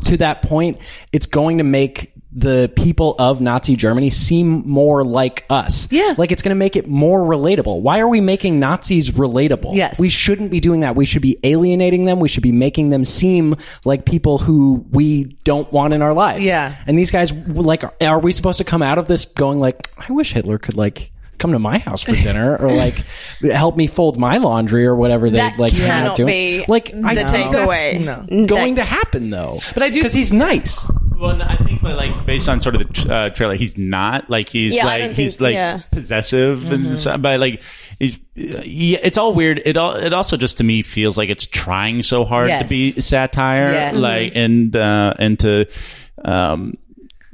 [SPEAKER 7] to that point, it's going to make the people of Nazi Germany seem more like us.
[SPEAKER 4] Yeah.
[SPEAKER 7] Like it's going to make it more relatable. Why are we making Nazis relatable?
[SPEAKER 4] Yes.
[SPEAKER 7] We shouldn't be doing that. We should be alienating them. We should be making them seem like people who we don't want in our lives.
[SPEAKER 4] Yeah.
[SPEAKER 7] And these guys, like, are we supposed to come out of this going like, I wish Hitler could like come to my
[SPEAKER 4] [laughs]
[SPEAKER 7] house for dinner or like help me fold my laundry or whatever they
[SPEAKER 3] That
[SPEAKER 7] like hang out
[SPEAKER 3] cannot
[SPEAKER 7] doing.
[SPEAKER 3] be
[SPEAKER 7] like I
[SPEAKER 3] the
[SPEAKER 7] think
[SPEAKER 3] takeaway.
[SPEAKER 7] that's
[SPEAKER 3] No.
[SPEAKER 7] going to happen though. But
[SPEAKER 4] I do-
[SPEAKER 7] because he's nice.
[SPEAKER 2] Well, no, I think, but like based on sort of the tr- uh, trailer, he's not like he's
[SPEAKER 3] Yeah, I
[SPEAKER 2] like
[SPEAKER 3] don't
[SPEAKER 2] he's
[SPEAKER 3] think-
[SPEAKER 2] like
[SPEAKER 3] yeah.
[SPEAKER 2] possessive and some, but like he's, uh, yeah, it's all weird. It all it also just to me feels like it's trying so hard
[SPEAKER 4] Yes.
[SPEAKER 2] to be satire,
[SPEAKER 4] Yeah.
[SPEAKER 3] Mm-hmm.
[SPEAKER 2] like and uh, and to. Um,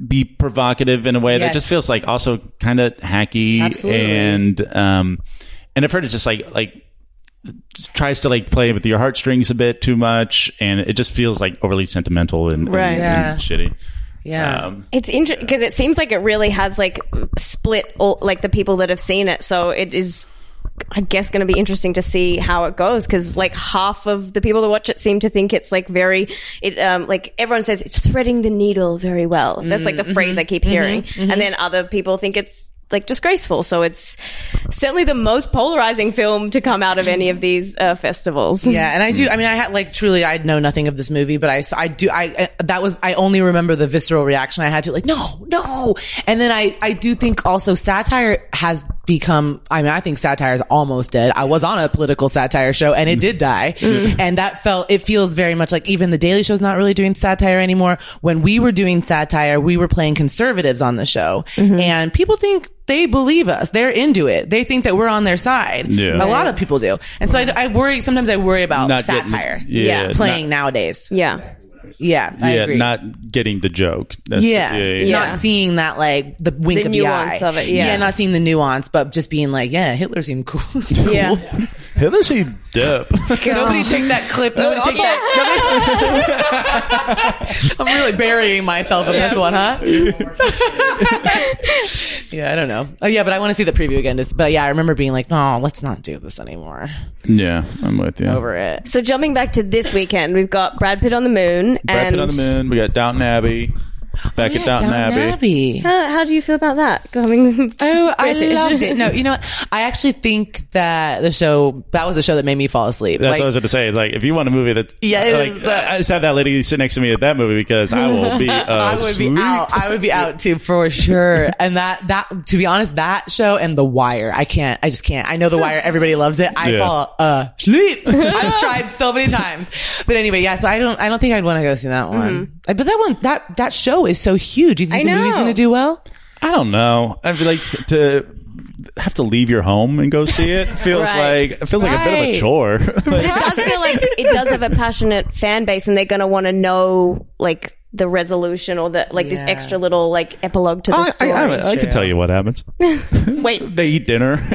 [SPEAKER 2] be provocative in a way that
[SPEAKER 4] Yes.
[SPEAKER 2] just feels like also kind of hacky
[SPEAKER 4] Absolutely.
[SPEAKER 2] and um and I've heard it's just like like tries to like play with your heartstrings a bit too much and it just feels like overly sentimental and, and- and
[SPEAKER 3] Right.
[SPEAKER 4] Yeah.
[SPEAKER 2] shitty
[SPEAKER 4] Yeah.
[SPEAKER 2] um,
[SPEAKER 3] It's interesting because it seems like it really has like split all like the people that have seen it. So it is, I guess, going to be interesting to see how it goes because like half of the people that watch it seem to think it's like very, it um like everyone says it's threading the needle very well. That's like the phrase I keep hearing, and then other people think it's like disgraceful. So it's certainly the most polarizing film to come out of any of these uh, festivals.
[SPEAKER 4] Yeah, and I do. I mean, I had like truly, I know nothing of this movie, but I, s- I do. I I- that was. I only remember the visceral reaction I had to like, no, no. And then I, I do think also satire has become. I mean, I think satire is almost dead. I was on a political satire show and it did die, and that felt. It feels very much like even the Daily Show's not really doing satire anymore. When we were doing satire, we were playing conservatives on the show, and people think. They believe us. They're into it. They think that we're on their side.
[SPEAKER 2] Yeah.
[SPEAKER 4] A lot of people do. And so I, I worry, sometimes I worry about
[SPEAKER 2] Not getting-
[SPEAKER 4] satire.
[SPEAKER 2] yeah,
[SPEAKER 3] Yeah.
[SPEAKER 4] Playing nowadays.
[SPEAKER 3] yeah.
[SPEAKER 4] Yeah. I
[SPEAKER 2] yeah,
[SPEAKER 4] agree.
[SPEAKER 2] not getting the joke. That's,
[SPEAKER 4] yeah.
[SPEAKER 3] Yeah.
[SPEAKER 4] Not seeing that like the wink
[SPEAKER 3] The
[SPEAKER 4] of
[SPEAKER 3] nuance
[SPEAKER 4] the eye.
[SPEAKER 3] of it, yeah.
[SPEAKER 4] Not seeing the nuance, but just being like, yeah, Hitler seemed cool.
[SPEAKER 3] [laughs] Yeah.
[SPEAKER 2] Hitler's a dip.
[SPEAKER 4] [laughs] Nobody take that clip.
[SPEAKER 2] Uh,
[SPEAKER 4] Nobody take that. Nobody. [laughs] I'm really burying myself in this one, huh? [laughs] yeah, I don't know. Oh yeah, but I want to see the preview again. Just- But yeah, I remember being like, no, let's not do this anymore.
[SPEAKER 2] yeah, I'm with you.
[SPEAKER 4] Over it.
[SPEAKER 3] So jumping back to this weekend, we've got Brad Pitt on the moon
[SPEAKER 2] Brad
[SPEAKER 3] and
[SPEAKER 2] Pitt on the moon. We got Downton Abbey. Back at Downton, Abbey.
[SPEAKER 4] Oh, Abbey.
[SPEAKER 3] How, how do you feel about that? Coming, [laughs]
[SPEAKER 4] Oh, I
[SPEAKER 3] British.
[SPEAKER 4] loved it. No, you know, what? I actually think that the show that was a show that made me fall asleep.
[SPEAKER 2] That's
[SPEAKER 4] Like,
[SPEAKER 2] what I was going to say. Like, if you want a movie that's
[SPEAKER 4] Yeah, it
[SPEAKER 2] like,
[SPEAKER 4] is, uh,
[SPEAKER 2] I I just had that lady sit next to me at that movie because I will
[SPEAKER 4] [laughs]
[SPEAKER 2] be. Uh,
[SPEAKER 4] I would be out. I would be out too
[SPEAKER 2] [laughs]
[SPEAKER 4] for sure. And that that to be honest, that show and The Wire, I can't. I just can't. I know The Wire. Everybody loves it. I
[SPEAKER 2] Yeah.
[SPEAKER 4] fall asleep. [laughs] I've tried so many times. But anyway, yeah. So I don't. I don't think I'd want to go see that one. Uh, But that one, that that show is so huge. You think
[SPEAKER 3] Mm-hmm. I
[SPEAKER 4] the movie's
[SPEAKER 3] know.
[SPEAKER 4] going to do well?
[SPEAKER 2] I don't know. I'd be like to have to leave your home and go see
[SPEAKER 4] [laughs]
[SPEAKER 2] it. Feels
[SPEAKER 3] Right.
[SPEAKER 2] like it feels like a bit of a
[SPEAKER 4] Right. [laughs]
[SPEAKER 2] chore. Like,
[SPEAKER 3] it does feel like it does have a passionate fan base, and they're going to want to know like the resolution or the like this
[SPEAKER 4] Yeah.
[SPEAKER 3] extra little like epilogue to the
[SPEAKER 2] I, I,
[SPEAKER 3] story.
[SPEAKER 2] I, I can tell you what happens.
[SPEAKER 3] Wait,
[SPEAKER 2] They eat
[SPEAKER 4] [laughs]
[SPEAKER 2] dinner. [laughs]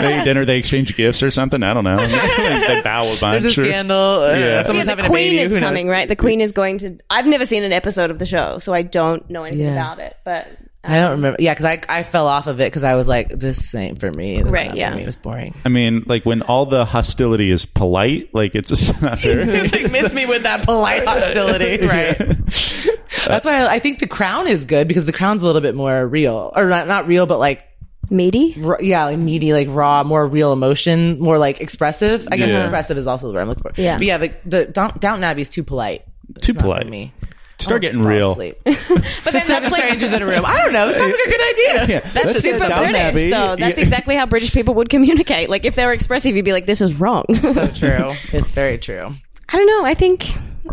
[SPEAKER 2] they eat dinner. They exchange gifts or something. I don't know. [laughs] they bow a bunch.
[SPEAKER 4] There's a
[SPEAKER 2] or-
[SPEAKER 4] scandal. I don't know,
[SPEAKER 2] Yeah.
[SPEAKER 4] Someone's
[SPEAKER 3] yeah, the
[SPEAKER 4] having a
[SPEAKER 3] Queen
[SPEAKER 4] baby.
[SPEAKER 3] is
[SPEAKER 4] Who knows?
[SPEAKER 3] coming, right? The Queen is going to. I've never seen an episode of the show, so I don't know anything
[SPEAKER 4] Yeah.
[SPEAKER 3] about it. But
[SPEAKER 4] I don't remember. Yeah, because I, I fell off of it because I was like, this ain't for me. This is
[SPEAKER 3] Right,
[SPEAKER 4] not for
[SPEAKER 3] yeah.
[SPEAKER 4] me. It was [laughs] boring.
[SPEAKER 2] I mean, like when all the hostility is polite, like it's just [laughs] not fair.
[SPEAKER 4] like miss me with that
[SPEAKER 3] [laughs]
[SPEAKER 4] polite hostility, right? [laughs] That's why I, I think the crown is good because the crown's a little bit more real, or not not real, but like
[SPEAKER 3] Meaty?
[SPEAKER 4] r- yeah, like meaty, like raw, more real emotion, more like expressive. I guess
[SPEAKER 2] Yeah.
[SPEAKER 4] expressive is also the word I'm looking for.
[SPEAKER 3] Yeah.
[SPEAKER 4] but yeah, the, the Down, Downton Abbey is too polite.
[SPEAKER 2] Too
[SPEAKER 4] Not for
[SPEAKER 2] polite.
[SPEAKER 4] me.
[SPEAKER 2] Start getting
[SPEAKER 4] Fall
[SPEAKER 2] real.
[SPEAKER 4] asleep.
[SPEAKER 3] But then
[SPEAKER 4] Seven [laughs]
[SPEAKER 3] that's like.
[SPEAKER 4] strangers in a room. I don't know. Sounds like a good idea.
[SPEAKER 2] Yeah,
[SPEAKER 3] [laughs] That's
[SPEAKER 2] let's
[SPEAKER 3] super
[SPEAKER 2] sit down,
[SPEAKER 3] British,
[SPEAKER 2] Abby.
[SPEAKER 3] though. That's
[SPEAKER 2] Yeah.
[SPEAKER 3] exactly how British people would communicate. Like, if they were expressive, you'd be like, "This is wrong." [laughs] I
[SPEAKER 4] So true. It's very true.
[SPEAKER 3] don't know. I think,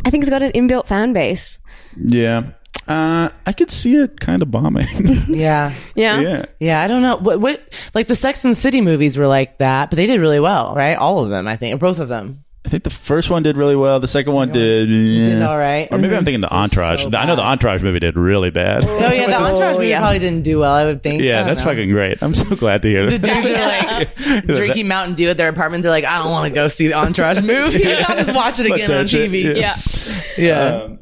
[SPEAKER 3] I think it's got an inbuilt fan base.
[SPEAKER 2] Yeah. Uh, I could see it kind of bombing. [laughs]
[SPEAKER 4] Yeah.
[SPEAKER 3] Yeah.
[SPEAKER 2] yeah.
[SPEAKER 4] Yeah, I don't know what what like the Sex and the City movies were like that, but they did really well, right? All of them, I think, or both of them.
[SPEAKER 2] I think the first one did really well. The second one did, eh.
[SPEAKER 4] all right. Mm-hmm.
[SPEAKER 2] Or maybe I'm thinking the Entourage.
[SPEAKER 4] so
[SPEAKER 2] The- I know the
[SPEAKER 4] bad.
[SPEAKER 2] Entourage movie did really bad.
[SPEAKER 4] [laughs] Oh yeah, the Entourage movie
[SPEAKER 3] yeah.
[SPEAKER 4] probably didn't do well. I would think.
[SPEAKER 2] [laughs]
[SPEAKER 4] I
[SPEAKER 2] yeah,
[SPEAKER 4] don't
[SPEAKER 2] that's
[SPEAKER 4] know.
[SPEAKER 2] fucking great. I'm so glad to hear
[SPEAKER 4] The
[SPEAKER 2] that.
[SPEAKER 4] dudes are
[SPEAKER 2] [laughs]
[SPEAKER 4] like drinking Mountain Dew at their apartments. They're like, I don't want to go see the
[SPEAKER 2] [laughs]
[SPEAKER 4] Entourage movie. I'll just watch it again on
[SPEAKER 2] That's it,
[SPEAKER 4] TV.
[SPEAKER 2] yeah. [laughs]
[SPEAKER 4] Yeah.
[SPEAKER 2] Um,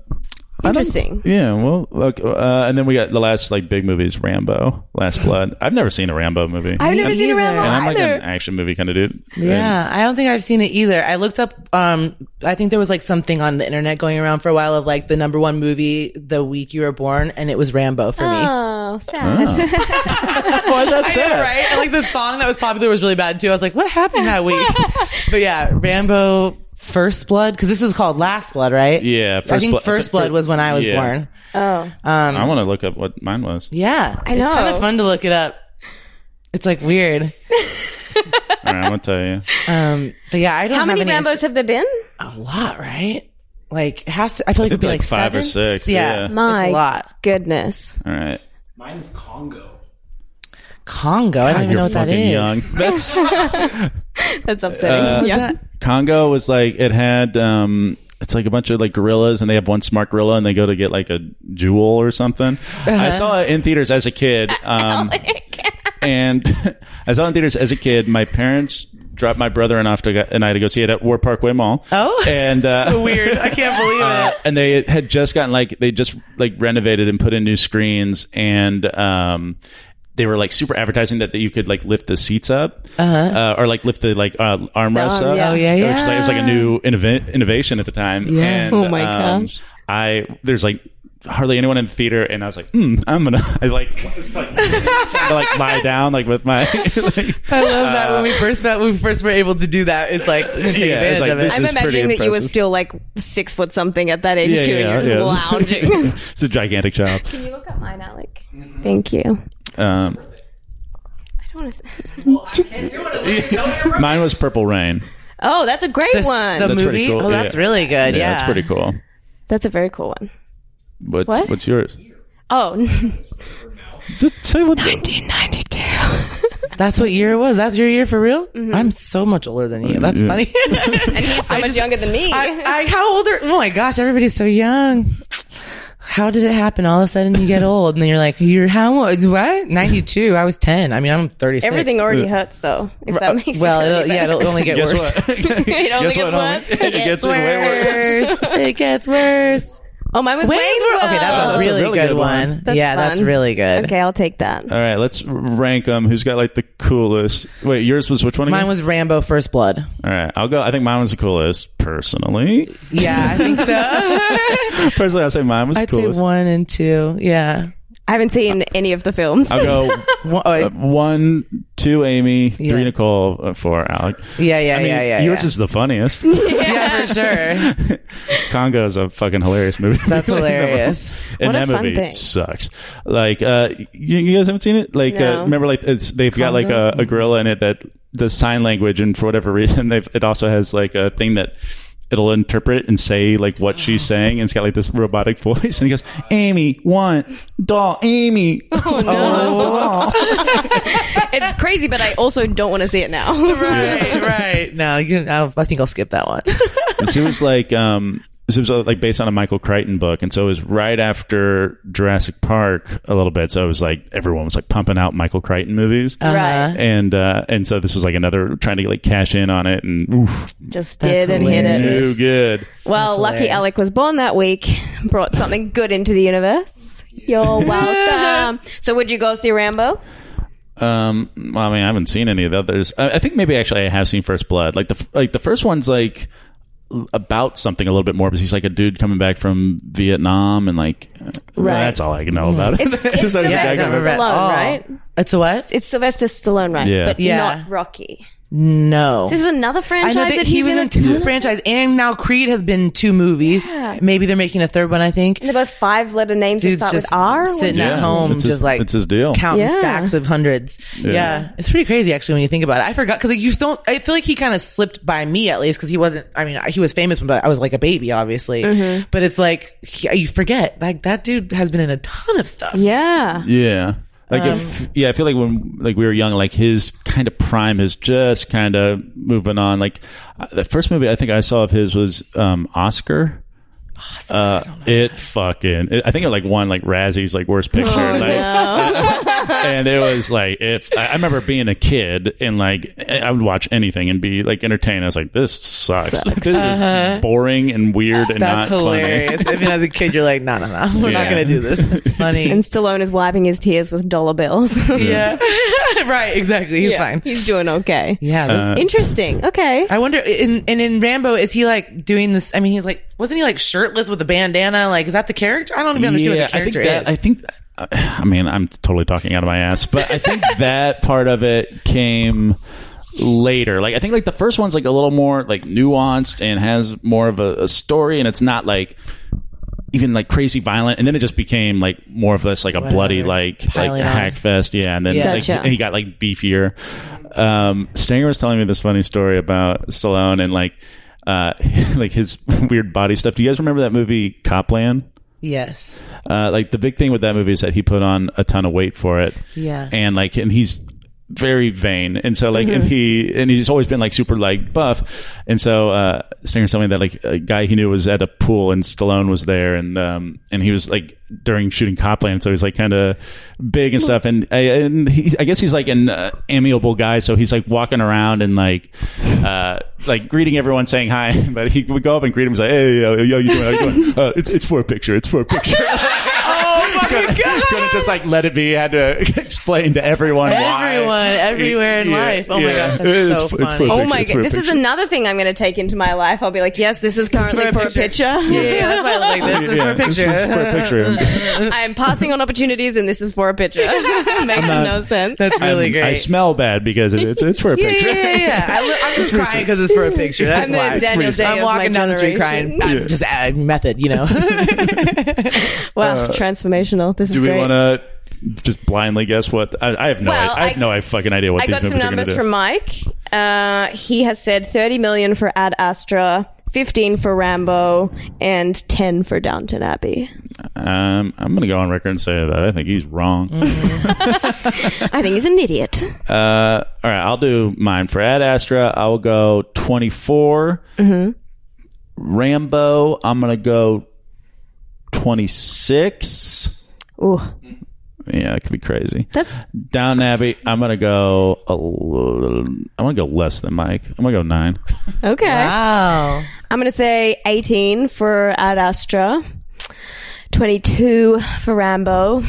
[SPEAKER 2] I don't-
[SPEAKER 3] Interesting.
[SPEAKER 2] Yeah, well, look, uh, and then we got the last like big movie is Rambo,
[SPEAKER 4] [gasps]
[SPEAKER 2] Last Blood. I've never seen a Rambo movie.
[SPEAKER 3] I've never
[SPEAKER 2] And-
[SPEAKER 3] seen a
[SPEAKER 4] either.
[SPEAKER 3] Rambo
[SPEAKER 2] and I'm like
[SPEAKER 3] either.
[SPEAKER 2] an action movie kind of dude. [laughs] And-
[SPEAKER 4] Yeah, I don't think I've seen it either. I looked up. Um, I think there was like something on the internet going around for a while of like the number one movie the week you were born, and it was Rambo for me.
[SPEAKER 3] oh, sad.
[SPEAKER 2] Why is that
[SPEAKER 4] I know,
[SPEAKER 2] sad?
[SPEAKER 4] right? And like the song that was popular was really bad too. I was like, what happened that
[SPEAKER 2] [laughs]
[SPEAKER 4] week? but yeah, Rambo First Blood, because this is called Last Blood, right?
[SPEAKER 2] Yeah,
[SPEAKER 4] I
[SPEAKER 2] First
[SPEAKER 4] think
[SPEAKER 2] Blood-
[SPEAKER 4] First
[SPEAKER 2] fir-
[SPEAKER 4] Blood was when I was
[SPEAKER 2] yeah.
[SPEAKER 4] born.
[SPEAKER 3] oh,
[SPEAKER 2] I want to look up what mine was.
[SPEAKER 4] Yeah. I
[SPEAKER 3] know.
[SPEAKER 4] It's kind of fun to look it up. It's like weird.
[SPEAKER 2] All right, I'm gonna tell you.
[SPEAKER 4] Um, but yeah, I don't
[SPEAKER 3] how
[SPEAKER 4] have
[SPEAKER 3] many
[SPEAKER 4] any
[SPEAKER 3] Rambo's have there been?
[SPEAKER 4] A lot, right? Like, it has to, I feel like it'd be like,
[SPEAKER 2] five or
[SPEAKER 4] seven.
[SPEAKER 2] six, yeah.
[SPEAKER 4] Yeah.
[SPEAKER 3] My
[SPEAKER 4] It's a lot.
[SPEAKER 3] goodness.
[SPEAKER 2] All right.
[SPEAKER 7] Mine's Congo.
[SPEAKER 4] Congo. I don't even know what that is. [laughs]
[SPEAKER 2] That's
[SPEAKER 3] That's upsetting.
[SPEAKER 4] Uh,
[SPEAKER 3] [laughs] yeah.
[SPEAKER 2] Congo was like it had um it's like a bunch of like gorillas and they have one smart gorilla and they go to get like a jewel or something.
[SPEAKER 4] Uh-huh.
[SPEAKER 2] I saw it in theaters as a
[SPEAKER 4] [laughs]
[SPEAKER 2] kid. Um and [laughs] I saw it in theaters as a kid. My parents dropped my brother and off to go, and I had to go see it at War Parkway Mall.
[SPEAKER 4] Oh.
[SPEAKER 2] And uh
[SPEAKER 4] Weird.
[SPEAKER 2] [laughs]
[SPEAKER 4] I can't believe
[SPEAKER 2] uh, and they had just gotten like they just like renovated and put in new screens and um they were like super advertising that, that you could like lift the seats up uh, or like lift the like uh, armrests
[SPEAKER 3] arm,
[SPEAKER 2] up.
[SPEAKER 3] yeah. Oh,
[SPEAKER 4] yeah,
[SPEAKER 2] It was, just, like, it was like a
[SPEAKER 4] yeah.
[SPEAKER 2] new innova- innovation at the time. Yeah. And,
[SPEAKER 3] Oh, my
[SPEAKER 2] um,
[SPEAKER 3] gosh.
[SPEAKER 2] I there's like hardly anyone in the theater, and I was like, hmm, I'm gonna [laughs] I like, was, like, I, [laughs] like lie down like with my [laughs] like,
[SPEAKER 4] I love that when we first met, when we first were able to do that. It's like, take
[SPEAKER 2] Uh, Yeah,
[SPEAKER 4] advantage
[SPEAKER 2] it's like
[SPEAKER 4] of it.
[SPEAKER 2] this
[SPEAKER 3] I'm
[SPEAKER 2] is pretty
[SPEAKER 3] imagining that you were
[SPEAKER 2] impressive.
[SPEAKER 3] still like six foot something at that age too, and you're just lounging.
[SPEAKER 2] it's a gigantic job.
[SPEAKER 3] Can you look up mine, Alec?
[SPEAKER 4] Mm-hmm.
[SPEAKER 3] Thank you. I
[SPEAKER 2] Um,
[SPEAKER 3] don't want to.
[SPEAKER 2] mine was Purple Rain.
[SPEAKER 3] Oh, that's a great
[SPEAKER 4] the,
[SPEAKER 3] one.
[SPEAKER 4] the
[SPEAKER 2] That's pretty
[SPEAKER 4] movie.
[SPEAKER 2] cool,
[SPEAKER 4] Oh, that's
[SPEAKER 2] yeah.
[SPEAKER 4] really good. Yeah,
[SPEAKER 2] Yeah, that's pretty cool.
[SPEAKER 3] that's a very cool one.
[SPEAKER 2] What,
[SPEAKER 3] What?
[SPEAKER 2] What's yours?
[SPEAKER 3] Oh, [laughs]
[SPEAKER 2] Just say what.
[SPEAKER 3] 1992.
[SPEAKER 4] That's what year it was. That's your year for real. I'm so much older than you. That's
[SPEAKER 2] Uh, Yeah. [laughs]
[SPEAKER 4] funny.
[SPEAKER 3] and
[SPEAKER 4] [laughs]
[SPEAKER 3] he's so much younger than me.
[SPEAKER 4] I, I, how old are? Oh my gosh, everybody's so young. How did it happen? All of a sudden, you get old, and then you're like, "You're how old? What? Ninety two? I was ten. I mean, I'm thirty six.
[SPEAKER 3] Everything already hurts though. If that makes
[SPEAKER 4] uh, Well,
[SPEAKER 3] it
[SPEAKER 4] it'll, yeah, it'll only get
[SPEAKER 2] Guess
[SPEAKER 4] worse.
[SPEAKER 2] what?
[SPEAKER 3] [laughs] it only
[SPEAKER 2] Guess what,
[SPEAKER 3] gets
[SPEAKER 2] homie?
[SPEAKER 3] worse.
[SPEAKER 2] [laughs] It gets way [laughs] worse.
[SPEAKER 4] Worse. it gets worse.
[SPEAKER 3] Oh, mine was Wayne's,
[SPEAKER 4] Wayne's World.
[SPEAKER 3] World.
[SPEAKER 4] Okay, that's a
[SPEAKER 2] That's a
[SPEAKER 4] really,
[SPEAKER 2] really
[SPEAKER 4] good,
[SPEAKER 2] good
[SPEAKER 4] one.
[SPEAKER 2] one.
[SPEAKER 3] That's
[SPEAKER 4] yeah, that's
[SPEAKER 3] fun.
[SPEAKER 4] really good.
[SPEAKER 3] okay. I'll take that.
[SPEAKER 4] Uh,
[SPEAKER 2] All right, let's rank them. Who's got like the coolest? Wait, yours was which one? Again?
[SPEAKER 4] Mine was Rambo: First Blood.
[SPEAKER 2] All right, I'll go. I think mine was the coolest, personally. [laughs]
[SPEAKER 4] Yeah, I think [laughs] so.
[SPEAKER 2] Personally, I'll say mine was the
[SPEAKER 4] I'd say
[SPEAKER 2] coolest.
[SPEAKER 4] one and two. Yeah.
[SPEAKER 3] I haven't seen any of the films.
[SPEAKER 2] I'll go
[SPEAKER 4] One, oh,
[SPEAKER 2] uh, one, two, Amy,
[SPEAKER 4] Yeah.
[SPEAKER 2] three, Nicole, uh, four, Alec.
[SPEAKER 4] yeah, yeah,
[SPEAKER 2] I mean,
[SPEAKER 4] yeah, yeah.
[SPEAKER 2] yours
[SPEAKER 4] yeah.
[SPEAKER 2] is the funniest.
[SPEAKER 4] [laughs] yeah, for
[SPEAKER 2] [laughs]
[SPEAKER 4] sure.
[SPEAKER 2] Congo is a fucking hilarious movie. [laughs]
[SPEAKER 4] That's hilarious.
[SPEAKER 2] And
[SPEAKER 3] What a
[SPEAKER 2] that
[SPEAKER 3] fun
[SPEAKER 2] movie
[SPEAKER 3] thing.
[SPEAKER 2] sucks. Like, uh, you, you guys haven't seen it? Like,
[SPEAKER 3] No.
[SPEAKER 2] uh, remember, like it's, they've got like a, a gorilla in it that does sign language, and for whatever [laughs] reason, they've it also has like a thing that it'll interpret and say like what she's saying, and it's got like this robotic [laughs] voice, and he goes, "Amy, one doll,
[SPEAKER 4] [laughs]
[SPEAKER 2] Amy, oh, doll."
[SPEAKER 3] [laughs] it's crazy, but I also don't want to see it now.
[SPEAKER 4] [laughs] Right, right. No, you. can- I'll, I think I'll skip that one. [laughs]
[SPEAKER 2] And so it was like um so it was uh, like based on a Michael Crichton book, and so it was right after Jurassic Park a little bit. So it was like everyone was like pumping out Michael Crichton movies,
[SPEAKER 3] Oh. Right.
[SPEAKER 2] and uh, and so this was like another trying to like cash in on it, and oof,
[SPEAKER 3] Just
[SPEAKER 4] That's
[SPEAKER 3] didn't hit
[SPEAKER 4] hilarious.
[SPEAKER 3] it.
[SPEAKER 2] too good.
[SPEAKER 3] Well, lucky
[SPEAKER 4] hilarious.
[SPEAKER 3] Alec was born that week, brought something good into the universe.
[SPEAKER 4] [laughs]
[SPEAKER 3] You're welcome. so, would you go see Rambo?
[SPEAKER 2] Um, well, I mean, I haven't seen any of the others. I, I think maybe actually I have seen First Blood. Like the f- like the first one's like l- about something a little bit more because he's like a dude coming back from Vietnam and like uh,
[SPEAKER 3] Right. Mm-hmm.
[SPEAKER 2] that's all I know about it. [laughs]
[SPEAKER 3] It's,
[SPEAKER 2] It's
[SPEAKER 3] it's
[SPEAKER 2] just that
[SPEAKER 3] Sylvester
[SPEAKER 2] he's a guy
[SPEAKER 4] Sylvester
[SPEAKER 2] coming
[SPEAKER 3] Stallone,
[SPEAKER 2] back.
[SPEAKER 4] Stallone. Oh.
[SPEAKER 3] right?
[SPEAKER 4] It's a what?
[SPEAKER 3] It's Sylvester Stallone, right?
[SPEAKER 2] Yeah.
[SPEAKER 3] But
[SPEAKER 4] Yeah.
[SPEAKER 3] not Rocky.
[SPEAKER 4] no.
[SPEAKER 3] This is another
[SPEAKER 4] I
[SPEAKER 3] franchise
[SPEAKER 4] know that
[SPEAKER 3] that
[SPEAKER 4] he
[SPEAKER 3] he's
[SPEAKER 4] was
[SPEAKER 3] in.
[SPEAKER 4] in two franchise, and now Creed has been two movies.
[SPEAKER 3] Yeah.
[SPEAKER 4] Maybe they're making a third one. I think.
[SPEAKER 3] They're both five letter names that
[SPEAKER 4] Dude's
[SPEAKER 3] start
[SPEAKER 4] just
[SPEAKER 3] with R.
[SPEAKER 4] sitting
[SPEAKER 2] Yeah.
[SPEAKER 4] at home,
[SPEAKER 2] It's
[SPEAKER 4] just
[SPEAKER 2] his-
[SPEAKER 4] like
[SPEAKER 2] it's his deal.
[SPEAKER 4] counting
[SPEAKER 3] Yeah.
[SPEAKER 4] stacks of hundreds. Yeah. it's pretty crazy actually when you think about it. I forgot because like, you don't. I feel like he kind of slipped by me at least because he wasn't. I mean, he was famous, but I was like a baby, obviously.
[SPEAKER 3] Mm-hmm.
[SPEAKER 4] But it's like he, you forget like that dude has been in a ton of stuff.
[SPEAKER 3] Yeah.
[SPEAKER 2] Yeah. Like if yeah, I feel like when like we were young, like his kind of prime is just kind of moving on. Like uh, the first movie I think I saw of his was um, Oscar. Uh, it fucking. It, I think it like won like Razzie's like worst picture, like, [laughs] and it was like if I, I remember being a kid and like I would watch anything and be like entertained. I was like, this sucks. This is boring and weird and
[SPEAKER 4] That's
[SPEAKER 2] not
[SPEAKER 4] hilarious.
[SPEAKER 2] funny.
[SPEAKER 4] I mean, as a kid, you're like, no, no, no, [laughs] we're not
[SPEAKER 2] Yeah.
[SPEAKER 4] gonna do this. That's funny.
[SPEAKER 3] And Stallone is wiping his tears with dollar bills. [laughs]
[SPEAKER 4] yeah, [laughs] right. Exactly. He's fine.
[SPEAKER 3] He's doing okay.
[SPEAKER 4] yeah,
[SPEAKER 2] Uh,
[SPEAKER 4] this
[SPEAKER 3] Interesting. Okay.
[SPEAKER 4] I wonder. In, and in Rambo, is he like doing this? I mean, he's like, wasn't he like shirtless with a bandana? Like, is that the character? I don't even understand what the
[SPEAKER 2] I think
[SPEAKER 4] character
[SPEAKER 2] that,
[SPEAKER 4] is.
[SPEAKER 2] I think, I mean, I'm totally talking out of my ass, but I
[SPEAKER 4] [laughs]
[SPEAKER 2] think that part of it came later. Like, I think like the first one's like a little more like nuanced and has more of a, a story, and it's not like even like crazy violent. And then it just became like more of this like a bloody like
[SPEAKER 4] Piling
[SPEAKER 2] like
[SPEAKER 4] on.
[SPEAKER 2] hack fest, yeah. And then
[SPEAKER 4] Yeah.
[SPEAKER 2] like,
[SPEAKER 3] Gotcha.
[SPEAKER 2] and he got like beefier. Um, Stanger was telling me this funny story about Stallone and like. Uh, [laughs] like his weird body stuff. Do you guys remember that movie Copland?
[SPEAKER 4] yes.
[SPEAKER 2] uh, like the big thing with that movie is that he put on a ton of weight for it.
[SPEAKER 4] Yeah.
[SPEAKER 2] And like, and he's very vain. And so like, and he, and he's always been like super like buff. And so, uh, Singer told me that like a guy he knew was at a pool and Stallone was there and, um, and he was like during shooting Copland. So he's like kind of big and stuff. And, I- and he's, I guess he's like an uh, amiable guy. So he's like walking around and like, uh, like greeting everyone saying hi. [laughs] But he would go up and greet him. He's like, Hey, yo, yo, you doing? How you doing? Uh, it's, it's for a picture. It's for a picture. couldn't, couldn't just like let it be. Had to [laughs] explain to everyone, [laughs] why.
[SPEAKER 4] Everyone, everywhere in
[SPEAKER 2] Yeah,
[SPEAKER 4] life. Oh my
[SPEAKER 2] yeah.
[SPEAKER 4] gosh, that's
[SPEAKER 2] It's
[SPEAKER 4] so
[SPEAKER 2] f- it's
[SPEAKER 4] funny.
[SPEAKER 2] for-
[SPEAKER 3] Oh
[SPEAKER 2] picture,
[SPEAKER 3] my
[SPEAKER 2] it's
[SPEAKER 3] god!
[SPEAKER 2] for a
[SPEAKER 3] This is
[SPEAKER 2] picture.
[SPEAKER 3] another thing I'm going to take into my life. I'll be like, yes, this is currently for a picture.
[SPEAKER 4] Yeah, Oh,
[SPEAKER 3] [laughs]
[SPEAKER 4] yeah, that's why I look like this. It's
[SPEAKER 2] Yeah,
[SPEAKER 4] for a
[SPEAKER 2] it's- it's for
[SPEAKER 4] picture.
[SPEAKER 2] a picture.
[SPEAKER 3] I'm passing on opportunities, and this is for a picture. Makes
[SPEAKER 2] not-
[SPEAKER 3] no sense.
[SPEAKER 4] [laughs] That's really
[SPEAKER 2] I'm-
[SPEAKER 4] great.
[SPEAKER 2] I smell bad because it, it's it's for a
[SPEAKER 4] yeah,
[SPEAKER 2] picture.
[SPEAKER 4] yeah, yeah, yeah. I look, I'm just crying because it's for
[SPEAKER 2] [laughs]
[SPEAKER 4] a picture.
[SPEAKER 3] [laughs]
[SPEAKER 4] That's
[SPEAKER 3] I'm the
[SPEAKER 4] why.
[SPEAKER 3] Daniel Day
[SPEAKER 4] I'm
[SPEAKER 3] of my
[SPEAKER 4] walking down the street
[SPEAKER 3] generation.
[SPEAKER 4] crying. I'm just uh, method,
[SPEAKER 2] [laughs]
[SPEAKER 4] you know. [laughs]
[SPEAKER 3] Wow, transformational. This is
[SPEAKER 2] Do we
[SPEAKER 3] great.
[SPEAKER 2] want to just blindly guess what? I, I have no.
[SPEAKER 3] Well,
[SPEAKER 2] I, I have
[SPEAKER 3] I-
[SPEAKER 2] no fucking idea what
[SPEAKER 3] I
[SPEAKER 2] these
[SPEAKER 3] got some
[SPEAKER 2] movies are going to
[SPEAKER 3] numbers
[SPEAKER 2] do.
[SPEAKER 3] from Mike. Uh, he has said 30 million for Ad Astra, 15 for Rambo, and 10 for Downton Abbey.
[SPEAKER 2] um, I'm going to go on record and say that I think he's wrong.
[SPEAKER 3] I think he's an idiot.
[SPEAKER 2] Uh, all right, I'll do mine for Ad Astra. I will go 24. Rambo. I'm going to go 26.
[SPEAKER 3] Ooh,
[SPEAKER 2] Yeah, it could be crazy.
[SPEAKER 3] that's
[SPEAKER 2] Down Abbey, I'm gonna go. A little, I'm gonna go less than Mike. I'm gonna go nine.
[SPEAKER 3] okay.
[SPEAKER 2] Oh.
[SPEAKER 4] wow.
[SPEAKER 3] I'm going to say 18 for Ad Astra, 22 for Rambo,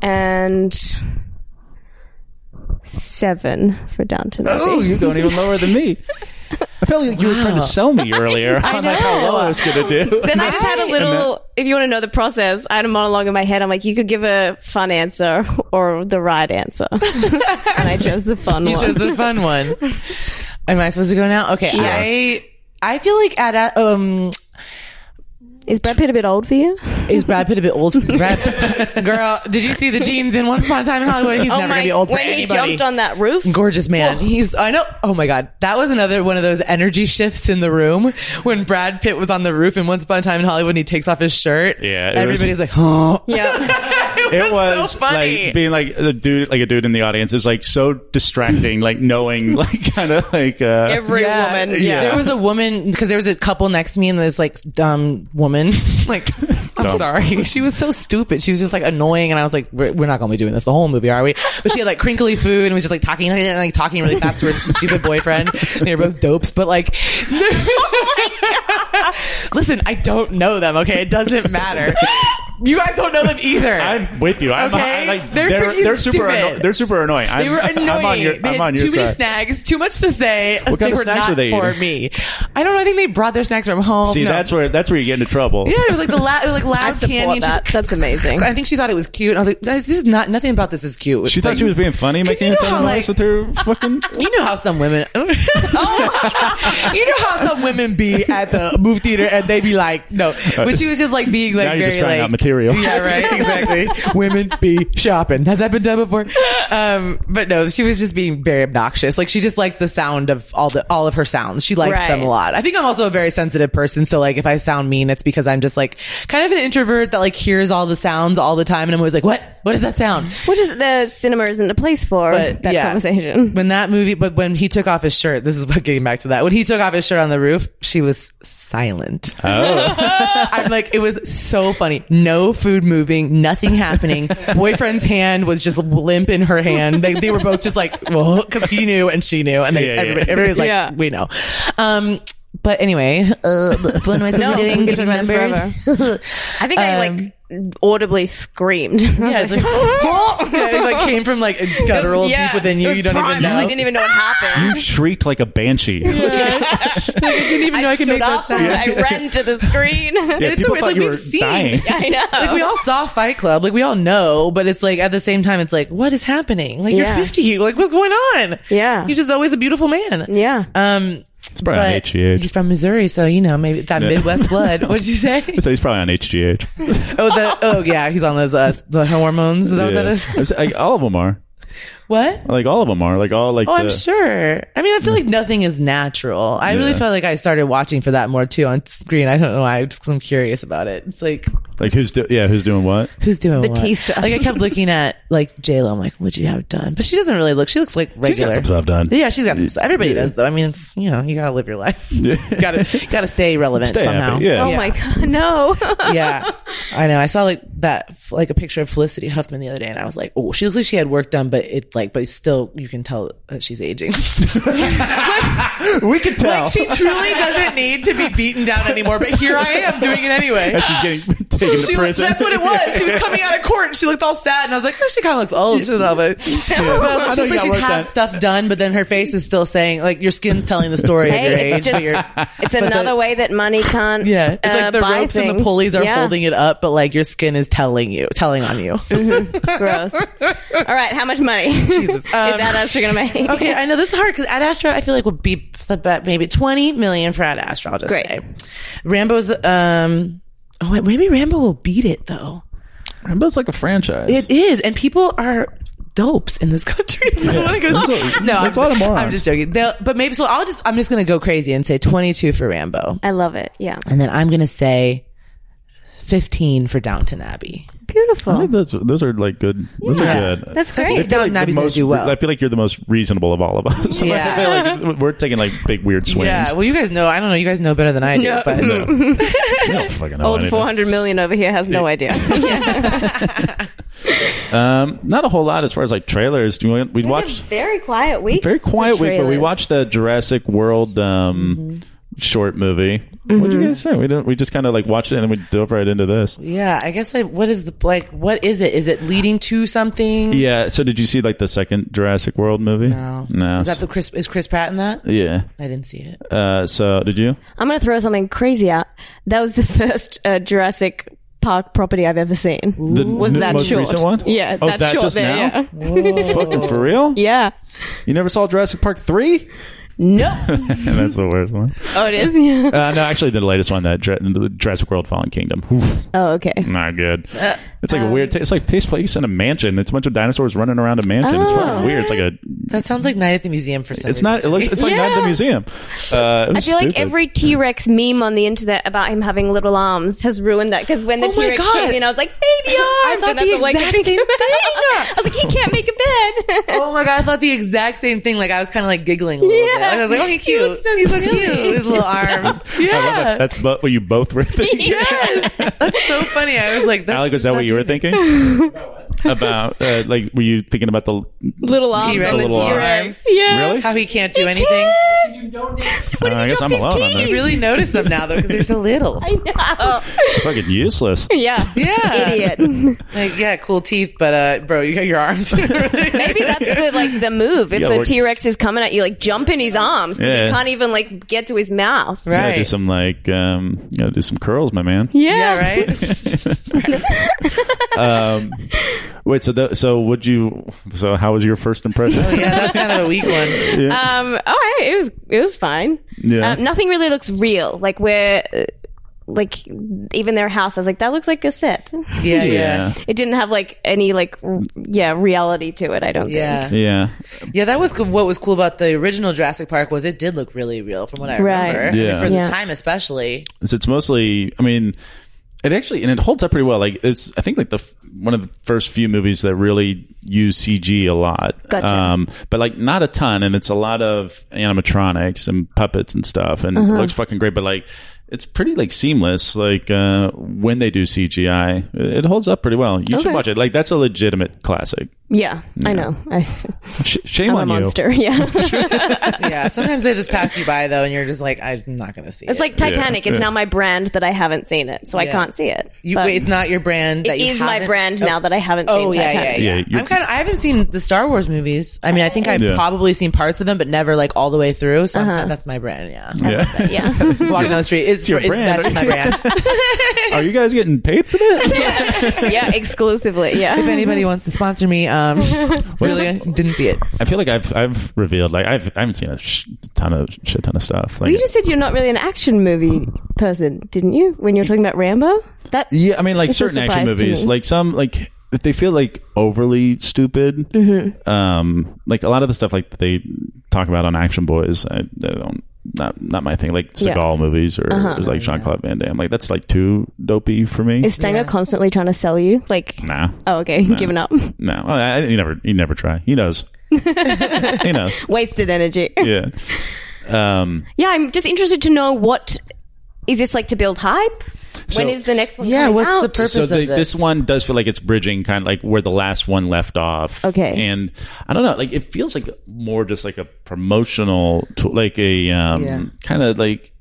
[SPEAKER 3] and 7 for Downton Abbey.
[SPEAKER 2] Oh, you're going even lower than me. I felt like you were trying to sell me
[SPEAKER 4] [laughs]
[SPEAKER 2] earlier on like how low I was gonna do.
[SPEAKER 3] Then I just had a little. If you want to know the process, I had a monologue in my head. I'm like, you could give a fun answer or the right
[SPEAKER 4] [laughs]
[SPEAKER 3] answer, and I chose the fun
[SPEAKER 4] You
[SPEAKER 3] one.
[SPEAKER 4] chose the fun
[SPEAKER 2] [laughs]
[SPEAKER 4] one. Am I supposed to go now? Okay. I I feel like at um
[SPEAKER 3] Is Brad Pitt a bit old for you?
[SPEAKER 4] is Brad Pitt a bit old?
[SPEAKER 2] [laughs]
[SPEAKER 4] Brad, girl, did you see the jeans in Once Upon a Time in Hollywood?
[SPEAKER 2] Oh
[SPEAKER 4] He's never gonna be old for
[SPEAKER 3] when
[SPEAKER 4] anybody.
[SPEAKER 3] he jumped on that roof.
[SPEAKER 4] gorgeous man. He's I know. Oh my god, that was another one of those energy shifts in the room when Brad Pitt was on the roof and Once Upon a Time in Hollywood. and He takes off his shirt.
[SPEAKER 2] Yeah, it was-
[SPEAKER 4] everybody's like, oh,
[SPEAKER 3] yeah,
[SPEAKER 4] it, was so funny.
[SPEAKER 2] like being like the dude, like a dude in the audience is like so distracting. like knowing, [laughs] like kind of like uh,
[SPEAKER 3] every
[SPEAKER 4] Yeah.
[SPEAKER 3] woman.
[SPEAKER 2] Yeah.
[SPEAKER 4] There was a woman because there was a couple next to me and this like dumb woman. [laughs] like, I'm
[SPEAKER 2] Dumb.
[SPEAKER 4] sorry, she was so stupid. She was just like annoying, and I was like, we're, we're not going to be doing this the whole movie, are we? But she had like crinkly food and was just like talking like, like, talking really fast to her [laughs] stupid boyfriend. They were both dopes, but like. [laughs] Listen, I don't know them. Okay, it doesn't matter. You guys don't know them either.
[SPEAKER 2] I'm with you. I'm,
[SPEAKER 4] Okay?
[SPEAKER 2] I, like,
[SPEAKER 4] They're
[SPEAKER 2] they're they're,
[SPEAKER 4] freaking
[SPEAKER 2] super
[SPEAKER 4] stupid.
[SPEAKER 2] anno- they're super annoying. [laughs] I'm,
[SPEAKER 4] they were annoying.
[SPEAKER 2] I'm on your,
[SPEAKER 4] they
[SPEAKER 2] I'm
[SPEAKER 4] had
[SPEAKER 2] on your
[SPEAKER 4] too many
[SPEAKER 2] side.
[SPEAKER 4] snacks, too much to say. [laughs] What
[SPEAKER 2] kind of snacks
[SPEAKER 4] not
[SPEAKER 2] were they
[SPEAKER 4] for
[SPEAKER 2] eating?
[SPEAKER 4] me? I don't know. I think they brought their snacks from home.
[SPEAKER 2] See,
[SPEAKER 4] No.
[SPEAKER 2] that's where that's where you get into trouble.
[SPEAKER 4] yeah. It was like the la- it was like
[SPEAKER 3] [laughs] I
[SPEAKER 4] loud
[SPEAKER 3] support
[SPEAKER 4] candy. and she's
[SPEAKER 3] that.
[SPEAKER 4] like-
[SPEAKER 3] That's amazing.
[SPEAKER 4] I think she thought it was cute. And I was like, this is not nothing about this is cute.
[SPEAKER 2] She
[SPEAKER 4] Like,
[SPEAKER 2] thought she was being
[SPEAKER 4] [laughs]
[SPEAKER 2] funny, making
[SPEAKER 4] you
[SPEAKER 2] a
[SPEAKER 4] know
[SPEAKER 2] ton
[SPEAKER 4] how,
[SPEAKER 2] of
[SPEAKER 4] like-
[SPEAKER 2] noise with her
[SPEAKER 4] [laughs]
[SPEAKER 2] fucking.
[SPEAKER 4] You know how some women. [laughs] oh my God. You know how some women be at the movie theater and they be like, no. But she was just like being like
[SPEAKER 2] Now you're
[SPEAKER 4] very
[SPEAKER 2] just trying
[SPEAKER 4] like
[SPEAKER 2] out material.
[SPEAKER 4] Yeah, right.
[SPEAKER 2] [laughs]
[SPEAKER 4] Exactly. women be shopping. Has that been done before? Um, but no, she was just being very obnoxious. Like she just liked the sound of all the all of her sounds. She liked
[SPEAKER 3] Right.
[SPEAKER 4] them a lot. I think I'm also a very sensitive person. So like if I sound mean, it's because I'm just like kind of an introvert that like hears all the sounds all the time, and I'm always like, what? What is that sound?
[SPEAKER 3] Which is the cinema isn't a place for
[SPEAKER 4] But,
[SPEAKER 3] that
[SPEAKER 4] yeah.
[SPEAKER 3] conversation.
[SPEAKER 4] when that movie but when he took off his shirt this is what getting back to that when he took off his shirt on the roof she was silent [laughs]
[SPEAKER 2] Oh.
[SPEAKER 4] i'm like it was so funny no food moving nothing happening [laughs] boyfriend's hand was just limp in her hand they, they were both just like well because he knew and she knew and they
[SPEAKER 2] Yeah, yeah.
[SPEAKER 4] everybody, everybody's like
[SPEAKER 3] Yeah.
[SPEAKER 4] we know um but anyway uh, what am i supposed
[SPEAKER 3] [laughs]
[SPEAKER 4] to
[SPEAKER 3] No,
[SPEAKER 4] be doing
[SPEAKER 3] we
[SPEAKER 4] between
[SPEAKER 3] can do
[SPEAKER 4] members
[SPEAKER 3] this I think I like audibly screamed.
[SPEAKER 4] [laughs] um,
[SPEAKER 3] [laughs]
[SPEAKER 4] yeah, it's like, [laughs] yeah, it like came from like a guttural
[SPEAKER 3] Yeah.
[SPEAKER 4] deep within you.
[SPEAKER 3] It was
[SPEAKER 4] You don't even
[SPEAKER 3] primal.
[SPEAKER 4] know.
[SPEAKER 3] I didn't
[SPEAKER 4] [laughs]
[SPEAKER 3] even know what happened.
[SPEAKER 2] You shrieked like a banshee. Yeah,
[SPEAKER 4] didn't even know I, could
[SPEAKER 3] stood
[SPEAKER 4] make that
[SPEAKER 3] up
[SPEAKER 4] sound.
[SPEAKER 3] and I ran to the screen. [laughs]
[SPEAKER 4] it's
[SPEAKER 2] people
[SPEAKER 4] a- it's [laughs]
[SPEAKER 2] thought
[SPEAKER 4] like
[SPEAKER 2] you
[SPEAKER 4] we've
[SPEAKER 2] were
[SPEAKER 4] seen-
[SPEAKER 2] dying.
[SPEAKER 3] I know.
[SPEAKER 4] like we all saw Fight Club, like we all know, but it's like at the same time, it's like what is happening? Like
[SPEAKER 3] Yeah.
[SPEAKER 4] you're fifty, like what's going on?
[SPEAKER 3] Yeah.
[SPEAKER 4] you're just always a beautiful man.
[SPEAKER 3] yeah.
[SPEAKER 4] Um, it's
[SPEAKER 2] probably on HGH.
[SPEAKER 4] He's from Missouri, so you know maybe that Midwest blood. What'd
[SPEAKER 2] [laughs]
[SPEAKER 4] you say?
[SPEAKER 2] So he's probably on
[SPEAKER 4] [laughs]
[SPEAKER 2] HGH.
[SPEAKER 4] oh, the oh yeah, he's on those uh, the hormones. Is that what that is?
[SPEAKER 2] Yeah. I'm s- like, all of them are.
[SPEAKER 4] What?
[SPEAKER 2] Like all of them are. Like all like.
[SPEAKER 4] Oh, I'm
[SPEAKER 2] the-
[SPEAKER 4] sure. I mean, I feel like nothing is natural. I really
[SPEAKER 2] Yeah.
[SPEAKER 4] felt like I started watching for that more too on screen. I don't know why. I'm just I'm curious about it. It's like
[SPEAKER 2] Like who's do- yeah who's doing what?
[SPEAKER 4] Who's doing what?
[SPEAKER 3] Batista.
[SPEAKER 4] Like I kept looking at like J Lo. I'm like, would you have done? But she doesn't really look. She looks like regular.
[SPEAKER 2] some stuff done.
[SPEAKER 4] Yeah, she's got some stuff. Everybody does though. I mean, it's you know, you gotta live your life. [laughs] gotta gotta stay relevant
[SPEAKER 2] Stay
[SPEAKER 4] somehow.
[SPEAKER 2] happy. Yeah.
[SPEAKER 3] oh my god, no.
[SPEAKER 4] [laughs]
[SPEAKER 3] [laughs]
[SPEAKER 4] yeah, I know. I saw like that, like a picture of Felicity Huffman the other day, and I was like, oh, she looks like she had work done, but it like, but still, you can tell that she's
[SPEAKER 2] [laughs]
[SPEAKER 4] aging.
[SPEAKER 2] We could tell. [laughs]
[SPEAKER 4] like she truly doesn't need to be beaten down anymore. But here I am doing it anyway.
[SPEAKER 2] And she's getting taken
[SPEAKER 4] She
[SPEAKER 2] to
[SPEAKER 4] looked,
[SPEAKER 2] prison.
[SPEAKER 4] [laughs]
[SPEAKER 2] [laughs]
[SPEAKER 4] that's what it was. She was coming out of court and she looked all sad. And I was like, oh, she kind of looks old. She was all, but But I was like,
[SPEAKER 2] know
[SPEAKER 4] she looks
[SPEAKER 2] you
[SPEAKER 4] like
[SPEAKER 2] got
[SPEAKER 4] she's
[SPEAKER 2] work
[SPEAKER 4] had
[SPEAKER 2] done.
[SPEAKER 4] stuff done, but then her face is still saying, like, your skin's telling the story of your
[SPEAKER 3] Hey,
[SPEAKER 4] age.
[SPEAKER 3] it's just
[SPEAKER 4] but your-
[SPEAKER 3] it's another
[SPEAKER 4] the-
[SPEAKER 3] way that money can't.
[SPEAKER 4] yeah, it's
[SPEAKER 3] uh,
[SPEAKER 4] like the
[SPEAKER 3] buy
[SPEAKER 4] ropes and the
[SPEAKER 3] things.
[SPEAKER 4] pulleys are
[SPEAKER 3] Yeah.
[SPEAKER 4] holding it up, but like your skin is telling you, telling on
[SPEAKER 2] [laughs]
[SPEAKER 4] you.
[SPEAKER 3] [laughs]
[SPEAKER 2] Mm-hmm.
[SPEAKER 4] [laughs]
[SPEAKER 3] Gross. All right, how much money Jesus. [laughs] is that us you're gonna make?
[SPEAKER 4] um, okay, I know this is hard because Ad Astra, I feel like would be the bet maybe twenty million for Ad Astra. I'll just
[SPEAKER 3] Great.
[SPEAKER 4] say, Rambo's. um Oh, wait, maybe Rambo will beat it though.
[SPEAKER 2] Rambo's like a franchise.
[SPEAKER 4] It is, and people are dopes in this [laughs] country. I wanna go-
[SPEAKER 2] There's a-
[SPEAKER 4] no, I'm
[SPEAKER 2] there's a lot of
[SPEAKER 4] just- I'm
[SPEAKER 2] morons.
[SPEAKER 4] just joking. They'll- but maybe so. I'll just I'm just gonna go crazy and say 22 for Rambo,
[SPEAKER 3] I love it. Yeah,
[SPEAKER 4] and then I'm gonna say 15 for Downton Abbey.
[SPEAKER 2] I think
[SPEAKER 3] beautiful.
[SPEAKER 2] those, those are like good. Those
[SPEAKER 4] Yeah.
[SPEAKER 2] are good.
[SPEAKER 3] That's
[SPEAKER 4] I
[SPEAKER 3] great.
[SPEAKER 4] think Downton
[SPEAKER 2] the
[SPEAKER 4] Abbey's gonna
[SPEAKER 2] most-
[SPEAKER 4] do well.
[SPEAKER 2] I feel like you're the most reasonable of all of us. [laughs] I
[SPEAKER 4] Yeah.
[SPEAKER 2] feel like we're taking like big weird swings.
[SPEAKER 4] Yeah, well, you guys know. I don't know. You guys know better than I do.
[SPEAKER 3] No.
[SPEAKER 2] [laughs]
[SPEAKER 4] But [laughs]
[SPEAKER 2] No. we don't fucking know
[SPEAKER 3] Old
[SPEAKER 2] anything.
[SPEAKER 3] four hundred million over here has no idea.
[SPEAKER 2] Um, not a whole lot as far as like trailers. Do you want- we [laughs]
[SPEAKER 3] It's
[SPEAKER 2] watched
[SPEAKER 3] a very quiet week.
[SPEAKER 2] very quiet
[SPEAKER 3] for
[SPEAKER 2] week, but we
[SPEAKER 3] trailers. Mm-hmm.
[SPEAKER 2] watched the Jurassic World um, short movie. What'd you guys think? We didn't. We just kind of like watched it and then we dove right into this.
[SPEAKER 4] yeah, I guess I, what is the like? What is it? Is it leading to something?
[SPEAKER 2] Yeah. So did you see like the second Jurassic World movie?
[SPEAKER 4] No.
[SPEAKER 2] No.
[SPEAKER 4] Is that the Chris? Is Chris Pratt in that?
[SPEAKER 2] yeah.
[SPEAKER 4] I didn't see it.
[SPEAKER 2] Uh, so did you?
[SPEAKER 3] I'm gonna throw something crazy out. That was the [laughs] first uh, Jurassic Park property I've ever seen.
[SPEAKER 2] The
[SPEAKER 3] was
[SPEAKER 2] n-
[SPEAKER 3] that
[SPEAKER 2] most
[SPEAKER 3] short?
[SPEAKER 2] recent one?
[SPEAKER 3] Yeah,
[SPEAKER 2] Oh,
[SPEAKER 3] that,
[SPEAKER 2] that
[SPEAKER 3] short
[SPEAKER 2] just
[SPEAKER 3] there.
[SPEAKER 2] now? Oh,
[SPEAKER 3] Yeah.
[SPEAKER 2] Fucking for real?
[SPEAKER 3] [laughs] yeah.
[SPEAKER 2] You never saw Jurassic Park three? [laughs]
[SPEAKER 3] No.
[SPEAKER 2] And that's the worst one.
[SPEAKER 3] Oh, it is. Yeah.
[SPEAKER 2] Uh, no, actually, the latest one that Jura- the Jurassic World Fallen Kingdom. Oof,
[SPEAKER 3] [laughs] Oh, okay.
[SPEAKER 2] not good.
[SPEAKER 3] Uh,
[SPEAKER 2] It's like a
[SPEAKER 3] um,
[SPEAKER 2] weird. ta- it's like takes place in a mansion. It's a bunch of dinosaurs running around a mansion. It's fucking weird. It's like a.
[SPEAKER 4] That sounds like Night at the Museum for some
[SPEAKER 2] It's
[SPEAKER 4] reason.
[SPEAKER 2] not. It looks. It's like
[SPEAKER 3] Yeah.
[SPEAKER 2] not the museum. Uh, it was
[SPEAKER 3] I feel like
[SPEAKER 2] stupid.
[SPEAKER 3] every T Rex meme on the internet about him having little arms has ruined that because when the
[SPEAKER 4] Oh my
[SPEAKER 3] T Rex
[SPEAKER 4] God.
[SPEAKER 3] came in, I was
[SPEAKER 2] [laughs]
[SPEAKER 3] like, baby arms.
[SPEAKER 4] I thought
[SPEAKER 3] and that's
[SPEAKER 4] the
[SPEAKER 3] all I could
[SPEAKER 4] exact
[SPEAKER 3] think [laughs]
[SPEAKER 4] same
[SPEAKER 3] about.
[SPEAKER 4] thing.
[SPEAKER 3] I was like, he can't make a bed.
[SPEAKER 4] [laughs] Oh my god, I thought the exact same thing. Like I was kind of like giggling a little
[SPEAKER 3] Yeah.
[SPEAKER 4] bit. Like, I was like, oh, he's
[SPEAKER 3] He
[SPEAKER 4] cute.
[SPEAKER 3] looks so
[SPEAKER 4] he's so
[SPEAKER 3] cute.
[SPEAKER 4] cute.
[SPEAKER 2] [laughs]
[SPEAKER 4] His
[SPEAKER 3] [laughs]
[SPEAKER 4] little arms.
[SPEAKER 2] I love that. That's but what you both were thinking.
[SPEAKER 4] Yes. That's so funny. I was like, that's
[SPEAKER 2] Alec, was
[SPEAKER 4] just
[SPEAKER 2] that
[SPEAKER 4] not
[SPEAKER 2] what you were
[SPEAKER 3] [laughs]
[SPEAKER 4] doing it.
[SPEAKER 2] thinking? about uh, like were you thinking about the
[SPEAKER 3] Little arms
[SPEAKER 4] T-Rex.
[SPEAKER 3] on the
[SPEAKER 2] Little
[SPEAKER 4] arms.
[SPEAKER 3] T-Rex. Yeah.
[SPEAKER 2] Really?
[SPEAKER 4] How he can't
[SPEAKER 3] [laughs]
[SPEAKER 4] do anything.
[SPEAKER 2] Uh, I guess I'm alone on
[SPEAKER 4] You
[SPEAKER 2] this.
[SPEAKER 4] really notice them now though, because they're so
[SPEAKER 2] [laughs]
[SPEAKER 4] little.
[SPEAKER 3] [laughs]
[SPEAKER 2] Fucking useless.
[SPEAKER 3] Oh. Yeah.
[SPEAKER 4] Yeah.
[SPEAKER 3] Idiot.
[SPEAKER 4] Like, yeah, cool teeth, but uh, bro, you got
[SPEAKER 3] [laughs]
[SPEAKER 4] your arms. [laughs]
[SPEAKER 3] Maybe that's the like the move. If
[SPEAKER 2] Yeah,
[SPEAKER 3] a
[SPEAKER 2] work-
[SPEAKER 3] T Rex is coming at you, like jump in his arms because
[SPEAKER 2] Yeah.
[SPEAKER 3] he can't even like get to his mouth.
[SPEAKER 2] You gotta do
[SPEAKER 4] right.
[SPEAKER 2] some like um, you gotta do some curls, my man.
[SPEAKER 3] Yeah.
[SPEAKER 4] Yeah, right.
[SPEAKER 2] Um, wait, so th- so would you? So how was your first impression?
[SPEAKER 4] [laughs] Yeah, that's kind of a weak one.
[SPEAKER 3] Um. All right. It was. It was fine.
[SPEAKER 2] Yeah.
[SPEAKER 3] Um, nothing really looks real. Like we're. uh, Like even their house, I was like, that looks like a set.
[SPEAKER 4] Yeah, yeah,
[SPEAKER 2] yeah,
[SPEAKER 4] yeah.
[SPEAKER 3] It didn't have like any like r- yeah reality to it. I don't
[SPEAKER 4] Yeah,
[SPEAKER 3] think.
[SPEAKER 2] yeah,
[SPEAKER 4] that was co- what was cool about the original Jurassic Park was it did look really real from what I
[SPEAKER 3] Right.
[SPEAKER 4] remember.
[SPEAKER 2] Yeah.
[SPEAKER 4] For
[SPEAKER 3] Yeah.
[SPEAKER 4] the time especially.
[SPEAKER 2] So it's mostly. I mean, it actually and it holds up pretty well. Like it's, I think like the f- one of the first few movies that really use CG a lot. Um,
[SPEAKER 3] Gotcha.
[SPEAKER 2] but like not a ton, and it's a lot of animatronics and puppets and stuff, and
[SPEAKER 3] Uh-huh.
[SPEAKER 2] it looks fucking great. But like. It's pretty like seamless. Like uh, when they do CGI, it it holds up pretty well. You should
[SPEAKER 3] Okay.
[SPEAKER 2] watch it. Like that's a legitimate classic.
[SPEAKER 3] Yeah. I know. [laughs] I,
[SPEAKER 2] Sh- shame
[SPEAKER 3] I'm a
[SPEAKER 2] on you.
[SPEAKER 3] monster.
[SPEAKER 2] [laughs]
[SPEAKER 3] [laughs] [laughs] Yeah.
[SPEAKER 4] yeah. Sometimes they just pass you by though, and you're just like, I'm not gonna see
[SPEAKER 3] It's
[SPEAKER 4] it.
[SPEAKER 3] like Titanic. It's now my brand that I haven't seen it, so I
[SPEAKER 4] Yeah.
[SPEAKER 3] can't see it.
[SPEAKER 4] you,
[SPEAKER 3] But
[SPEAKER 4] wait, it's not your brand. That
[SPEAKER 3] it
[SPEAKER 4] you
[SPEAKER 3] is my
[SPEAKER 4] haven't-
[SPEAKER 3] brand now that I haven't
[SPEAKER 4] Oh
[SPEAKER 3] seen
[SPEAKER 4] yeah, yeah,
[SPEAKER 3] Titanic.
[SPEAKER 4] yeah.
[SPEAKER 2] Yeah, you're-
[SPEAKER 4] I'm kind of. I haven't seen the Star Wars movies. I mean, I think I've
[SPEAKER 2] Yeah.
[SPEAKER 4] probably seen parts of them, but never like all the way through. So I'm
[SPEAKER 3] Uh-huh.
[SPEAKER 4] kinda, that's my brand. Yeah,
[SPEAKER 2] Yeah.
[SPEAKER 3] [laughs] Yeah.
[SPEAKER 4] walking down the street, it's,
[SPEAKER 2] your
[SPEAKER 4] it's-
[SPEAKER 2] brand.
[SPEAKER 4] That's my brand.
[SPEAKER 2] Are you guys getting paid for this?
[SPEAKER 3] [laughs] yeah. exclusively.
[SPEAKER 4] [laughs] if
[SPEAKER 3] Yeah.
[SPEAKER 4] anybody wants to sponsor me, [laughs] um, really didn't see it.
[SPEAKER 2] I feel like I've I've revealed like I've I haven't seen a sh- ton of shit ton of stuff. Like
[SPEAKER 3] You just said you're not really an action movie person, didn't you? When you were talking about Rambo? That
[SPEAKER 2] yeah, I mean like
[SPEAKER 3] It's a
[SPEAKER 2] certain action
[SPEAKER 3] surprise to
[SPEAKER 2] movies,
[SPEAKER 3] me.
[SPEAKER 2] like some like if they feel like overly stupid,
[SPEAKER 3] Mm-hmm.
[SPEAKER 2] um, like a lot of the stuff like that they talk about on Action Boys, I, I don't not not my thing. Like
[SPEAKER 3] Yeah. Uh-huh.
[SPEAKER 2] Seagal movies or like Jean Claude Van Damme, like that's like too dopey for me.
[SPEAKER 3] is Stanger constantly trying to sell you? Like,
[SPEAKER 2] nah,
[SPEAKER 3] oh, okay, [laughs] giving
[SPEAKER 4] [laughs]
[SPEAKER 3] up,
[SPEAKER 2] no, I, I, you never you never try. He
[SPEAKER 3] [laughs]
[SPEAKER 2] knows. he knows.
[SPEAKER 3] wasted energy.
[SPEAKER 2] Yeah. Um,
[SPEAKER 3] Yeah, I'm just interested to know what is this like to build hype?
[SPEAKER 2] So-
[SPEAKER 3] when is the next one?
[SPEAKER 4] Yeah,
[SPEAKER 3] coming
[SPEAKER 4] what's the
[SPEAKER 3] out?
[SPEAKER 4] purpose
[SPEAKER 2] so
[SPEAKER 4] of
[SPEAKER 2] the, this
[SPEAKER 4] this?
[SPEAKER 2] one does feel like it's bridging kind of like where the last one left off
[SPEAKER 3] Okay.
[SPEAKER 2] and i don't know like it feels like more just like a promotional tool like a um,
[SPEAKER 4] Yeah.
[SPEAKER 2] kind of like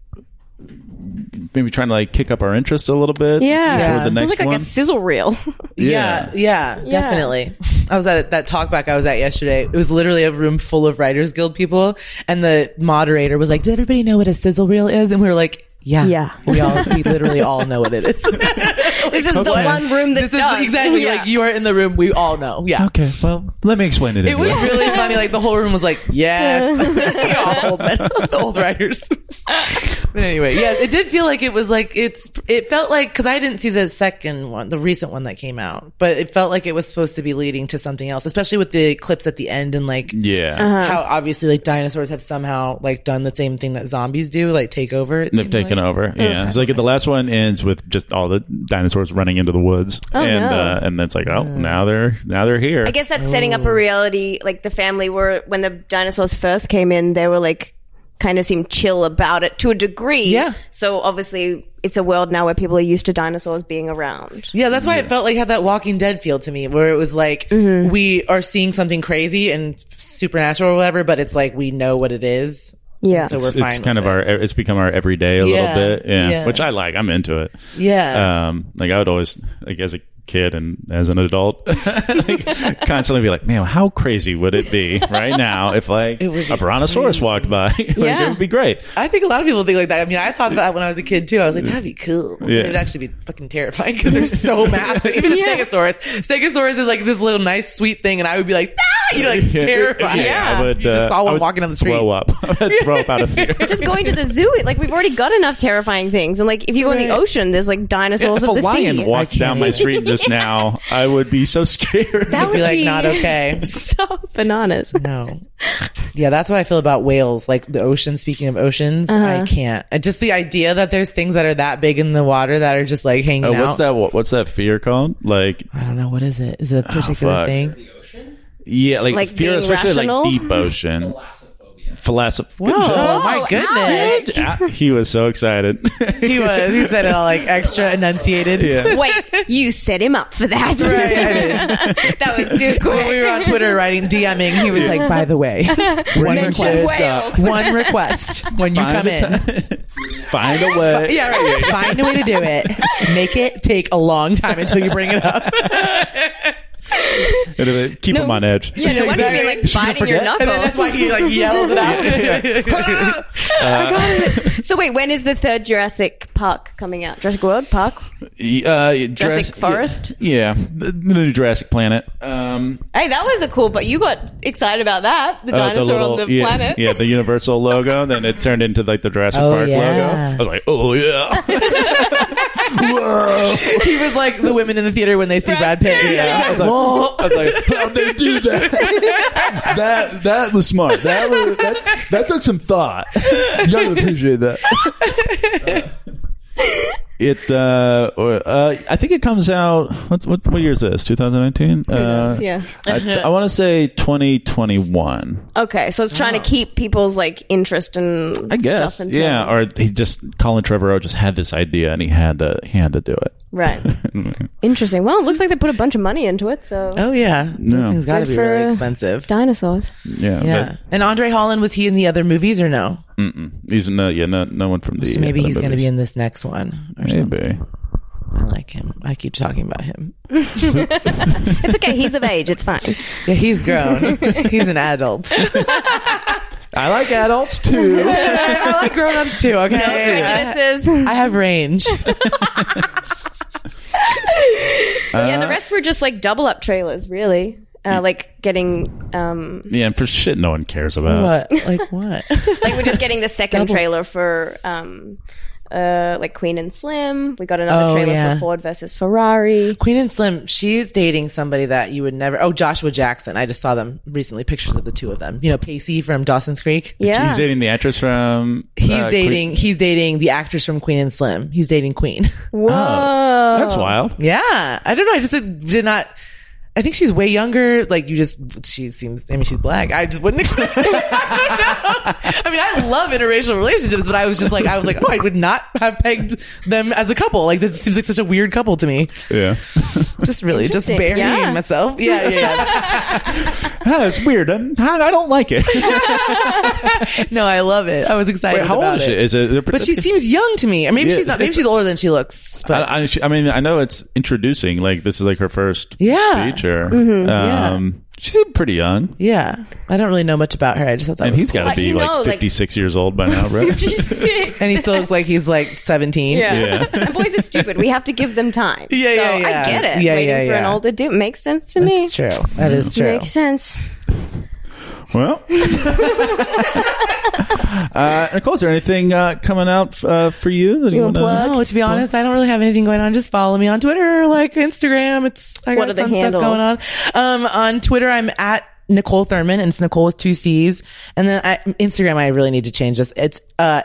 [SPEAKER 2] maybe trying to like kick up our interest a little bit
[SPEAKER 3] Yeah.
[SPEAKER 2] before
[SPEAKER 4] Yeah.
[SPEAKER 2] the
[SPEAKER 4] Feels
[SPEAKER 2] next
[SPEAKER 3] It's like, like
[SPEAKER 2] one
[SPEAKER 3] a sizzle
[SPEAKER 4] [laughs]
[SPEAKER 3] reel.
[SPEAKER 2] Yeah.
[SPEAKER 4] Yeah, yeah, definitely. I was at that talk back I was at yesterday. It was literally a room full of Writers Guild people, and the moderator was like, "Did everybody know what a sizzle reel is?" And we were like, "Yeah,
[SPEAKER 3] Yeah.
[SPEAKER 4] we all we literally all know what it
[SPEAKER 3] [laughs]
[SPEAKER 4] is."
[SPEAKER 3] this is the
[SPEAKER 2] what?
[SPEAKER 3] one room that
[SPEAKER 4] this is
[SPEAKER 3] does. [laughs]
[SPEAKER 4] exactly
[SPEAKER 3] Yeah.
[SPEAKER 4] like you are in the room. We all know. Yeah.
[SPEAKER 2] okay well let me explain it
[SPEAKER 4] It was
[SPEAKER 2] anyway.
[SPEAKER 4] really funny. Like the whole room was like, "Yes, [laughs] all old men, old writers." but anyway, yeah, it did feel like it was like it's. It felt like because I didn't see the second one, the recent one that came out, but it felt like it was supposed to be leading to something else, especially with the clips at the end and like
[SPEAKER 2] [laughs] yeah
[SPEAKER 4] how obviously like dinosaurs have somehow like done the same thing that zombies do, like take over. it
[SPEAKER 2] They've
[SPEAKER 4] seemed
[SPEAKER 2] taken
[SPEAKER 4] like.
[SPEAKER 2] over. Yeah, it's like the last one ends with just all the dinosaurs running into the woods, and
[SPEAKER 3] no.
[SPEAKER 2] uh, and then it's like, oh, now they're now they're here.
[SPEAKER 3] I guess that's setting
[SPEAKER 4] Oh.
[SPEAKER 3] up a reality. Like the family were when the dinosaurs first came in, they were like kind of seemed chill about it to a degree.
[SPEAKER 4] Yeah.
[SPEAKER 3] So obviously, it's a world now where people are used to dinosaurs being around.
[SPEAKER 4] Yeah, that's why it felt like had that Walking Dead feel to me, where it was like we are seeing something crazy and supernatural or whatever, but it's like we know what it is,
[SPEAKER 3] Yeah.
[SPEAKER 4] so we're fine.
[SPEAKER 2] it's kind
[SPEAKER 4] with
[SPEAKER 2] of our it's become our everyday a
[SPEAKER 4] Yeah,
[SPEAKER 2] little bit, yeah,
[SPEAKER 4] yeah.
[SPEAKER 2] which I like. I'm into it.
[SPEAKER 4] it. yeah.
[SPEAKER 2] um, like I would always like as a kid and as an adult [laughs] like, constantly be like man how crazy would it be right now if like
[SPEAKER 4] would be
[SPEAKER 2] a brontosaurus walked by [laughs] like, it
[SPEAKER 3] Yeah.
[SPEAKER 2] would be great
[SPEAKER 4] I think a lot of people think like that. I mean, I thought that when I was a kid too. I was like, that'd be cool. But
[SPEAKER 2] Yeah.
[SPEAKER 4] It'd actually be fucking terrifying because they're so massive. Even the Stegosaurus. Stegosaurus is like this little nice sweet thing, and I would be like, ah! you know, [laughs] like terrified.
[SPEAKER 2] yeah, I would
[SPEAKER 4] You just
[SPEAKER 2] uh,
[SPEAKER 4] saw
[SPEAKER 2] I
[SPEAKER 4] one
[SPEAKER 2] would
[SPEAKER 4] walking down the street.
[SPEAKER 2] throw up [laughs] I would throw up out of
[SPEAKER 4] [laughs]
[SPEAKER 2] fear
[SPEAKER 3] Just going to the zoo, like we've already got enough terrifying things, and like if you go in the
[SPEAKER 4] Right.
[SPEAKER 3] ocean, there's like dinosaurs
[SPEAKER 2] if a
[SPEAKER 3] of the
[SPEAKER 2] lion
[SPEAKER 3] sea.
[SPEAKER 2] walked down my street
[SPEAKER 4] [laughs]
[SPEAKER 2] just now I would be so scared
[SPEAKER 3] that
[SPEAKER 4] I'd be like, not okay.
[SPEAKER 3] [laughs] So bananas.
[SPEAKER 4] No. Yeah, that's what I feel about whales. Like the ocean, speaking of oceans, I can't. Uh, Just the idea that there's things that are that big in the water that are just like
[SPEAKER 2] [laughs]
[SPEAKER 4] hanging
[SPEAKER 2] Oh,
[SPEAKER 4] out.
[SPEAKER 2] what's that what's that fear called like
[SPEAKER 4] I don't know. What is it? Is it a particular
[SPEAKER 2] Ah, fuck.
[SPEAKER 4] thing?
[SPEAKER 2] yeah like,
[SPEAKER 3] Like
[SPEAKER 2] fear
[SPEAKER 3] being
[SPEAKER 2] especially
[SPEAKER 3] rational?
[SPEAKER 2] like deep ocean philosophy.
[SPEAKER 4] Oh my
[SPEAKER 3] Alex.
[SPEAKER 4] goodness.
[SPEAKER 2] he was so
[SPEAKER 3] [laughs]
[SPEAKER 2] excited.
[SPEAKER 4] He was. He said it all like extra enunciated.
[SPEAKER 2] yeah.
[SPEAKER 3] Wait, you set him up for that. [laughs]
[SPEAKER 4] I
[SPEAKER 3] that was too quick.
[SPEAKER 4] When we were on Twitter writing DMing, he was like, "By the way, one
[SPEAKER 3] Just Wales.
[SPEAKER 4] request, one request when you come in,
[SPEAKER 2] [laughs] Find a way.
[SPEAKER 4] yeah, right. find a way to do it. Make it take a long time until you bring it up.
[SPEAKER 2] It'll be- Keep
[SPEAKER 3] No.
[SPEAKER 2] him on edge.
[SPEAKER 3] Yeah, no wonder you're like biting your
[SPEAKER 4] And then
[SPEAKER 3] knuckles.
[SPEAKER 4] that's why he like yelled it out. [laughs]
[SPEAKER 3] So wait, when is the third Jurassic Park coming out? Jurassic World Park?
[SPEAKER 2] Y- Uh, Jurassic,
[SPEAKER 3] Forest?
[SPEAKER 2] Yeah, the, the new Jurassic Planet. Um,
[SPEAKER 3] Hey, that was a cool. But you got excited about that, the
[SPEAKER 2] uh,
[SPEAKER 3] dinosaur
[SPEAKER 2] little-
[SPEAKER 3] on the
[SPEAKER 2] yeah,
[SPEAKER 3] planet.
[SPEAKER 2] Yeah, the Universal logo. Then it turned into like the Jurassic
[SPEAKER 4] Oh,
[SPEAKER 2] Park
[SPEAKER 4] yeah.
[SPEAKER 2] logo. I was like, oh yeah. Whoa.
[SPEAKER 4] he was like the women in the theater when they see Brad Pitt.
[SPEAKER 2] Yeah. I was like, I was like, how'd they do that? [laughs] that that was smart. That was that, that took some thought. Y'all appreciate that. [laughs] It uh, or, uh, I think it comes out. What's, what what year is this? 2019. Uh,
[SPEAKER 3] [laughs] yeah.
[SPEAKER 2] I, I want to say 2021.
[SPEAKER 3] Okay, so it's trying to keep people's like interest and
[SPEAKER 2] Ah. I guess.
[SPEAKER 3] stuff. into
[SPEAKER 2] Yeah.
[SPEAKER 3] it.
[SPEAKER 2] Or he just Colin Trevorrow just had this idea and he had to he had to do it. [laughs]
[SPEAKER 3] right. Interesting. Well, it looks like they put a bunch of money into it. So
[SPEAKER 2] Uh.
[SPEAKER 4] Oh yeah, those things got to
[SPEAKER 3] Good
[SPEAKER 4] be
[SPEAKER 3] for-
[SPEAKER 4] really expensive.
[SPEAKER 3] dinosaurs.
[SPEAKER 2] Yeah.
[SPEAKER 4] Yeah. And Andre Holland was he in the other movies or no?
[SPEAKER 2] But he's no yeah no no one from the
[SPEAKER 4] So maybe
[SPEAKER 2] other
[SPEAKER 4] he's going to
[SPEAKER 2] movies.
[SPEAKER 4] be in this next one. Or something.
[SPEAKER 2] maybe.
[SPEAKER 4] I like him. I keep talking about him.
[SPEAKER 3] It's okay. He's of age.
[SPEAKER 2] [laughs]
[SPEAKER 3] It's fine.
[SPEAKER 4] Yeah, he's [laughs] grown. he's an [laughs] adult.
[SPEAKER 2] I like adults too.
[SPEAKER 4] I like grown ups too. Okay.
[SPEAKER 3] [laughs] Prejudices.
[SPEAKER 2] Uh.
[SPEAKER 4] I have [laughs] range.
[SPEAKER 3] yeah, the rest were just like double up trailers, really. Uh, like getting, um,
[SPEAKER 2] Yeah, and for shit no one cares about.
[SPEAKER 4] what? Like [laughs] what?
[SPEAKER 3] like we're just getting the second trailer for, um, uh, like Queen and Slim. We got another
[SPEAKER 4] Oh,
[SPEAKER 3] trailer
[SPEAKER 4] yeah.
[SPEAKER 3] for Ford versus Ferrari.
[SPEAKER 4] Queen and Slim, she's dating somebody that you would never. Oh, Joshua Jackson. I just saw them recently. Pictures of the two of them. You know, Pacey from Dawson's Creek.
[SPEAKER 3] Yeah,
[SPEAKER 2] He's dating the actress from.
[SPEAKER 4] He's
[SPEAKER 2] uh,
[SPEAKER 4] dating.
[SPEAKER 2] Queen-
[SPEAKER 4] He's dating the actress from Queen and Slim. He's dating Queen. [laughs]
[SPEAKER 3] Whoa.
[SPEAKER 2] Oh, That's wild.
[SPEAKER 4] yeah, I don't know. I just did- did not. I think she's way younger. Like you just, she seems. I mean, she's black. I just wouldn't [laughs] expect. I don't know. I mean, I love interracial relationships, but I was just like, I was like, oh, I would not have pegged them as a couple. Like this seems like such a weird couple to me.
[SPEAKER 2] [laughs] Yeah.
[SPEAKER 4] Just really, just
[SPEAKER 3] Interesting.
[SPEAKER 4] burying
[SPEAKER 3] Yeah.
[SPEAKER 4] myself. Yeah, yeah, yeah.
[SPEAKER 2] Ah, it's weird. I'm, I I don't like it.
[SPEAKER 3] [laughs]
[SPEAKER 4] No, I love it. I was excited.
[SPEAKER 2] Wait, how old
[SPEAKER 4] about
[SPEAKER 2] is
[SPEAKER 4] it.
[SPEAKER 2] she? Is it?
[SPEAKER 4] But she seems young to me. Or maybe
[SPEAKER 2] Yeah,
[SPEAKER 4] she's not. Maybe
[SPEAKER 2] it's-
[SPEAKER 4] she's older than she looks. But
[SPEAKER 2] I, I, she- I mean, I know it's introducing. Like this is like her first
[SPEAKER 4] Yeah.
[SPEAKER 2] feature. um, She seemed pretty young,
[SPEAKER 4] yeah, I don't really know much about her. I just thought that
[SPEAKER 2] and
[SPEAKER 4] was
[SPEAKER 2] he's got
[SPEAKER 3] Well,
[SPEAKER 2] to be
[SPEAKER 3] you
[SPEAKER 2] like
[SPEAKER 3] know, like-
[SPEAKER 2] 56 years old by now,
[SPEAKER 3] [laughs]
[SPEAKER 2] right?
[SPEAKER 3] [laughs] Six.
[SPEAKER 4] cool. and he still looks like he's like seventeen.
[SPEAKER 3] Yeah.
[SPEAKER 2] Yeah.
[SPEAKER 3] [laughs] and boys are stupid. We have to give them time.
[SPEAKER 4] Yeah,
[SPEAKER 3] so
[SPEAKER 4] yeah, yeah.
[SPEAKER 3] I get it.
[SPEAKER 4] Yeah,
[SPEAKER 3] Waiting
[SPEAKER 4] yeah,
[SPEAKER 3] for an
[SPEAKER 4] yeah.
[SPEAKER 3] older dude makes sense to me.
[SPEAKER 4] That's true. That is true.
[SPEAKER 2] [laughs]
[SPEAKER 3] Makes sense.
[SPEAKER 2] well. Uh, Nicole, is there anything uh, coming out uh, for you that you,
[SPEAKER 3] wanna
[SPEAKER 2] wanna-
[SPEAKER 4] No, to be honest, I don't really have anything going on. Just follow me on Twitter, like Instagram. It's I got
[SPEAKER 3] What are the
[SPEAKER 4] fun stuff
[SPEAKER 3] handles?
[SPEAKER 4] going on. Um, on Twitter, I'm at Nicole Thurman, and it's Nicole with two C's. And then I, Instagram, I really need to change this. It's uh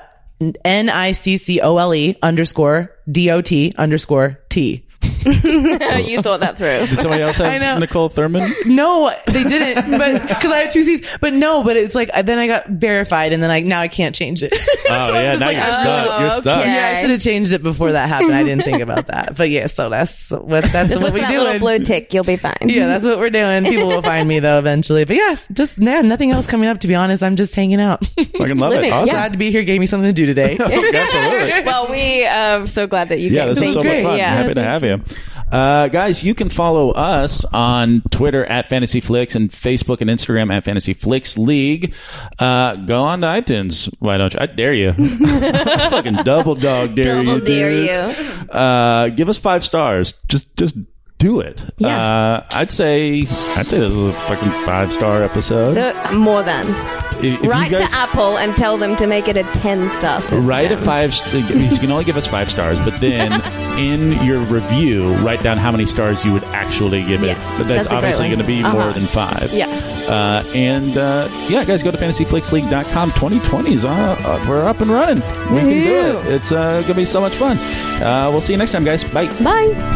[SPEAKER 4] N I C C O L E underscore D O T underscore T.
[SPEAKER 3] you thought that through.
[SPEAKER 2] Did somebody else have
[SPEAKER 4] I know.
[SPEAKER 2] Nicole Thurman?
[SPEAKER 4] No, they [laughs] didn't, but because I had two C's, but no, but it's like then I got verified, and then I now I can't change it. [laughs]
[SPEAKER 2] Oh yeah, now you're stuck.
[SPEAKER 3] oh,
[SPEAKER 2] you're stuck.
[SPEAKER 3] okay.
[SPEAKER 4] Yeah, I should have changed it before that happened. I didn't think about that. But yeah, so that's what that's
[SPEAKER 3] Just
[SPEAKER 4] what
[SPEAKER 3] look for
[SPEAKER 4] we
[SPEAKER 3] that
[SPEAKER 4] do.
[SPEAKER 3] little blue tick. You'll be fine. [laughs]
[SPEAKER 4] yeah, that's what we're doing. People will find me though eventually. But yeah, just nah, nothing else coming up. To be honest, I'm just hanging out.
[SPEAKER 2] Fucking love
[SPEAKER 3] Living,
[SPEAKER 2] it. Awesome.
[SPEAKER 3] [laughs]
[SPEAKER 4] Glad to be here. Gave me something to do today.
[SPEAKER 2] Absolutely.
[SPEAKER 3] Well, we are so glad that you
[SPEAKER 2] Yeah,
[SPEAKER 3] came.
[SPEAKER 2] this was
[SPEAKER 3] Thank
[SPEAKER 2] so
[SPEAKER 3] you.
[SPEAKER 2] much fun.
[SPEAKER 3] Yeah.
[SPEAKER 2] Happy to have you. Uh, guys, you can follow us on Twitter at Fantasy Flicks and Facebook and Instagram at Fantasy Flicks League. Uh, go on to iTunes. Why don't you? I dare
[SPEAKER 3] [laughs]
[SPEAKER 2] you. Fucking double dog dare
[SPEAKER 3] Double
[SPEAKER 2] you.
[SPEAKER 3] dare
[SPEAKER 2] dudes.
[SPEAKER 3] you.
[SPEAKER 2] Uh, give us five stars. Just, just. Do it.
[SPEAKER 3] Yeah.
[SPEAKER 2] Uh, I'd say I'd say this was a fucking five star episode.
[SPEAKER 3] Uh, More than.
[SPEAKER 2] If- if you
[SPEAKER 3] Write
[SPEAKER 2] guys-
[SPEAKER 3] to Apple and tell them to make it a 10 star system.
[SPEAKER 2] Write a five. St- you can only give us five stars, but then
[SPEAKER 3] [laughs]
[SPEAKER 2] in your review, write down how many stars you would actually give
[SPEAKER 3] Yes,
[SPEAKER 2] it. But that's,
[SPEAKER 3] that's a great
[SPEAKER 2] obviously
[SPEAKER 3] one.
[SPEAKER 2] going to be
[SPEAKER 3] Uh-huh.
[SPEAKER 2] more than five.
[SPEAKER 3] Yeah.
[SPEAKER 2] Uh, and uh, yeah, guys, go to fantasyflixleague.com. 2020 is uh, uh, we're up and running. We can do
[SPEAKER 3] Woohoo.
[SPEAKER 2] it. It's uh, going to be so much fun. Uh, we'll see you next time, guys. Bye.
[SPEAKER 3] Bye.